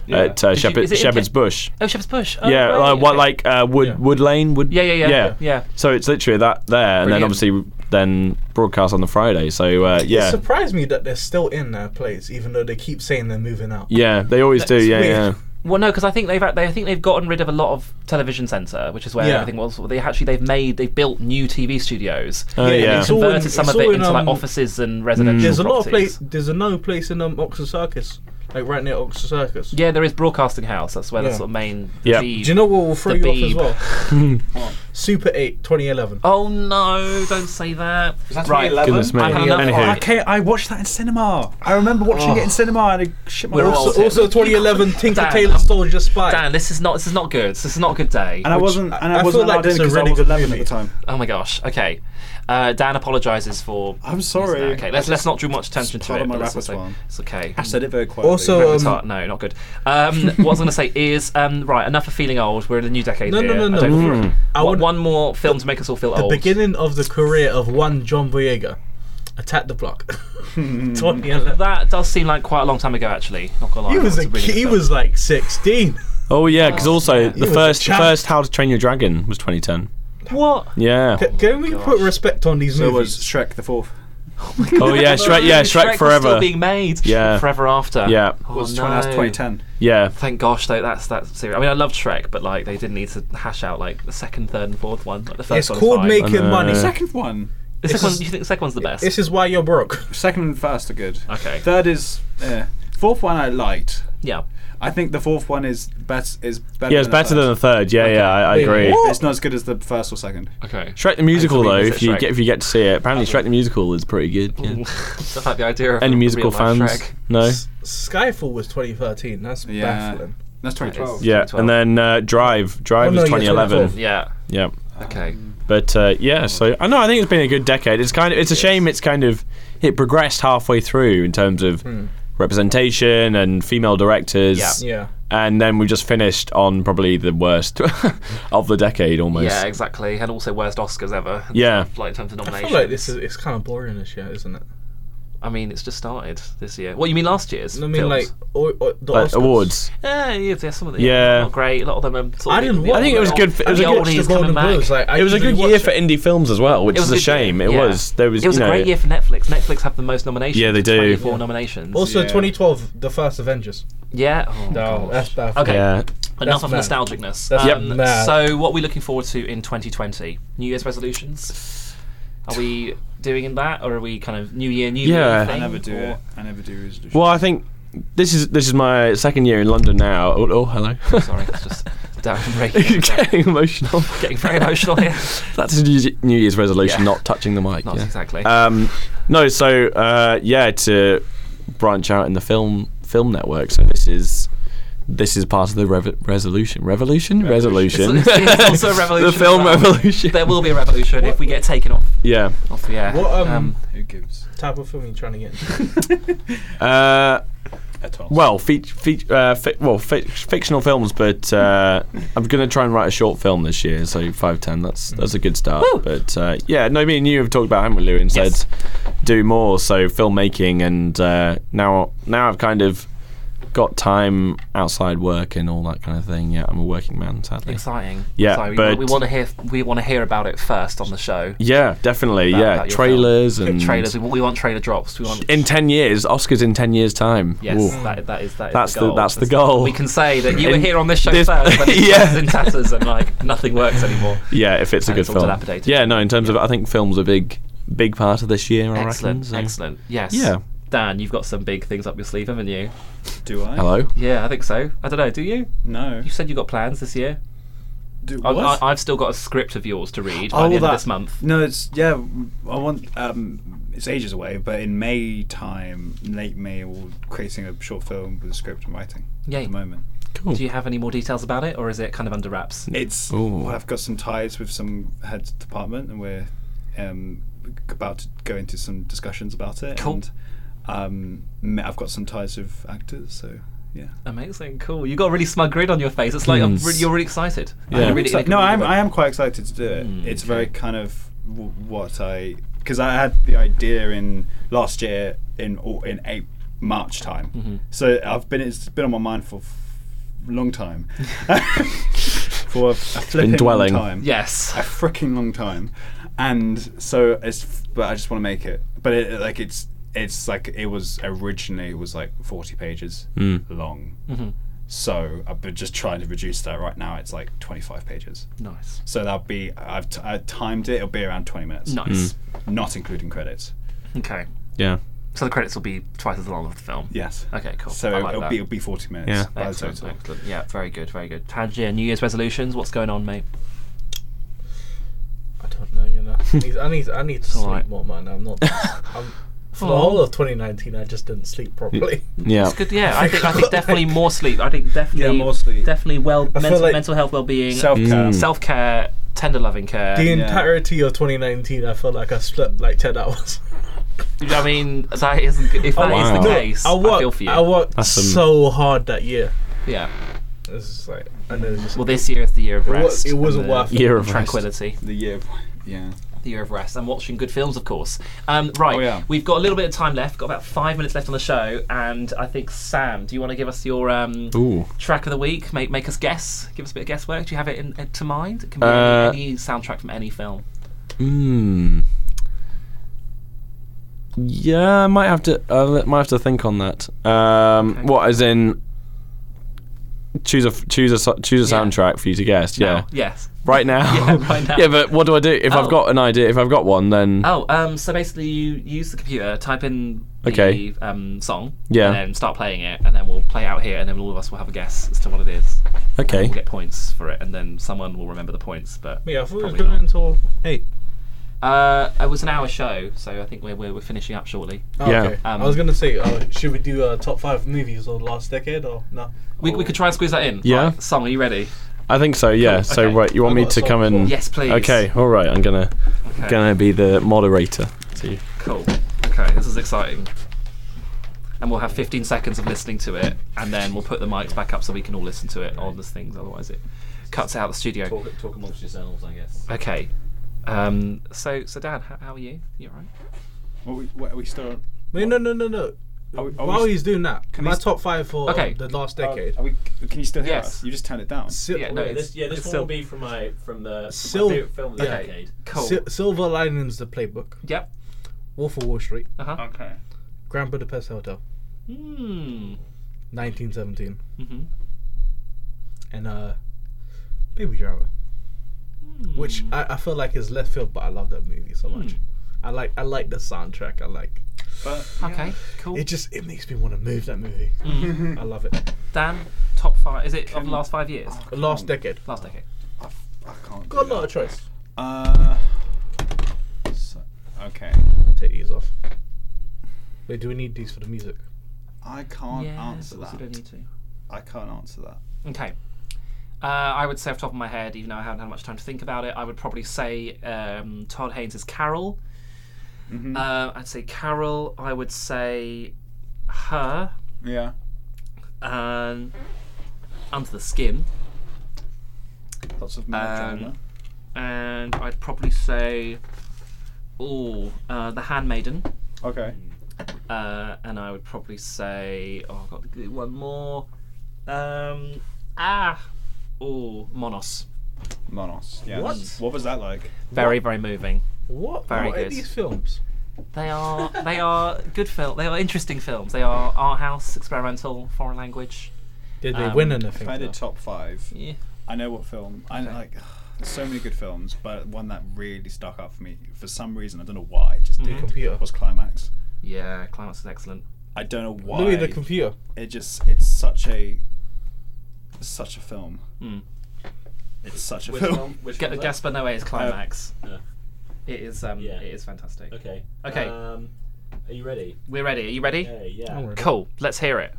[SPEAKER 5] at uh,
[SPEAKER 2] Did you-
[SPEAKER 5] Shepherd,
[SPEAKER 2] is it in
[SPEAKER 5] Shepherd's
[SPEAKER 2] Ca-
[SPEAKER 5] Bush.
[SPEAKER 2] Oh, Shepherd's Bush. Oh,
[SPEAKER 5] Yeah,
[SPEAKER 2] great.
[SPEAKER 5] like what,
[SPEAKER 2] Okay.
[SPEAKER 5] like uh, Wood Wood Lane, Wood.
[SPEAKER 2] Yeah, yeah, yeah,
[SPEAKER 5] yeah,
[SPEAKER 2] yeah.
[SPEAKER 5] So it's literally that there, and then
[SPEAKER 2] Brilliant.
[SPEAKER 5] obviously then broadcast on the Friday. So uh,
[SPEAKER 4] It
[SPEAKER 5] yeah,
[SPEAKER 4] surprised me that they're still in their place, even though they keep saying they're moving out.
[SPEAKER 5] yeah, they always do.
[SPEAKER 4] That's
[SPEAKER 5] Yeah,
[SPEAKER 4] weird.
[SPEAKER 5] yeah.
[SPEAKER 2] Well, no, because I think they've act- they, I think they've gotten rid of a lot of television centre, which is where
[SPEAKER 4] Yeah.
[SPEAKER 2] everything was. They actually they've made they've built new TV studios.
[SPEAKER 5] Oh,
[SPEAKER 4] Yeah,
[SPEAKER 5] yeah.
[SPEAKER 4] it's all-
[SPEAKER 2] Converted some
[SPEAKER 4] it's
[SPEAKER 2] of it
[SPEAKER 4] all in,
[SPEAKER 2] into like
[SPEAKER 4] um,
[SPEAKER 5] Mm.
[SPEAKER 2] offices and residential
[SPEAKER 4] There's a lot of
[SPEAKER 2] properties.
[SPEAKER 4] place. There's a no place in um, Oxford Circus. like right near Oxford Circus.
[SPEAKER 2] Yeah, there is Broadcasting House. That's where the
[SPEAKER 4] Yeah.
[SPEAKER 2] sort of main.
[SPEAKER 4] Do you know what will throw you off as well?
[SPEAKER 2] What?
[SPEAKER 4] Super 8 2011.
[SPEAKER 2] Oh no! Don't say that.
[SPEAKER 3] that
[SPEAKER 2] right,
[SPEAKER 3] 2011? Goodness me.
[SPEAKER 2] I've had enough
[SPEAKER 3] Anywho.
[SPEAKER 2] of it.
[SPEAKER 3] I can't- I watched that in cinema. I remember watching
[SPEAKER 2] Oh.
[SPEAKER 3] it in cinema and I shit my
[SPEAKER 2] We're
[SPEAKER 3] pants.
[SPEAKER 2] all
[SPEAKER 4] Also, also 2011 Tinker Tailor Soldier Spy.
[SPEAKER 2] Dan, this is not this is not good. This is not a good day.
[SPEAKER 3] And I wasn't- and I I wasn't feel like allowed this in is a 'cause I really was good 11 at movie. the time.
[SPEAKER 2] Oh my gosh. Okay. Uh, Dan apologizes for. I'm
[SPEAKER 3] sorry.
[SPEAKER 2] Okay. Let's let's not draw much attention to
[SPEAKER 3] part
[SPEAKER 2] it.
[SPEAKER 3] of my
[SPEAKER 2] but that's
[SPEAKER 3] repertoire.
[SPEAKER 2] also- It's okay.
[SPEAKER 3] I said it very quietly.
[SPEAKER 4] Also,
[SPEAKER 2] Very
[SPEAKER 4] um,
[SPEAKER 2] smart. no, not good. Um, what I was going to say is, um, right, enough of feeling old. We're in a new decade
[SPEAKER 4] No,
[SPEAKER 2] here.
[SPEAKER 4] no, no,
[SPEAKER 2] I
[SPEAKER 4] no.
[SPEAKER 2] don't
[SPEAKER 4] Mm.
[SPEAKER 2] think- one, one more film to make us all feel
[SPEAKER 4] The
[SPEAKER 2] old.
[SPEAKER 4] beginning of the career of one John Boyega. Attack the block. 2011.
[SPEAKER 2] that does seem like quite a long time ago, actually. Not gonna lie.
[SPEAKER 4] He was
[SPEAKER 2] That's
[SPEAKER 4] a
[SPEAKER 2] really
[SPEAKER 4] kid,
[SPEAKER 2] good
[SPEAKER 4] he
[SPEAKER 2] film.
[SPEAKER 4] was like 16.
[SPEAKER 5] Oh yeah, because also the
[SPEAKER 4] was a
[SPEAKER 5] first
[SPEAKER 4] chap.
[SPEAKER 5] first How to Train Your Dragon was 2010.
[SPEAKER 2] What?
[SPEAKER 5] Yeah.
[SPEAKER 4] Can, can we put respect on these
[SPEAKER 3] So was
[SPEAKER 4] movies?
[SPEAKER 3] Shrek the Fourth.
[SPEAKER 5] Oh yeah, Shrek. Yeah, Shrek,
[SPEAKER 2] was
[SPEAKER 5] forever.
[SPEAKER 2] still being made.
[SPEAKER 5] Yeah.
[SPEAKER 2] Forever after.
[SPEAKER 5] Yeah.
[SPEAKER 2] Oh,
[SPEAKER 3] Was
[SPEAKER 2] no.
[SPEAKER 3] 20 that's 2010.
[SPEAKER 5] Yeah.
[SPEAKER 2] Thank gosh, though. That's that's serious. I mean, I love Shrek, but like they didn't need to hash out like the second, third, and fourth one. Like the first
[SPEAKER 4] It's
[SPEAKER 2] one is
[SPEAKER 4] called
[SPEAKER 2] fine.
[SPEAKER 4] making money.
[SPEAKER 3] Second one.
[SPEAKER 2] The second
[SPEAKER 4] this
[SPEAKER 2] one,
[SPEAKER 4] is-
[SPEAKER 2] you think the second one's the best?
[SPEAKER 4] This is why you're broke.
[SPEAKER 3] Second and first are good.
[SPEAKER 2] Okay.
[SPEAKER 3] Third is yeah. Fourth one I liked.
[SPEAKER 2] yeah.
[SPEAKER 3] I think the fourth one is best is better.
[SPEAKER 5] Yeah, it's
[SPEAKER 3] than the
[SPEAKER 5] better
[SPEAKER 3] first.
[SPEAKER 5] than the third. Yeah, yeah, I, I agree.
[SPEAKER 3] But It's not as good as the first or second.
[SPEAKER 2] Okay.
[SPEAKER 5] Shrek the musical
[SPEAKER 2] Actually,
[SPEAKER 5] though,
[SPEAKER 2] is it
[SPEAKER 5] if you
[SPEAKER 2] Shrek?
[SPEAKER 5] get if you get to see it, apparently Shrek the musical is pretty good. yeah.
[SPEAKER 2] I like the idea of
[SPEAKER 5] Any
[SPEAKER 2] a
[SPEAKER 5] musical
[SPEAKER 2] real-life
[SPEAKER 5] fans?
[SPEAKER 2] Shrek.
[SPEAKER 5] No.
[SPEAKER 4] Skyfall was 2013. That's
[SPEAKER 3] Yeah.
[SPEAKER 4] baffling.
[SPEAKER 3] That's 2012.
[SPEAKER 5] Yeah, and then uh, Drive. Drive
[SPEAKER 4] Oh, no,
[SPEAKER 5] was
[SPEAKER 4] yeah,
[SPEAKER 5] 2011.
[SPEAKER 4] 2012.
[SPEAKER 2] Yeah.
[SPEAKER 5] Yeah.
[SPEAKER 2] Okay.
[SPEAKER 5] But uh, yeah, so I know I think it's been a good decade. It's kind of it's a shame it's kind of it progressed halfway through in terms of representation and female directors.
[SPEAKER 2] Hmm. Yeah.
[SPEAKER 4] Yeah.
[SPEAKER 5] And then we just finished on probably the worst of the decade almost.
[SPEAKER 2] Yeah, exactly. And also worst Oscars ever.
[SPEAKER 5] Yeah.
[SPEAKER 2] Like in terms of
[SPEAKER 4] I
[SPEAKER 2] nominations.
[SPEAKER 4] feel like this is it's kind of boring this year, isn't it?
[SPEAKER 2] I mean, it's just started this year. What you mean last year's?
[SPEAKER 4] I mean,
[SPEAKER 2] films?
[SPEAKER 4] like or, or the
[SPEAKER 5] Like,
[SPEAKER 4] Oscars.
[SPEAKER 5] awards.
[SPEAKER 2] Yeah, yeah, yeah, some of them.
[SPEAKER 5] Yeah.
[SPEAKER 2] not great. A lot of them. Are sort
[SPEAKER 4] I
[SPEAKER 2] of
[SPEAKER 4] didn't.
[SPEAKER 2] the-
[SPEAKER 4] Watch
[SPEAKER 5] I think it was
[SPEAKER 4] it.
[SPEAKER 5] good f- it was
[SPEAKER 2] the
[SPEAKER 5] a good-
[SPEAKER 2] oldies
[SPEAKER 4] the Golden
[SPEAKER 2] coming back.
[SPEAKER 4] Globes, like, I
[SPEAKER 5] it was a
[SPEAKER 4] usually
[SPEAKER 5] good
[SPEAKER 4] watch
[SPEAKER 5] year
[SPEAKER 4] it.
[SPEAKER 5] for indie films as well, which
[SPEAKER 2] It
[SPEAKER 5] is a
[SPEAKER 2] good
[SPEAKER 5] shame.
[SPEAKER 2] year,
[SPEAKER 5] It
[SPEAKER 2] yeah.
[SPEAKER 5] was there was
[SPEAKER 2] It was
[SPEAKER 5] you
[SPEAKER 2] a
[SPEAKER 5] know,
[SPEAKER 2] great year for Netflix. Netflix have the most nominations.
[SPEAKER 5] Yeah, they
[SPEAKER 2] with
[SPEAKER 5] do.
[SPEAKER 2] 24 nominations.
[SPEAKER 4] Also,
[SPEAKER 3] Yeah.
[SPEAKER 4] 2012, the first Avengers.
[SPEAKER 2] yeah. Oh,
[SPEAKER 4] No,
[SPEAKER 2] gosh.
[SPEAKER 4] that's bad.
[SPEAKER 2] Okay.
[SPEAKER 5] Yeah.
[SPEAKER 2] Enough
[SPEAKER 4] That's
[SPEAKER 2] of
[SPEAKER 4] mad.
[SPEAKER 2] nostalgicness.
[SPEAKER 4] That's
[SPEAKER 2] um,
[SPEAKER 4] mad.
[SPEAKER 2] So, what are we looking forward to in 2020? New Year's resolutions? Are we doing in that, or are we kind of New Year, New Me?
[SPEAKER 5] Yeah. I
[SPEAKER 2] Thing,
[SPEAKER 3] I never do
[SPEAKER 2] or-
[SPEAKER 3] it. I never do resolution.
[SPEAKER 5] Well, I think this is this is my second year in London now. Oh, oh hello.
[SPEAKER 2] Sorry, it's just down
[SPEAKER 5] Getting emotional.
[SPEAKER 2] Getting very emotional here.
[SPEAKER 5] That's a New New Year's resolution,
[SPEAKER 2] Yeah.
[SPEAKER 5] not touching the mic.
[SPEAKER 2] Not
[SPEAKER 5] yeah.
[SPEAKER 2] exactly.
[SPEAKER 5] Um, no, so uh, yeah, to branch out in the film film network. So this is this is part of the rev- resolution, revolution, resolution.
[SPEAKER 2] It's- it's also a revolution
[SPEAKER 5] the film
[SPEAKER 2] as well.
[SPEAKER 5] revolution.
[SPEAKER 2] there will be a revolution if we get taken off,
[SPEAKER 5] Yeah.
[SPEAKER 2] off the air.
[SPEAKER 4] What um,
[SPEAKER 3] Who gives
[SPEAKER 4] type of film are you trying to get? Into?
[SPEAKER 5] Uh,
[SPEAKER 3] at all?
[SPEAKER 5] well, feat feat uh, fi- well, fi- fictional films, but uh, I'm gonna try and write a short film this year. So five ten. That's that's a good start. But uh, yeah, no, me and you have talked about, haven't we, Lou? And
[SPEAKER 2] Yes.
[SPEAKER 5] said do more. So filmmaking, and uh, now now I've kind of got time outside work and all that kind of thing. Yeah, I'm a working man, sadly.
[SPEAKER 2] Exciting.
[SPEAKER 5] Yeah,
[SPEAKER 2] so we,
[SPEAKER 5] but-
[SPEAKER 2] we want to hear we want to hear about it first on the show.
[SPEAKER 5] Yeah, definitely.
[SPEAKER 2] About-
[SPEAKER 5] yeah,
[SPEAKER 2] about your
[SPEAKER 5] trailers
[SPEAKER 2] film.
[SPEAKER 5] and
[SPEAKER 2] trailers. We, we want trailer drops. We want
[SPEAKER 5] In ten years, Oscars in ten years time.
[SPEAKER 2] Yes,
[SPEAKER 5] Ooh.
[SPEAKER 2] that, that is that is
[SPEAKER 5] That's
[SPEAKER 2] the
[SPEAKER 5] the-
[SPEAKER 2] goal.
[SPEAKER 5] that's the goal.
[SPEAKER 2] We can say that you were
[SPEAKER 5] In
[SPEAKER 2] here on this show
[SPEAKER 5] this-
[SPEAKER 2] first, but it's
[SPEAKER 5] Yeah.
[SPEAKER 2] yeah. in tatters and like nothing works anymore.
[SPEAKER 5] Yeah, if it's a
[SPEAKER 2] And
[SPEAKER 5] good
[SPEAKER 2] it's all
[SPEAKER 5] film.
[SPEAKER 2] dilapidated.
[SPEAKER 5] Yeah, no, in terms of I think films a big big part of this year, I reckon.
[SPEAKER 2] Excellent,
[SPEAKER 5] so-
[SPEAKER 2] excellent. Yes.
[SPEAKER 5] Yeah.
[SPEAKER 2] Dan, you've got some big things up your sleeve, haven't you?
[SPEAKER 3] Do I?
[SPEAKER 5] Hello?
[SPEAKER 2] Yeah, I think so. I don't know. Do you?
[SPEAKER 3] No.
[SPEAKER 2] You said you got plans this year.
[SPEAKER 3] Do
[SPEAKER 2] I, I,
[SPEAKER 3] what?
[SPEAKER 2] I've still got a script of yours to
[SPEAKER 5] Oh,
[SPEAKER 2] read by the end of this month.
[SPEAKER 3] Oh, No, it's yeah. I want. Um, it's ages away, but in May time, late May, we're creating a short film with a script and writing.
[SPEAKER 2] Yay.
[SPEAKER 3] At the moment,
[SPEAKER 5] Cool.
[SPEAKER 2] Do you have any more details about it, or is it kind of under wraps?
[SPEAKER 3] it's. Well, I've got some ties with some head department, and we're um, about to go into some discussions about it.
[SPEAKER 2] Cool.
[SPEAKER 3] And, um, m- I've got some ties with actors, so yeah.
[SPEAKER 2] Amazing, cool. You got a really smug grin on your face. It's like I'm re- you're really excited.
[SPEAKER 5] Yeah. Hmm,
[SPEAKER 2] I'm
[SPEAKER 3] I'm
[SPEAKER 2] really
[SPEAKER 3] exci-
[SPEAKER 2] like,
[SPEAKER 3] no,
[SPEAKER 2] really
[SPEAKER 3] I'm,
[SPEAKER 2] good.
[SPEAKER 3] I am quite excited to do it. it's very kind of w- what I because I had the idea in last year in au- in eight March time.
[SPEAKER 5] Mm-hmm.
[SPEAKER 3] So I've been it's been on my mind for a long time, for a, a flipping
[SPEAKER 5] dwelling.
[SPEAKER 3] long time.
[SPEAKER 2] Yes.
[SPEAKER 3] a freaking long time, and so it's f- but I just want to make it. But it, like it's it's like it was originally it was like forty pages long.
[SPEAKER 2] Mm-hmm.
[SPEAKER 3] So I've been just trying to reduce that. Right now, it's like twenty-five pages.
[SPEAKER 2] Nice.
[SPEAKER 3] So that'll be I've t- I timed it. It'll be around twenty minutes,
[SPEAKER 2] Nice. Hmm.
[SPEAKER 3] not including credits.
[SPEAKER 2] Okay.
[SPEAKER 5] Yeah.
[SPEAKER 2] So the credits will be twice as long of the film.
[SPEAKER 3] Yes.
[SPEAKER 2] Okay. Cool.
[SPEAKER 3] So
[SPEAKER 2] I like
[SPEAKER 3] it'll
[SPEAKER 2] that.
[SPEAKER 3] be- it'll be 40 minutes Yeah. by the
[SPEAKER 2] Excellent.
[SPEAKER 3] total.
[SPEAKER 2] Excellent. Yeah. Very good. Very good. Tangier, New Year's resolutions. What's going on, mate?
[SPEAKER 4] I don't know, you know. I need, I need, I need to
[SPEAKER 2] It's all
[SPEAKER 4] sleep
[SPEAKER 2] right.
[SPEAKER 4] more, man. I'm not. I'm, for the
[SPEAKER 2] Aw.
[SPEAKER 4] whole of 2019, I just didn't sleep properly.
[SPEAKER 2] It's good. Yeah. I think. I think definitely more sleep. I think definitely.
[SPEAKER 4] more
[SPEAKER 2] sleep. Definitely well.
[SPEAKER 4] I feel
[SPEAKER 2] Mental,
[SPEAKER 4] like
[SPEAKER 2] mental health, well-being.
[SPEAKER 4] self-care. Mm.
[SPEAKER 2] Self care. Tender loving care.
[SPEAKER 4] the entirety of 2019, I felt like I slept like 10 hours.
[SPEAKER 2] I mean, that isn't. If that
[SPEAKER 4] I
[SPEAKER 2] is
[SPEAKER 4] worked-
[SPEAKER 2] the
[SPEAKER 4] no,
[SPEAKER 2] case,
[SPEAKER 4] I
[SPEAKER 2] I,
[SPEAKER 4] worked,
[SPEAKER 2] feel for you.
[SPEAKER 4] I worked so hard that year.
[SPEAKER 2] Yeah.
[SPEAKER 4] It's just like, and it was just
[SPEAKER 2] Well, this year is the year of
[SPEAKER 4] It wa-
[SPEAKER 2] rest.
[SPEAKER 4] it wasn't
[SPEAKER 2] and the
[SPEAKER 4] worth it. Year of rest.
[SPEAKER 2] tranquility.
[SPEAKER 3] The year of yeah.
[SPEAKER 2] The year of rest and watching good films, of course. Um, right,
[SPEAKER 3] Oh, yeah.
[SPEAKER 2] we've got a little bit of time left. Got about five minutes left on the show, and I think Sam, do you want to give us your um,
[SPEAKER 5] Ooh.
[SPEAKER 2] track of the week? Make make us guess. Give us a bit of guesswork. Do you have it in, uh, to mind? It can be
[SPEAKER 5] Uh,
[SPEAKER 2] any, any soundtrack from any film.
[SPEAKER 5] Hmm. Yeah, I might have to. I might have to think on that. Um, What, as in? Choose a f- choose a so- choose a soundtrack for you to guess. Yeah.
[SPEAKER 2] Oh, Yes.
[SPEAKER 5] Right now.
[SPEAKER 2] Yeah, right now.
[SPEAKER 5] Yeah, but what do I do if
[SPEAKER 2] Oh.
[SPEAKER 5] I've got an idea? If I've got one, then
[SPEAKER 2] Oh, um, so basically you use the computer, type in the
[SPEAKER 5] Okay.
[SPEAKER 2] um, song,
[SPEAKER 5] Yeah.
[SPEAKER 2] and then start playing it, and then we'll play out here, and then all of us will have a guess as to what it is. And
[SPEAKER 5] Okay.
[SPEAKER 2] we'll get points for it, and then someone will remember the points. But
[SPEAKER 4] Yeah, I thought it was
[SPEAKER 2] probably
[SPEAKER 4] going
[SPEAKER 2] not.
[SPEAKER 4] until 8.
[SPEAKER 2] Uh, it was an hour show, so I think we're we're, we're finishing up shortly.
[SPEAKER 4] Oh, okay.
[SPEAKER 2] Um,
[SPEAKER 4] I was going to say, uh, should we do uh, top five movies of the last decade or no?
[SPEAKER 2] we, we could try and squeeze that in.
[SPEAKER 5] Yeah.
[SPEAKER 2] Right, song, are you ready?
[SPEAKER 5] I think so. Yeah.
[SPEAKER 2] Cool,
[SPEAKER 5] So
[SPEAKER 2] okay.
[SPEAKER 5] right, you want
[SPEAKER 2] I've
[SPEAKER 5] me
[SPEAKER 2] got a
[SPEAKER 5] to
[SPEAKER 2] song
[SPEAKER 5] come
[SPEAKER 2] as well.
[SPEAKER 5] and?
[SPEAKER 2] Yes, please.
[SPEAKER 5] Okay. All right. I'm gonna
[SPEAKER 2] Okay.
[SPEAKER 5] gonna be the moderator. to you.
[SPEAKER 2] Cool. Okay, this is exciting. And we'll have 15 seconds of listening to it, and then we'll put the mics back up so we can all listen to it on this things. Otherwise, it cuts out the studio.
[SPEAKER 12] Talk, talk amongst yourselves, I guess.
[SPEAKER 2] Okay. Um, so, so Dan, how, how are you? You all right?
[SPEAKER 3] What we, what are we still?
[SPEAKER 4] Wait, no, no, no, no.
[SPEAKER 3] are
[SPEAKER 4] While
[SPEAKER 3] we-
[SPEAKER 4] he's doing that,
[SPEAKER 3] can we
[SPEAKER 4] my
[SPEAKER 3] s-
[SPEAKER 4] top five for
[SPEAKER 3] Okay.
[SPEAKER 4] the last
[SPEAKER 3] Uh,
[SPEAKER 4] decade.
[SPEAKER 3] are we, can you still hear
[SPEAKER 4] Yes.
[SPEAKER 3] us? You just turned it down.
[SPEAKER 4] Sil- Yeah, no,
[SPEAKER 12] Yeah, this, yeah, this
[SPEAKER 4] It's
[SPEAKER 12] one
[SPEAKER 4] still-
[SPEAKER 12] will be from my from the
[SPEAKER 4] Sil-
[SPEAKER 12] my favorite film of the
[SPEAKER 4] yeah.
[SPEAKER 12] decade.
[SPEAKER 4] Sil- Silver Linings, the playbook.
[SPEAKER 2] Yep.
[SPEAKER 4] Wolf of Wall Street.
[SPEAKER 2] Uh-huh.
[SPEAKER 12] Okay.
[SPEAKER 4] Grand Budapest Hotel.
[SPEAKER 2] Hmm.
[SPEAKER 4] 1917.
[SPEAKER 2] Mm-hmm.
[SPEAKER 4] And uh, Baby Driver. Which I, I feel like is left field, but I love that movie so much. I like I like the soundtrack. I like.
[SPEAKER 3] But,
[SPEAKER 2] Okay. Cool.
[SPEAKER 4] It just it makes me want to move that movie.
[SPEAKER 2] Mm.
[SPEAKER 4] I love it.
[SPEAKER 2] Dan, top five. Is it of the last five years?
[SPEAKER 4] Last decade.
[SPEAKER 2] Last decade.
[SPEAKER 3] I can't.
[SPEAKER 4] Got a lot of choice.
[SPEAKER 3] Uh. So, okay.
[SPEAKER 4] Take these off. Wait, do we need these for the music?
[SPEAKER 3] I can't
[SPEAKER 2] Yeah,
[SPEAKER 3] answer
[SPEAKER 2] of course
[SPEAKER 3] that.
[SPEAKER 2] you don't need to.
[SPEAKER 3] I can't answer that.
[SPEAKER 2] Okay. Uh, I would say off the top of my head, even though I haven't had much time to think about it, I would probably say um, Todd Haynes' is Carol.
[SPEAKER 3] Mm-hmm.
[SPEAKER 2] Uh, I'd say Carol. I would say her.
[SPEAKER 3] Yeah.
[SPEAKER 2] Um, under the skin.
[SPEAKER 3] Lots of
[SPEAKER 2] um, And I'd probably say, oh, uh, the Handmaiden.
[SPEAKER 3] Okay.
[SPEAKER 2] Uh, and I would probably say, oh, I've got to do one more. Um, ah, oh, Monos.
[SPEAKER 3] Monos. Yeah.
[SPEAKER 2] What?
[SPEAKER 3] What was that like?
[SPEAKER 2] Very, very moving.
[SPEAKER 4] What?
[SPEAKER 2] Very
[SPEAKER 4] what are
[SPEAKER 2] good.
[SPEAKER 4] these films?
[SPEAKER 2] They are they are good film. They are interesting films. They are art house, experimental, foreign language.
[SPEAKER 4] Did they
[SPEAKER 2] Um,
[SPEAKER 4] win anything?
[SPEAKER 3] If I
[SPEAKER 4] though?
[SPEAKER 3] did top five,
[SPEAKER 2] yeah.
[SPEAKER 3] I know what film. I
[SPEAKER 2] Okay.
[SPEAKER 3] like. There's so many good films, but one that really stuck out for me for some reason I don't know why. It just
[SPEAKER 2] Mhm.
[SPEAKER 3] did.
[SPEAKER 4] Computer.
[SPEAKER 3] was Climax.
[SPEAKER 2] Yeah, Climax is excellent.
[SPEAKER 3] I don't know why.
[SPEAKER 4] Louis the Computer.
[SPEAKER 3] It just it's such a it's such a film.
[SPEAKER 2] Mm.
[SPEAKER 3] It's such a
[SPEAKER 12] Which
[SPEAKER 3] film.
[SPEAKER 12] one- which
[SPEAKER 2] Ga-
[SPEAKER 12] one's that?
[SPEAKER 2] Gaspar Noé's Climax.
[SPEAKER 12] Uh,
[SPEAKER 2] It is um,
[SPEAKER 12] Yeah.
[SPEAKER 2] it is fantastic.
[SPEAKER 12] okay.
[SPEAKER 2] Okay.
[SPEAKER 12] Um, are you ready?
[SPEAKER 2] We're ready. Are you ready?
[SPEAKER 12] Yeah, yeah. I'm ready.
[SPEAKER 2] Cool. Let's hear it.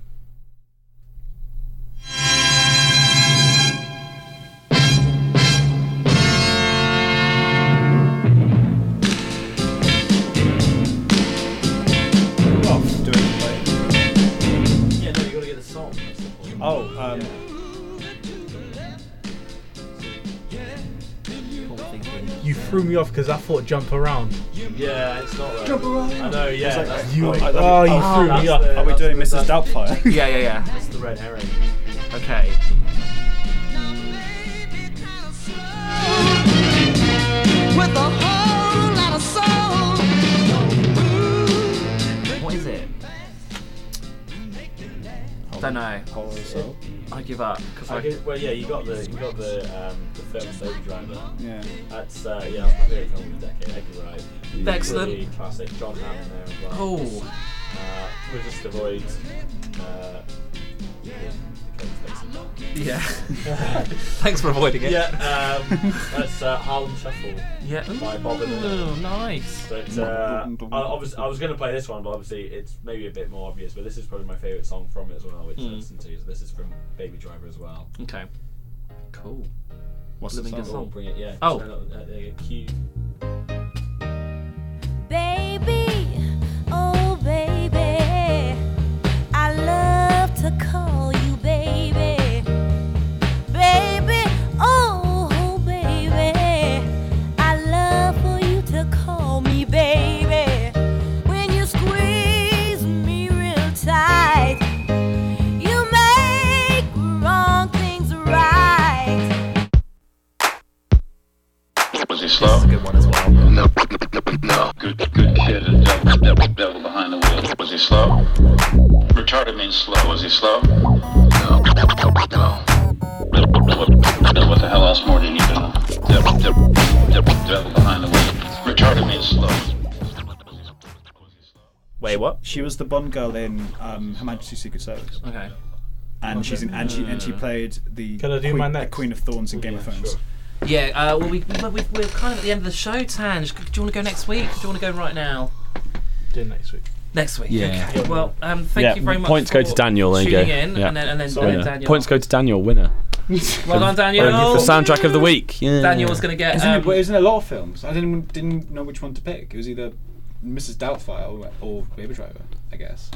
[SPEAKER 3] Off, do it.
[SPEAKER 12] Yeah, no, you gotta get the song. That's the point.
[SPEAKER 3] Oh, um,
[SPEAKER 4] You threw me off because I thought Jump Around.
[SPEAKER 12] Yeah, it's not. Right. Jump around. I know. Yeah.
[SPEAKER 3] It's like,
[SPEAKER 12] that's,
[SPEAKER 4] You-
[SPEAKER 3] oh, I love
[SPEAKER 4] oh,
[SPEAKER 3] it.
[SPEAKER 4] you
[SPEAKER 3] Oh,
[SPEAKER 4] threw
[SPEAKER 3] that's
[SPEAKER 4] me off.
[SPEAKER 12] the-
[SPEAKER 3] Are we
[SPEAKER 12] that's
[SPEAKER 3] doing
[SPEAKER 12] the-
[SPEAKER 3] Mrs.
[SPEAKER 12] that's-
[SPEAKER 3] Doubtfire?
[SPEAKER 2] Yeah, yeah, yeah.
[SPEAKER 12] that's the red herring.
[SPEAKER 2] Okay.
[SPEAKER 10] With a whole lot of soul.
[SPEAKER 2] What is it? Don't know.
[SPEAKER 3] Horror Soul.
[SPEAKER 2] I give up because I.
[SPEAKER 12] I guess, well, yeah, you got the you got the um, the film Baby Driver.
[SPEAKER 3] Yeah.
[SPEAKER 12] That's uh, yeah, that's my favorite film of the decade. I can right.
[SPEAKER 2] Excellent.
[SPEAKER 12] Really classic John Hamm there as well.
[SPEAKER 2] Oh,
[SPEAKER 12] Uh, we'll just avoid. Uh,
[SPEAKER 2] Yeah. Thanks for avoiding it.
[SPEAKER 12] Yeah, um, that's uh, Harlem Shuffle.
[SPEAKER 2] Yeah.
[SPEAKER 12] by Bob and
[SPEAKER 2] Ooh, nice.
[SPEAKER 12] But uh, I, obviously, I was going to play this one, but obviously it's maybe a bit more obvious. But this is probably my favourite song from it as well, which
[SPEAKER 2] Mm.
[SPEAKER 12] I listen to. So this is from Baby Driver as well.
[SPEAKER 2] Okay. Cool. What's the
[SPEAKER 12] Living
[SPEAKER 2] song?
[SPEAKER 12] Good Song? Bring it, yeah.
[SPEAKER 2] Oh.
[SPEAKER 12] Turn up, uh, the cue.
[SPEAKER 13] Baby, oh baby, I love to call you baby. Baby, oh baby, I love for you to call me baby. When you squeeze me real tight, you make wrong things right.
[SPEAKER 14] Was he slow? That's a good one as well. No, no, good, good shit. The devil, devil, devil behind the wheel. Was he slow? Retarded means slow. Was he slow? No, no. What, what, what the hell else more do you need to know? Devil, devil, devil, devil behind the wheel. Retarded means slow.
[SPEAKER 2] Wait, what?
[SPEAKER 3] She was the Bond girl in um, Her Majesty's Secret Service.
[SPEAKER 2] Okay.
[SPEAKER 3] And she's in, and she and she
[SPEAKER 2] Uh. Oh,
[SPEAKER 3] played the
[SPEAKER 2] Can I do
[SPEAKER 3] queen,
[SPEAKER 2] my
[SPEAKER 3] the
[SPEAKER 2] next?
[SPEAKER 3] Queen of Thorns in Game of Thrones.
[SPEAKER 2] Yeah, uh, well, we, we, we, we're kind of at the end of the show, Tanj. Do you want to go next week? Do you want to go right now?
[SPEAKER 4] Do next week.
[SPEAKER 2] Next week.
[SPEAKER 5] Yeah.
[SPEAKER 2] Okay. Well, um, thank
[SPEAKER 5] yeah,
[SPEAKER 2] you very much.
[SPEAKER 5] Points
[SPEAKER 2] for
[SPEAKER 5] go to Daniel. There you go.
[SPEAKER 2] tuning in,
[SPEAKER 5] yeah.
[SPEAKER 2] and then, and then
[SPEAKER 5] Winner.
[SPEAKER 2] Daniel.
[SPEAKER 5] Points go to Daniel, winner.
[SPEAKER 2] Well done, Daniel.
[SPEAKER 5] The
[SPEAKER 2] Oh,
[SPEAKER 5] soundtrack of the week. Yeah.
[SPEAKER 2] Daniel's gonna get,
[SPEAKER 3] Isn't
[SPEAKER 2] um,
[SPEAKER 3] it, well, it was in a lot of films. I didn't didn't know which one to pick. It was either Mrs. Doubtfire or, or Baby Driver, I guess.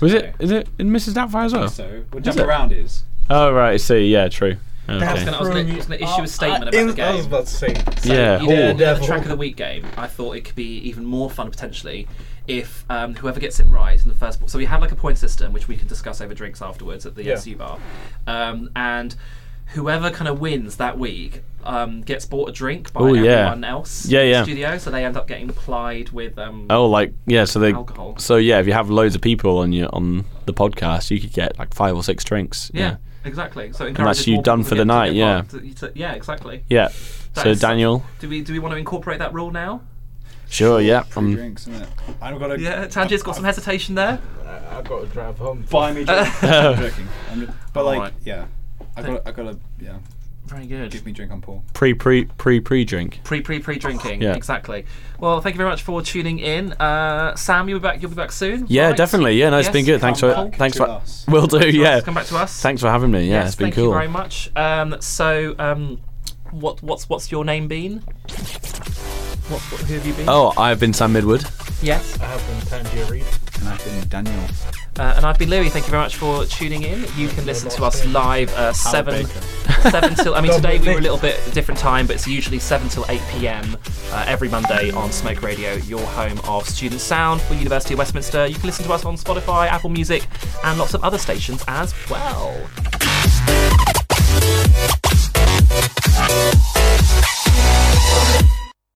[SPEAKER 5] Was it? Is it in Mrs. Doubtfire as
[SPEAKER 3] I
[SPEAKER 5] well?
[SPEAKER 3] think so. Well,
[SPEAKER 5] Is
[SPEAKER 3] Jump
[SPEAKER 5] it?
[SPEAKER 3] Around is.
[SPEAKER 5] Oh right, I see. Yeah, true. Okay.
[SPEAKER 2] I was gonna- I was gonna- I was going to issue a statement about the game.
[SPEAKER 4] I was about to say.
[SPEAKER 2] So
[SPEAKER 5] Yeah, Oh.
[SPEAKER 2] you did
[SPEAKER 5] cool.
[SPEAKER 2] the track of the week game. I thought it could be even more fun potentially if um, whoever gets it right in the first. So we have like a point system which we can discuss over drinks afterwards at the
[SPEAKER 4] Yeah.
[SPEAKER 2] SU bar, um, and whoever kind of wins that week um, gets bought a drink by
[SPEAKER 5] Ooh, yeah.
[SPEAKER 2] everyone else.
[SPEAKER 5] Yeah,
[SPEAKER 2] in the
[SPEAKER 5] yeah.
[SPEAKER 2] Studio, so they end up getting plied with. Um,
[SPEAKER 5] Oh, like yeah. So they.
[SPEAKER 2] Alcohol.
[SPEAKER 5] So yeah, if you have loads of people on your on the podcast, you could get like five or six drinks.
[SPEAKER 2] yeah, exactly. So it
[SPEAKER 5] And
[SPEAKER 2] encourages
[SPEAKER 5] that's you
[SPEAKER 2] more
[SPEAKER 5] done
[SPEAKER 2] people to
[SPEAKER 5] for the
[SPEAKER 2] get- to
[SPEAKER 5] night,
[SPEAKER 2] get
[SPEAKER 5] yeah.
[SPEAKER 2] involved. To- to- yeah, exactly.
[SPEAKER 5] Yeah.
[SPEAKER 2] That
[SPEAKER 5] so
[SPEAKER 2] is-
[SPEAKER 5] Daniel,
[SPEAKER 2] do we do we want to incorporate that rule now?
[SPEAKER 5] sure, yeah. um,
[SPEAKER 3] drinks, isn't it? I've got a.
[SPEAKER 2] Yeah, Tanjit's got some hesitation there.
[SPEAKER 4] I've got to drive home.
[SPEAKER 3] Buy me drinks. I'm joking. I'm joking. But like,
[SPEAKER 2] Oh. Alright.
[SPEAKER 3] yeah, I got, I got a, yeah.
[SPEAKER 2] Very good.
[SPEAKER 3] Give me drink on Paul.
[SPEAKER 5] pre pre pre pre drink.
[SPEAKER 2] Pre pre pre drinking.
[SPEAKER 5] Yeah.
[SPEAKER 2] Exactly. Well, thank you very much for tuning in. Uh, Sam, you'll be back. You'll be back soon.
[SPEAKER 5] Yeah,
[SPEAKER 2] right?
[SPEAKER 5] definitely. Yeah, no, it's been
[SPEAKER 2] Yes?
[SPEAKER 5] good. Thanks
[SPEAKER 2] Come
[SPEAKER 5] for
[SPEAKER 2] back
[SPEAKER 5] thanks
[SPEAKER 2] to
[SPEAKER 5] for
[SPEAKER 2] us.
[SPEAKER 5] will do.
[SPEAKER 2] Come back to
[SPEAKER 5] Yeah,
[SPEAKER 2] us, Come back to us.
[SPEAKER 5] Thanks for having me. Yeah,
[SPEAKER 2] Yes,
[SPEAKER 5] it's been
[SPEAKER 2] thank
[SPEAKER 5] cool.
[SPEAKER 2] you very much. Um, so, um, what what's what's your name been? What, what who have you been?
[SPEAKER 5] Oh, I've been Sam Midwood.
[SPEAKER 2] Yes.
[SPEAKER 4] I have been Tangier Reed.
[SPEAKER 3] And I've been Daniel.
[SPEAKER 2] Uh, and I've been Louis. Thank you very much for tuning in. You can listen to us live uh, seven, seven till. I mean, today we were a little bit different time, but it's usually seven till eight p.m. Uh, every Monday on Smoke Radio, your home of student sound for University of Westminster. You can listen to us on Spotify, Apple Music, and lots of other stations as well.